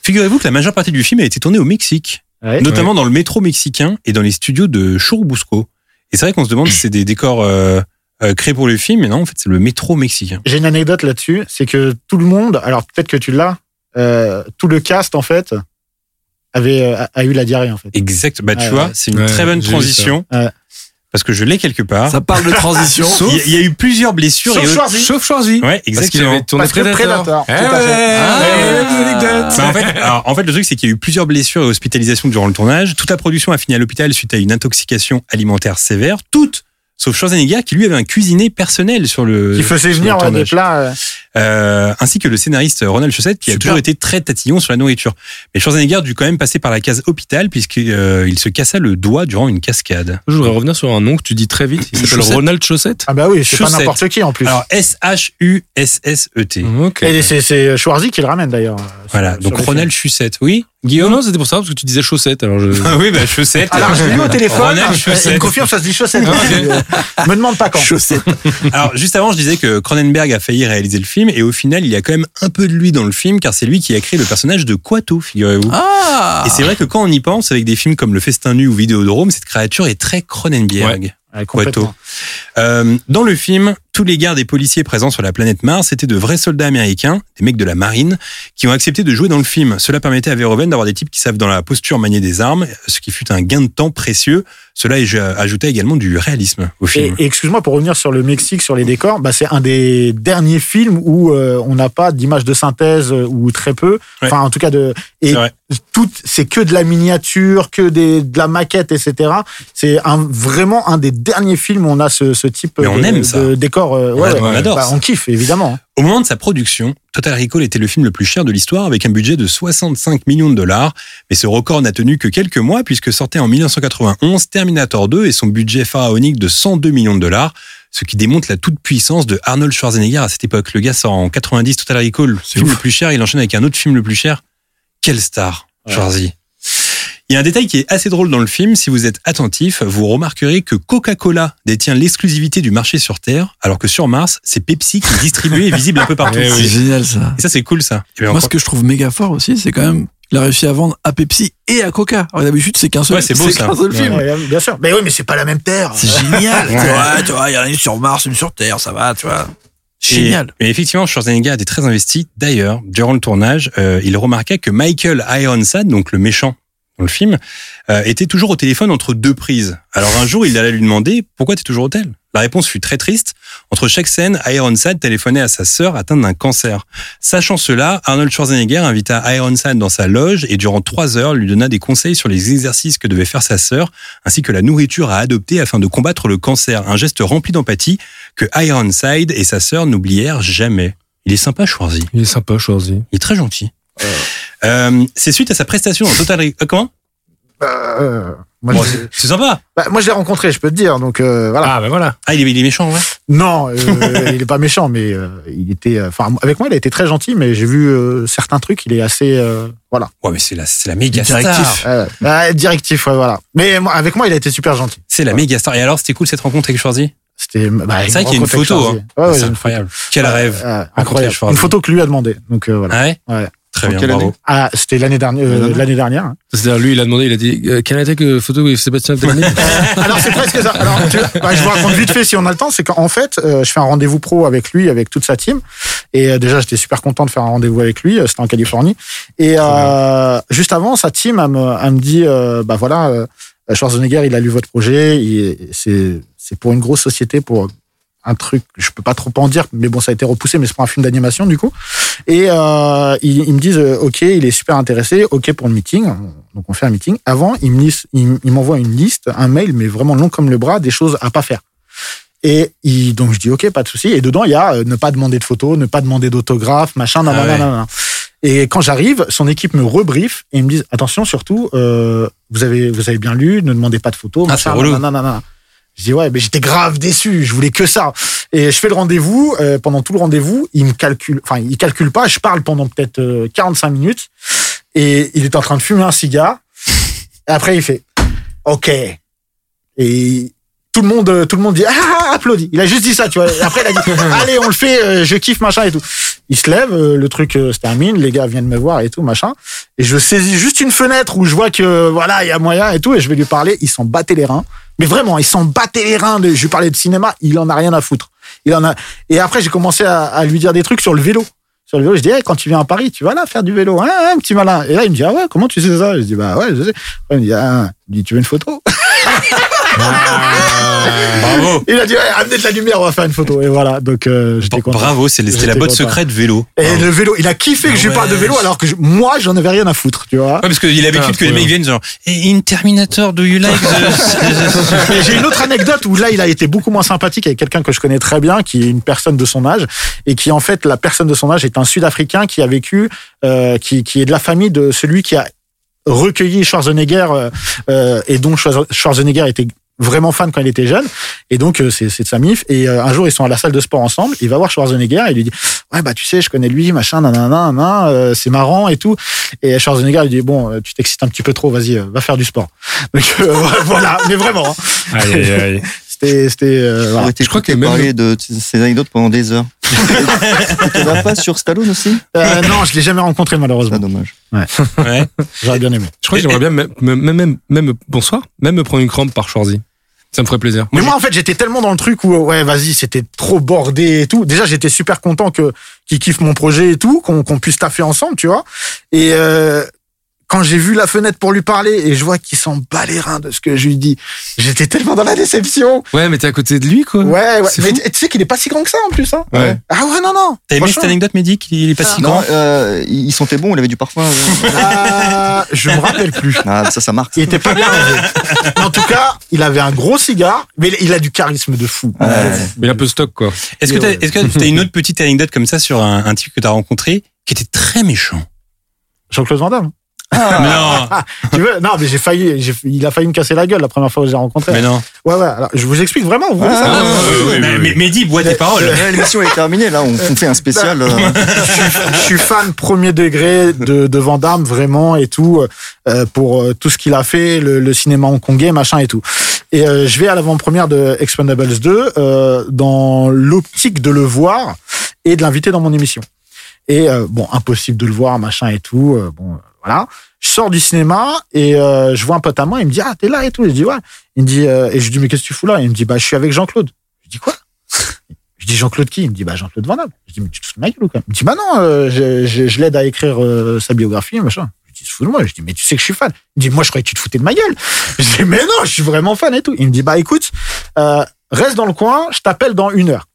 Figurez-vous que la majeure partie du film a été tournée au Mexique,
Ouais.
notamment dans le métro mexicain et dans les studios de Churubusco. Et c'est vrai qu'on se demande si c'est des décors euh, euh, créés pour le film, mais non, en fait, c'est le métro mexicain.
J'ai une anecdote là-dessus, c'est que tout le monde, alors peut-être que tu l'as, euh, tout le cast en fait avait euh, a, a eu la diarrhée en fait.
Exact. Bah, tu
Ouais,
vois,
ouais.
c'est une
Ouais,
très bonne
j'ai vu
transition.
ça. Ouais.
Parce que je l'ai quelque part.
Ça parle de transition.
Il y a- il y, a eu plusieurs blessures.
Sauf
et-
Schwarzy.
Sauf Schwarzy.
Ouais,
Parce qu'il
exactement. Ah,
avait tourné
Parce que Predator,
Predator.
Eh
tout à fait. Ah,
Bah, en, fait, alors, en fait, le truc, c'est qu'il y a eu plusieurs blessures et hospitalisations durant le tournage. Toute la production a fini à l'hôpital suite à une intoxication alimentaire sévère. Toutes, sauf Schwarzenegger, qui lui avait un cuisinier personnel sur le.
Qui faisait
sur le
venir ouais, des
tournage.
plats. euh,
Euh, ainsi que le scénariste Ronald Chaussette, qui
Super.
a toujours été très tatillon sur la nourriture. Mais Schwarzenegger dut quand même passer par la case hôpital, puisqu'il euh, il se cassa le doigt durant une cascade.
Je voudrais revenir sur un nom que tu dis très vite. Il s'appelle
Chaussette.
Ronald Chaussette.
Ah bah oui, c'est pas
Chaussettes.
n'importe qui en plus.
Alors,
Ah
S-H-U-S-S-E-T.
Ok.
Et c'est- c'est euh, Schwarzy qui le ramène d'ailleurs. euh, sur-
E Voilà,
sur
donc
le
Ronald Chaussette, oui
Guillaume, non, c'était pour ça parce que tu disais Chaussette. Alors
<laughs>
je.
Ah oui, bah Chaussette.
film. Alors je l'ai eu au téléphone, Ah,
Ronald
il
Chaussette.
me confirme, ça se dit <laughs> chaussette. Euh, me demande pas quand.
Chaussette.
Alors, juste avant, je disais que Cronenberg a failli réaliser le film, et au final, il y a quand même un peu de lui dans le film, car c'est lui qui a créé le personnage de Quato, figurez-vous.
Ah
Et c'est vrai que quand on y pense, avec des films comme Le Festin Nu ou Vidéodrome, cette créature est très Cronenberg.
Ouais, complètement.
Euh, dans le film, tous les gardes et policiers présents sur la planète Mars étaient de vrais soldats américains, des mecs de la marine, qui ont accepté de jouer dans le film. Cela permettait à Verhoeven d'avoir des types qui savent dans la posture manier des armes, ce qui fut un gain de temps précieux. Cela aj- ajoutait également du réalisme au
Et,
film.
et excuse-moi pour revenir sur le Mexique, sur les décors, bah c'est un des derniers films où euh, on n'a pas d'image de synthèse euh, ou très peu.
Ouais.
Enfin, en tout cas de.
C'est
Et
vrai.
tout, c'est que de la miniature, que des, de la maquette, etc. C'est un, vraiment un des derniers films où on a ce, ce type
Mais on
de,
aime
de
ça.
décor. euh, ouais,
on
ouais.
adore
Bah,
ça.
on kiffe évidemment.
Au moment de sa production, Total Recall était le film le plus cher de l'histoire avec un budget de 65 millions de dollars, mais ce record n'a tenu que quelques mois puisque sortait en 1991 Terminator 2 et son budget pharaonique de 102 millions de dollars, ce qui démontre la toute-puissance de Arnold Schwarzenegger à cette époque. Le gars sort en 90 Total Recall, le film le plus cher, il enchaîne avec un autre film le plus cher. Quelle star, Schwarzy il y a un détail qui est assez drôle dans le film. Si vous êtes attentif, vous remarquerez que Coca-Cola détient l'exclusivité du marché sur Terre, alors que sur Mars, c'est Pepsi qui est distribué et visible un peu <laughs> partout.
C'est génial ça.
Et ça, c'est cool, ça. Eh Et bien,
Moi,
encore-
ce que je trouve méga fort aussi, c'est quand même. Il a réussi à vendre à Pepsi et à Coca. Alors, D'habitude, c'est qu'un seul,
Ouais, c'est beau, ça.
qu'un seul film.
Ouais, bien sûr. Mais oui, mais c'est pas la même terre.
C'est génial. tu vois, tu vois, il y en a une sur Mars, une sur Terre, ça va, tu vois.
Et-
Génial.
Et, effectivement, Schwarzenegger était très investi. D'ailleurs, durant le tournage, euh, il remarqua que Michael Ironside, donc le méchant dans le film, euh, était toujours au téléphone entre deux prises. Alors un jour, il alla lui demander pourquoi t'es toujours au tel. La réponse fut très triste. Entre chaque scène, Ironside téléphonait à sa sœur atteinte d'un cancer. Sachant cela, Arnold Schwarzenegger invita Ironside dans sa loge et durant trois heures lui donna des conseils sur les exercices que devait faire sa sœur ainsi que la nourriture à adopter afin de combattre le cancer. Un geste rempli d'empathie que Ironside et sa sœur n'oublièrent jamais. Il est sympa, Schwarzy.
Il est sympa, Schwarzy.
Il est très gentil. Euh, c'est suite à sa prestation dans Total Recall. Comment
Euh, moi,
Bon,
je,
c'est- C'est sympa.
bah, moi, je l'ai rencontré, je peux te dire. Donc euh, voilà.
Ah, ben voilà.
Ah, il est, il est méchant, ouais.
Non, euh, <laughs> il est pas méchant, mais euh, il était. euh, Enfin, avec moi, il a été très gentil, mais j'ai vu euh, certains trucs. Il est assez. euh, voilà.
Ouais, mais c'est la, c'est la méga
Directif.
star.
Ouais, ouais. Ah, directif, ouais, voilà. Mais moi, avec moi, il a été super gentil.
C'est la méga star. Et alors, c'était cool cette rencontre avec Schwarzy
C'était. Bah,
C'est vrai qu'il y a une
rencontre avec
photo.
Schwarzy.
hein.
Ouais, ouais,
c'est
une
incroyable. Quel
photo.
rêve.
Ouais, incroyable.
Schwarzy.
Une photo que lui a demandé. Donc euh, voilà.
Ah ouais
Ouais.
Très
En
bien,
quelle
bravo.
année
Ah, c'était l'année dernière. euh,
L'année
l'année
<laughs>
dernière. hein.
C'est-à-dire, lui, il a demandé, il a dit, euh, quelle était que photo de Sébastien Delaney
Alors c'est presque ça. Alors tu vois, bah, je vous raconte vite fait si on a le temps, c'est qu'en fait, euh, je fais un rendez-vous pro avec lui, avec toute sa team. Et euh, déjà, j'étais super content de faire un rendez-vous avec lui. euh, C'était en Californie. Et euh, juste avant, sa team, elle me, elle me dit, euh, bah voilà, euh, Schwarzenegger, il a lu votre projet. il- C'est c'est pour une grosse société pour un truc, je peux pas trop en dire, mais bon, ça a été repoussé, mais c'est pour un film d'animation du coup. Et euh, ils, ils me disent, euh, ok, il est super intéressé, ok pour le meeting. Donc on fait un meeting. Avant, ils me listent- ils- ils m'envoient une liste, un mail, mais vraiment long comme le bras, des choses à pas faire. Et il- donc je dis ok, pas de souci. Et dedans il y a euh, ne pas demander de photos, ne pas demander d'autographe, machin, nan,
Ah
nan,
ouais.
nan, nan, nan. Et quand j'arrive, son équipe me rebriefe et ils me disent attention surtout, euh, vous avez vous avez bien lu, ne demandez pas de photos,
Ah,
machin,
c'est relou.
nan, nan, nan, nan. Je dis ouais, mais j'étais grave déçu, je voulais que ça. Et je fais le rendez-vous. euh, pendant tout le rendez-vous, il me calcule, enfin il calcule pas. Je parle pendant peut-être euh, 45 minutes et il est en train de fumer un cigare. Et après il fait ok et tout le monde euh, tout le monde dit ah, ah, ah, applaudit il a juste dit ça tu vois Et après il a
<laughs>
dit allez on le fait euh, je kiffe machin et tout il se lève euh, le truc euh, se termine les gars viennent me voir et tout machin et je saisis juste une fenêtre où je vois que euh, voilà il y a moyen et tout et je vais lui parler il s'en battait les reins mais vraiment il s'en battait les reins de- je lui parlais de cinéma il en a rien à foutre il en a et après j'ai commencé à, à lui dire des trucs sur le vélo sur le vélo, je dis, Eh, quand tu viens à Paris, tu vas là faire du vélo, hein, hein, petit malin. Et là, il me dit, ah ouais, comment tu sais ça Je dis, bah ouais, je sais. Après, il me dit, ah, il dit, tu veux une photo <laughs>
Euh, Bravo.
Il a dit, ouais, amenez de la lumière, on va faire une photo. Et voilà, donc euh, j'étais content.
Bravo, c'est c'était la
J'étais
botte
content.
secrète vélo.
Et
Bravo.
le vélo, il a kiffé que je lui
Ouais.
parle de vélo alors que je- moi, j'en avais rien à foutre, tu vois.
Ouais, parce qu'il a l'habitude que les mecs viennent genre Eh, In
<laughs>
Terminator, do you
Ah,
like the...
Mais Euh, J'ai une autre anecdote où là, il a été beaucoup moins sympathique avec quelqu'un que je connais très bien, qui est une personne de son âge, et qui en fait, la personne de son âge est un Sud-Africain qui a vécu, euh, qui, qui est de la famille de celui qui a recueilli Schwarzenegger euh, euh, et dont Schwarze- Schwarzenegger était vraiment fan quand il était jeune et donc euh, c'est c'est de sa mif et euh, un jour ils sont à la salle de sport ensemble il va voir Schwarzenegger et il lui dit ouais bah tu sais je connais lui machin nanana, nanana euh, c'est marrant et tout et Schwarzenegger lui dit bon euh, tu t'excites un petit peu trop vas-y euh, va faire du sport donc euh, <laughs> voilà mais vraiment hein.
Aïe, aïe, aïe.
C'était. c'était, euh, voilà.
Je crois
crois
qu'il
que même
parlé de t- ces anecdotes pendant des <laughs> heures. Et tu vas pas sur Stallone aussi
Euh, non, je l'ai jamais rencontré
Ah,
malheureusement.
dommage.
Ouais.
J'aurais bien aimé.
Je crois que j'aimerais bien, même, même, même, même- bonsoir, même me prendre une crampe par Schwarzy. Ça me ferait plaisir.
Mais moi, en fait, j'étais tellement dans le truc où, euh, ouais, vas-y, c'était trop bordé et tout. Déjà, j'étais super content que qu'ils kiffent mon projet et tout, qu'on qu'on puisse taffer ensemble, tu vois. Et euh, quand j'ai vu la fenêtre pour lui parler et je vois qu'il s'en bat les reins de ce que je lui dis, j'étais tellement dans la déception.
Ouais, mais t'es à côté de lui, quoi.
Ouais, ouais.
C'est
Mais
fou.
tu tu sais qu'il est pas si grand que ça en plus, hein.
Ouais.
Ah ouais, non, non.
T'as aimé
Franchement,
cette anecdote médic Il est pas si grand
Non, euh, il sentait bon, il avait du parfum. <laughs> ouais.
euh, je me rappelle plus.
Ah, ça, ça marque.
Il était pas bien rasé. Mais en tout cas, il avait un gros cigare, mais il a du charisme de fou.
Ouais.
Il est un peu stock, quoi.
Est-ce que t'as est-ce que t'as une autre petite anecdote comme ça sur un, un type que t'as rencontré qui était très méchant
Jean-Claude
<laughs>
Van Damme.
Non,
Tu veux Non, mais j'ai failli, j'ai- il a failli me casser la gueule la première fois que je l'ai rencontré.
mais non.
Ouais, ouais. Alors, je vous explique vraiment. Vous voulez ça
Ah,
ouais,
euh,
ouais,
mais-
ouais,
mais- Mais dis,
Euh,
bois tes paroles.
Ouais, L'émission est terminée, là, on, on fait un spécial. euh, <laughs>
je, suis, je suis fan premier degré de, de Van Damme vraiment et tout euh, pour euh, tout ce qu'il a fait, le, le cinéma hongkongais, machin et tout. Et euh, je vais à l'avant-première de Expendables 2 euh, dans l'optique de le voir et de l'inviter dans mon émission. Et euh, bon, impossible de le voir, machin et tout. euh, bon, euh, voilà. Je sors du cinéma et euh, je vois un pote à moi. Il me dit ah t'es là et tout. Je dis ouais. Il me dit euh, et je lui dis mais qu'est-ce que tu fous là Il me dit bah je suis avec Jean-Claude. Je dis quoi je dis Jean-Claude qui Il me dit bah Jean-Claude Van Damme. Je dis mais tu te fous de ma gueule ou quoi Il me dit bah non, euh, je, je- je l'aide à écrire euh, sa biographie, machin. Je dis fous de moi. Je dis mais tu sais que je suis fan. Il me dit moi je croyais que tu te foutais de ma gueule. Je dis mais non, je suis vraiment fan et tout. Il me dit bah écoute, euh, reste dans le coin, je t'appelle dans une heure.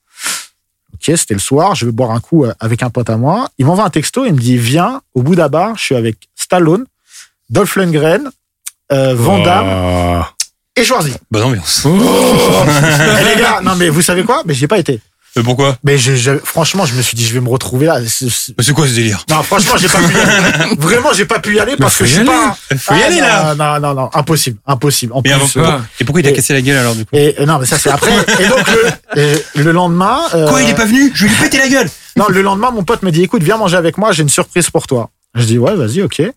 Ok, c'était le soir, je vais boire un coup euh, avec un pote à moi. Il m'envoie un texto, il me dit viens au bout d'un bar, je suis avec Stallone, Dolph Lundgren, euh, Van Damme et Schwarzy.
Bonne ambiance.
Oh.
Oh.
<laughs> Eh, les gars, non mais vous savez quoi Mais j'y ai pas été.
Euh, Pourquoi
Mais je- je- franchement, je me suis dit, je vais me retrouver là. C'est- c'est-
Mais C'est quoi ce délire
Non, franchement, j'ai pas pu
<laughs>
y aller. Vraiment, j'ai pas pu y aller parce
faut
que
y
je suis
aller.
pas.
Faut y
Ah,
aller
non,
là
Non, non, non, impossible, impossible. En
Mais avant-
plus, euh,
Ah.
Et pourquoi il t'a
Et-
cassé la gueule alors du coup
et euh, non, mais ça c'est après. Et donc le, et le lendemain. euh,
Quoi, il est pas venu Je vais lui péter la gueule
Non, le lendemain, mon pote me dit, écoute, viens manger avec moi, j'ai une surprise pour toi. Je dis ouais, vas-y, ok. Et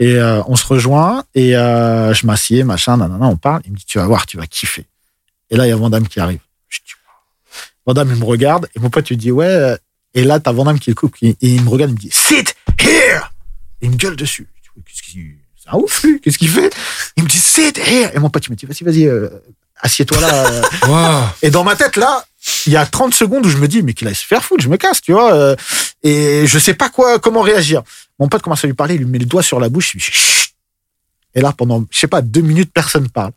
euh, on se rejoint et euh, je m'assieds, machin, nanana, on parle. Il me dit, tu vas voir, tu vas kiffer. Et là, il y a Vandame qui arrive. Je dis, Wow. Vandame, il me regarde et mon pote lui dit ouais. euh, Et là, t'as Vandame qui le coupe et et il me regarde, il me dit sit here. Et il me gueule dessus. Je dis, Ouais, Qu'est-ce qu'il c'est un ouf lui Qu'est-ce qu'il fait Il me dit sit here. Et mon pote il me dit vas-y, vas-y, euh, assieds-toi là. euh,
Waouh.
et dans ma tête, là, il y a 30 secondes où je me dis, mais qu'il aille se faire foutre, je me casse, tu vois. euh, et je sais pas quoi, comment réagir. Mon pote commence à lui parler, il lui met le doigt sur la bouche, il lui dit, Chut Et là, pendant, je sais pas, deux minutes, personne parle.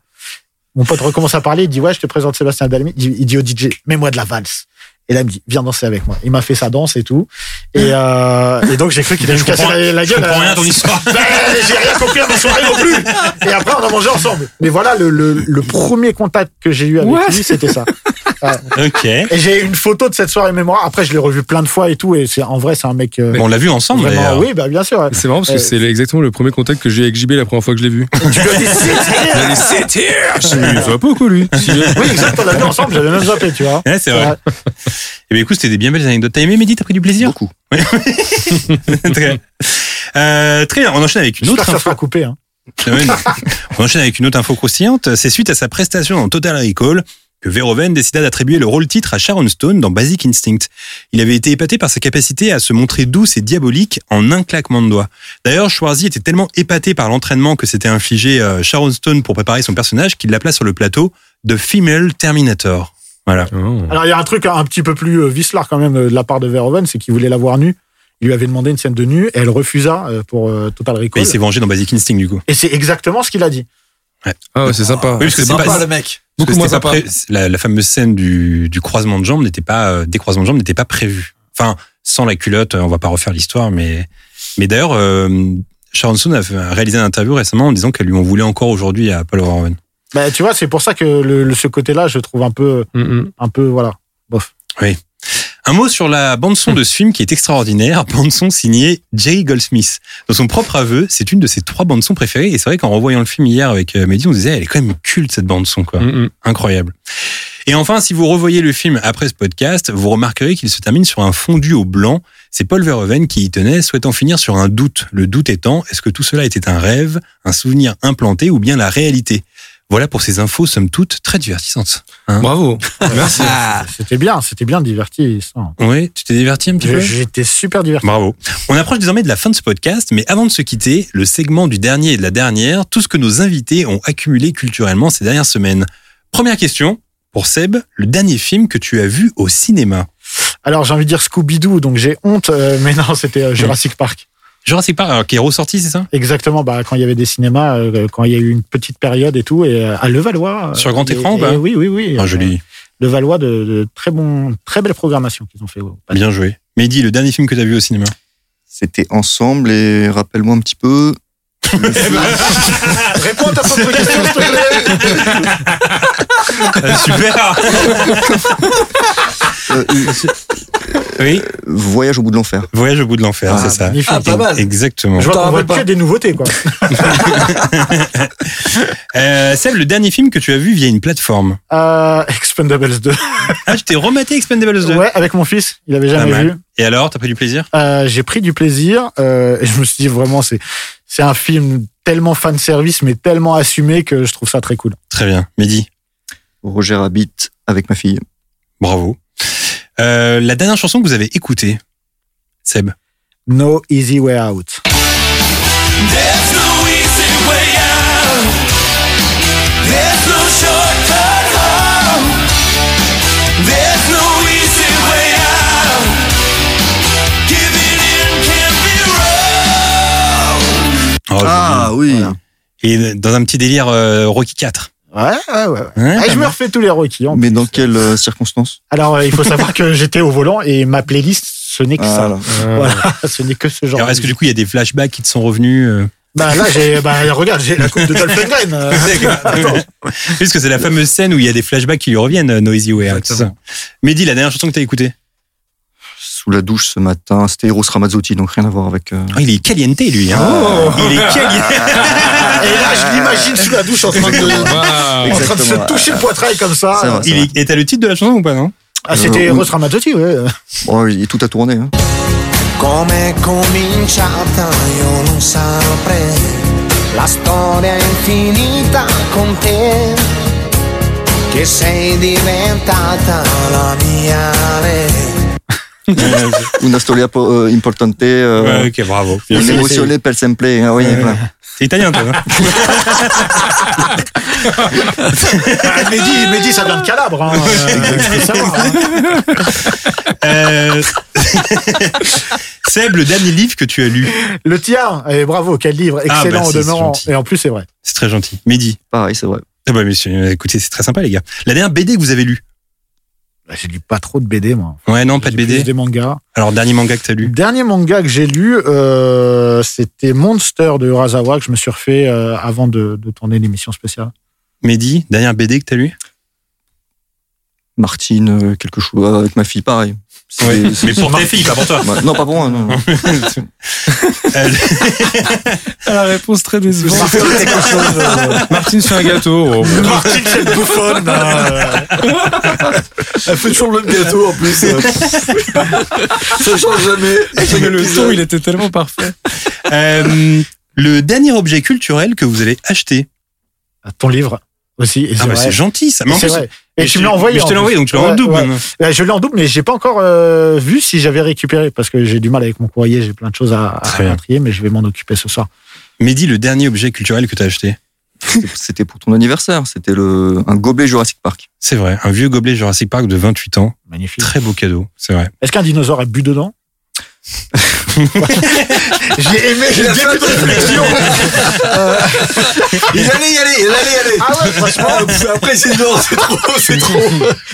Mon pote recommence à parler, il dit, ouais, je te présente Sébastien Dalmy. Il, dit- il dit au DJ, mets-moi de la valse. Et là, il me dit, viens danser avec moi. Il m'a fait sa danse et tout. Et, euh, et donc, j'ai cru qu'il allait
Je
me casser
comprends,
la, la
je
gueule.
comprends
euh,
rien à ton histoire.
<laughs> bah, j'ai rien compris à ma soirée non plus. Et après, on a mangé ensemble. Mais voilà, le, le, le premier contact que j'ai eu avec
What
lui, c'était ça.
Ok.
Et j'ai une photo de cette soirée mémoire. Après, je l'ai revu plein de fois et tout. Et c'est en vrai, c'est un mec. euh,
Bon, on l'a vu ensemble,
vraiment-
d'ailleurs.
oui, bah bien sûr. ouais.
C'est marrant parce que
Euh,
c'est exactement le premier contact que j'ai eu avec JB la première fois que je l'ai vu.
Tu lui as dit, c'est-
Il
Ah.
a dit, C'est here Je vois pas au coup, lui.
<laughs> Oui, exact, on a vu ensemble, j'avais même zappé, tu vois.
Ouais, c'est vrai. Eh bien, écoute, c'était des bien belles anecdotes. T'as aimé, Mehdi T'as pris du plaisir
Beaucoup.
très, euh, très bien, on enchaîne avec une
J'espère
autre
que ça
info.
sera coupé. Hein.
Ah Ouais, <laughs> non. on enchaîne avec une autre info croustillante. C'est suite à sa prestation dans Total Recall que Verhoeven décida d'attribuer le rôle-titre à Sharon Stone dans Basic Instinct. Il avait été épaté par sa capacité à se montrer douce et diabolique en un claquement de doigts. D'ailleurs, Schwarzy était tellement épaté par l'entraînement que s'était infligé euh, Sharon Stone pour préparer son personnage qu'il l'appela sur le plateau de Female Terminator. Voilà.
Alors, il y a un truc un petit peu plus euh, vicelard quand même euh, de la part de Verhoeven, c'est qu'il voulait la voir nue. Il lui avait demandé une scène de nue et elle refusa euh, pour euh, Total
Et
Recall.
il s'est vengé dans Basic Instinct, du coup.
Et c'est exactement ce qu'il a dit.
Ah ouais, c'est sympa.
Oui, parce que c'est
sympa,
pas-
le mec.
Parce que
Beaucoup moins
c'était pas
sympa.
pré- La, la fameuse scène du, du croisement de jambes n'était pas, euh, des croisements de jambes n'était pas prévue. Enfin, sans la culotte, euh, on va pas refaire l'histoire, mais, mais d'ailleurs, euh, Sharon Stone a, fait- a réalisé une interview récemment en disant qu'elle lui en voulait encore aujourd'hui à Paul Verhoeven.
Bah, tu vois, c'est pour ça que le, le- ce côté-là, je trouve un peu,
Mm, mm.
un peu, voilà.
Un mot sur la bande son de ce film qui est extraordinaire, <laughs> bande son signée Jerry Goldsmith. Dans son propre aveu, c'est une de ses trois bandes son préférées, et c'est vrai qu'en revoyant le film hier avec euh, Mehdi, on se disait, elle est quand même culte cette bande son, quoi.
Mm, mm.
Incroyable. Et enfin, si vous revoyez le film après ce podcast, vous remarquerez qu'il se termine sur un fondu au blanc. C'est Paul Verhoeven qui y tenait, souhaitant finir sur un doute. Le doute étant, est-ce que tout cela était un rêve, un souvenir implanté ou bien la réalité Voilà pour ces infos, somme toute, très divertissantes.
Bravo. Merci.
C'était bien, c'était bien diverti. ça.
Oui, tu t'es diverti un petit
Je-
peu
J'étais super diverti.
Bravo. On approche désormais de la fin de ce podcast, mais avant de se quitter, le segment du dernier et de la dernière, tout ce que nos invités ont accumulé culturellement ces dernières semaines. Première question, pour Seb, le dernier film que tu as vu au cinéma
Alors, j'ai envie de dire Scooby-Doo, donc j'ai honte, euh, <laughs> mais non, c'était euh, Jurassic Park.
Jurassic Park, alors, qui est ressorti, c'est ça
Exactement, bah, quand il y avait des cinémas, euh, quand il y a eu une petite période et tout, et euh, à Levallois. euh,
Sur grand
et-
écran ou
et
pas
Oui, oui, oui.
Un Ah, joli,
Levallois, de, de très, bon, très belle programmation qu'ils ont fait. ouais.
bien joué. Mehdi, le dernier film que tu as vu au cinéma
C'était ensemble et rappelle-moi un petit peu.
<laughs> Eh ben.
Euh,
Réponds à ta propre question, s'il te plaît.
Super
Euh, euh,
Oui,
Voyage au bout de l'enfer.
Voyage au bout de l'enfer,
Ah,
c'est ça.
magnifique.
Ah, pas mal.
Exactement.
Je vois
t'en
qu'on voit
rappelle
que
pas.
des
<laughs>
nouveautés, quoi.
Euh, Seb, le dernier film que tu as vu via une plateforme
Euh, Expendables
<laughs>
2.
Ah, je t'ai rematé Expendables 2.
Ouais, avec mon fils, il avait
Pas
jamais
mal.
vu.
Et alors, t'as pris du plaisir
Euh, j'ai pris du plaisir euh, et je me suis dit vraiment, c'est c'est un film tellement fan service, mais tellement assumé que je trouve ça très cool.
Très bien. Mehdi,
Roger Rabbit avec ma fille.
bravo. Euh, la dernière chanson que vous avez écoutée, Seb
No easy way out.
Oh,
Ah
joli.
oui.
Voilà.
Et dans un petit délire euh, Rocky 4.
Ouais, ouais, ouais.
Hein
Ah, je me refais tous les Rocky. en
Mais
plus.
dans quelles euh, circonstances
Alors, euh, il faut savoir que j'étais au volant et ma playlist, ce n'est que
Ah,
ça.
là.
Euh,
Voilà, <laughs> ce n'est que ce genre.
Alors,
de
est-ce que
musique.
du coup, il y a des flashbacks qui te sont revenus euh
Bah là, j'ai, bah regarde, j'ai la coupe de Dolphin
<laughs> Parce que c'est la fameuse scène où il y a des flashbacks qui lui reviennent, euh, Noisy Way Out.
Exactement.
Mehdi, la dernière chanson que t'as écoutée
Sous la douche ce matin, c'était Eros Ramazzotti, donc rien à voir avec. euh,
Oh, il est caliente, lui. Hein. Il est caliente.
Et là, je l'imagine sous la douche en train de,
waouh.
en train de se
Exactement.
toucher le poitrail comme ça.
C'est vrai, c'est
Il est- Et t'as le titre de la chanson ou pas, non
Ah, c'était
Euh,
Rose Ramazzotti, ouais.
Oh, il est tout à tourner. Hein.
Come è cominciata io non saprei, la storia è infinita con te, che sei diventata la mia re.
Una storia po- euh, importante. euh,
Ouais, Ok, bravo.
Un
c'est-
émotionné, per sempre. Ah, oui, voilà.
C'est italien, toi. hein
Ah, Mehdi, Mehdi, ça vient de Calabre. <laughs> Hein. Euh, faut savoir, hein.
Euh, <laughs> Seb, le dernier livre que tu as lu,
Le tien, et bravo, quel livre,
Ah,
excellent
bah,
au
si, c'est
demeurant.
gentil.
Et en plus, c'est vrai.
c'est très gentil. Mehdi.
Pareil, c'est vrai.
euh, Ah bah, monsieur, écoutez, c'est très sympa, les gars. La dernière BD que vous avez lue
Bah, J'ai lu pas trop de BD, moi.
Ouais, non, pas de
J'ai plus
BD.
Des mangas.
Alors, dernier manga que t'as lu
Dernier manga que j'ai lu, euh, c'était Monster de Urasawa, que je me suis refait euh, avant de, de tourner l'émission spéciale.
Mehdi, dernier BD que t'as
<laughs>
lu
Martine, euh, quelque chose euh, avec ma fille, pareil. C'est-
Ouais.
c'est-
Mais pour tes filles, pas pour toi.
Ouais, non, pas pour moi. Non. non.
<laughs> Euh,
La réponse très décevante. Martine fait un gâteau. Oh, bon.
Martine, c'est bouffonne.
Elle fait toujours le même gâteau en plus. Ça change jamais.
le son, il était tellement parfait.
<laughs> euh, le dernier objet culturel que vous allez acheter.
Euh, Ton livre aussi. et c'est
Ah bah
vrai.
c'est gentil, ça. Mais en
C'est
plus,
vrai.
mais
Et
je-
tu me l'as envoyé.
mais Je te
en
l'ai envoyé,
plus.
donc tu l'as en
Ouais,
double.
ouais.
maintenant.
Euh, Je l'ai en double, mais j'ai pas encore euh, vu si j'avais récupéré parce que j'ai du mal avec mon courrier. J'ai plein de choses à,
Très
à,
bien.
à trier, mais je vais m'en occuper ce soir.
Mehdi, le dernier objet culturel que t'as acheté.
C'était pour ton anniversaire. C'était le un gobelet Jurassic Park.
C'est vrai, un vieux gobelet Jurassic Park de 28 ans.
Magnifique.
Très beau cadeau, c'est <laughs> vrai.
Est-ce qu'un dinosaure a bu dedans J'ai aimé. J'ai début de réflexion.
Il allait y aller, il allait y aller.
Ah ouais, franchement.
Après, c'est non, c'est trop, c'est trop,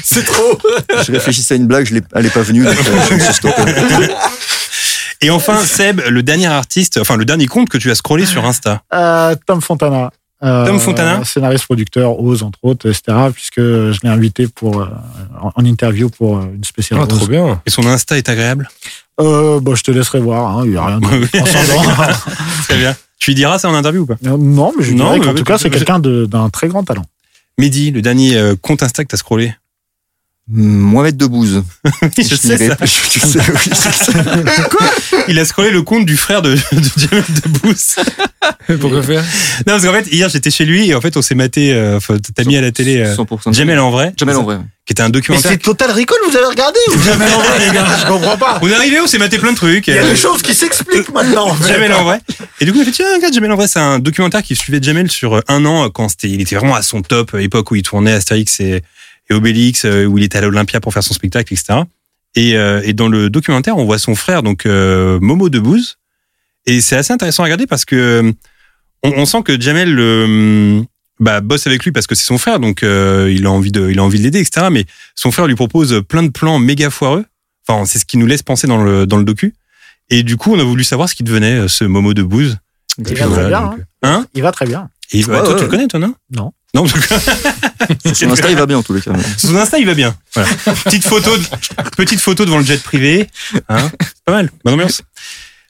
c'est trop.
Je réfléchissais à une blague, je l'ai, elle est pas venue. donc, euh, je me suis stoppé.
<laughs> Et enfin, Seb, le dernier artiste, enfin le dernier compte que tu as scrollé sur Insta.
<laughs> Euh, Tom Fontana. Euh,
Tom Fontana
Scénariste, producteur, Oz, entre autres, etc. Puisque je l'ai invité pour, euh, en, en interview pour euh, une spéciale.
Oh,
Ah,
Oz.
trop bien.
Et son Insta est <laughs> agréable
Euh, bah, je te laisserai voir, hein, il n'y a
<laughs>
rien de transcendant.
Très bien. Tu lui diras ça en interview ou pas
Euh, non, mais je
Non,
dirais
mais
qu'en tout
oui,
cas, c'est
je-
quelqu'un de- d'un très grand talent.
Mehdi, le dernier euh, compte Insta que t'as scrollé.
Mohamed Debouze.
Je sais
n'irai
ça.
pas- <laughs> je- tu sais, oui, je sais ça.
Il a scrollé le compte du frère de, de Jamel Debbouze.
Pourquoi faire
Non, parce qu'en fait, hier, j'étais chez lui et en fait, on s'est maté, euh, enfin, t'as mis à la télé euh,
100%.
Jamel en vrai.
Jamel en vrai.
Qui était un
Mais
documentaire.
c'est Total Recall, vous avez regardé ou
<laughs> Jamel en vrai, les gars.
Je comprends pas.
On est arrivé, on s'est maté plein de trucs.
Il y a
euh,
des choses qui s'expliquent maintenant. en fait.
<laughs> Jamel en vrai. Et du coup, j'ai fait, tiens, regarde, Jamel en vrai, c'est un documentaire qui suivait Jamel sur euh, un an euh, quand c'était, il était vraiment à son top, euh, époque où il tournait Astérix et, et Obélix, euh, où il était à l'Olympia pour faire son spectacle, etc. Et, euh, et dans le documentaire, on voit son frère, donc euh, Momo Debouze. Et c'est assez intéressant à regarder parce que euh, on, on sent que Jamel euh, bah, bosse avec lui parce que c'est son frère, donc euh, il a envie de, il a envie de l'aider, etc. Mais son frère lui propose plein de plans méga foireux. Enfin, c'est ce qui nous laisse penser dans le, dans le docu. Et du coup, on a voulu savoir ce qui devenait euh, ce Momo de Bouse. Et
Il
puis
va très
voilà,
bien.
donc,
hein.
Hein
Il va très bien.
Et il-
Ouais,
toi,
ouais,
tu le
ouais.
connais, toi, non
Non.
Non, en <laughs> tout cas,
Son Insta, il va bien en tous les cas.
son Insta, il va bien. Voilà. Petite photo, de- petite photo devant le jet privé. Hein C'est pas mal. Bonne ambiance.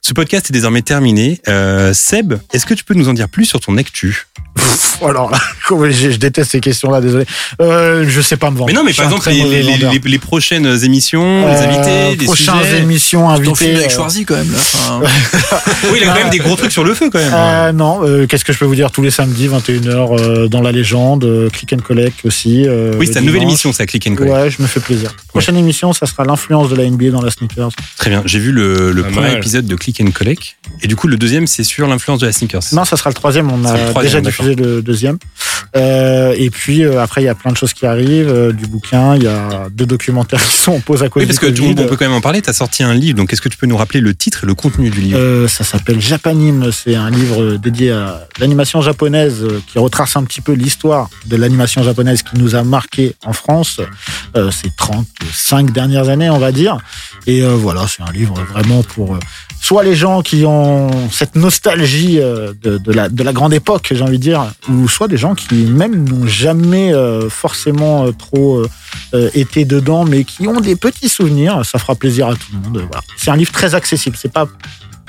Ce podcast est désormais terminé. Euh, Seb, est-ce que tu peux nous en dire plus sur ton actu
Pff, alors là, <laughs> comment- je, je déteste ces questions-là, désolé. Euh, je sais pas me vendre.
Mais non, mais
Je suis
par
un
exemple,
très
les,
mauvais
les- les-
vendeur.
les- les prochaines émissions, les invités,
Euh,
les
prochaines
sujets.
émissions
Ton film
invitées.
avec
euh,
Schwarzy quand même là. Enfin,
Oui, il a quand même des gros trucs sur le feu, quand même.
Euh, non, euh, qu'est-ce que je peux vous dire tous les samedis 21h euh, dans la légende, euh, Click and Collect aussi. euh,
oui,
le
c'est ta nouvelle
dimanche.
émission, ça, Click and Collect.
Ouais, je me fais plaisir. Prochaine émission, ça sera l'influence de la NBA dans la sneakers.
Très bien. J'ai vu le, le
Pas
premier
mal.
épisode de Click and Collect. Et du coup, le deuxième, c'est sur l'influence de la sneakers.
Non, ça sera le troisième. On
C'est
a
le troisième,
déjà diffusé le deuxième. Euh, et puis euh, après, il y a plein de choses qui arrivent, euh, du bouquin. Il y a deux documentaires <laughs> qui sont en pause à cause
Oui, parce
du
que tu-
Covid.
on peut quand même en parler. Tu as sorti un livre, donc est-ce que tu peux nous rappeler le titre et le contenu du livre
Euh, ça s'appelle Japanime. C'est un livre dédié à l'animation japonaise euh, qui retrace un petit peu l'histoire de l'animation japonaise qui nous a marqué en France euh, ces 35 dernières années, on va dire. Et euh, voilà, c'est un livre vraiment pour euh, soit les gens qui ont cette nostalgie euh, de, de la, de la grande époque, j'ai envie de dire, ou soit des gens qui même n'ont jamais euh, forcément euh, trop euh, euh, été dedans, mais qui ont des petits souvenirs. Ça fera plaisir à tout le monde. Voilà. C'est un livre très accessible. C'est pas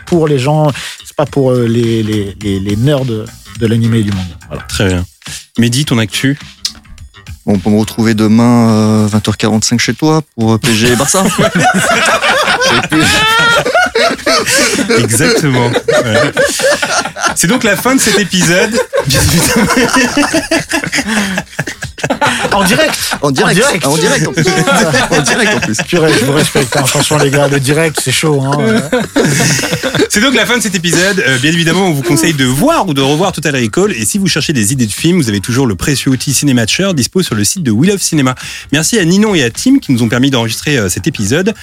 pour les gens, c'est pas pour euh, les, les, les, les nerds de, de l'animé et du monde. Voilà.
Très bien. Mehdi, ton
<laughs>
actu
On peut me retrouver demain euh, 20h45 chez toi pour euh,
<laughs>
PG Barça.
Exactement. Voilà. C'est donc la fin de cet épisode.
<laughs>
Bien évidemment.
En direct
En direct.
En direct.
Ah, en direct en plus. en direct en plus.
Purée, je vous respecte, hein. franchement les gars, le direct c'est chaud. Hein.
C'est donc la fin de cet épisode. Euh, bien évidemment, on vous conseille de voir ou de revoir Total Recall. Et si vous cherchez des idées de films, vous avez toujours le précieux outil Cinématcher dispo sur le site de We Love Cinema. Merci à Ninon et à Tim qui nous ont permis d'enregistrer euh, cet épisode.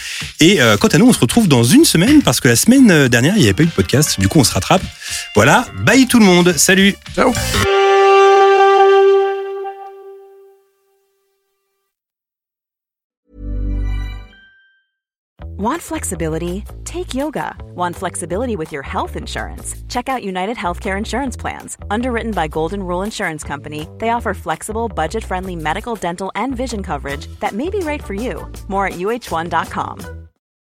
Et euh, quant à nous, on se retrouve dans une semaine parce que la semaine euh, dernière, il n'y avait pas eu de podcast. Du coup, on se rattrape. Voilà. Bye tout le monde. Salut.
Want flexibility? Take yoga. Want flexibility with your health insurance? Check out United Healthcare Insurance Plans. Underwritten by Golden Rule Insurance Company, they offer flexible, budget friendly medical, dental, and vision coverage that may be right for you. More at uh1.com.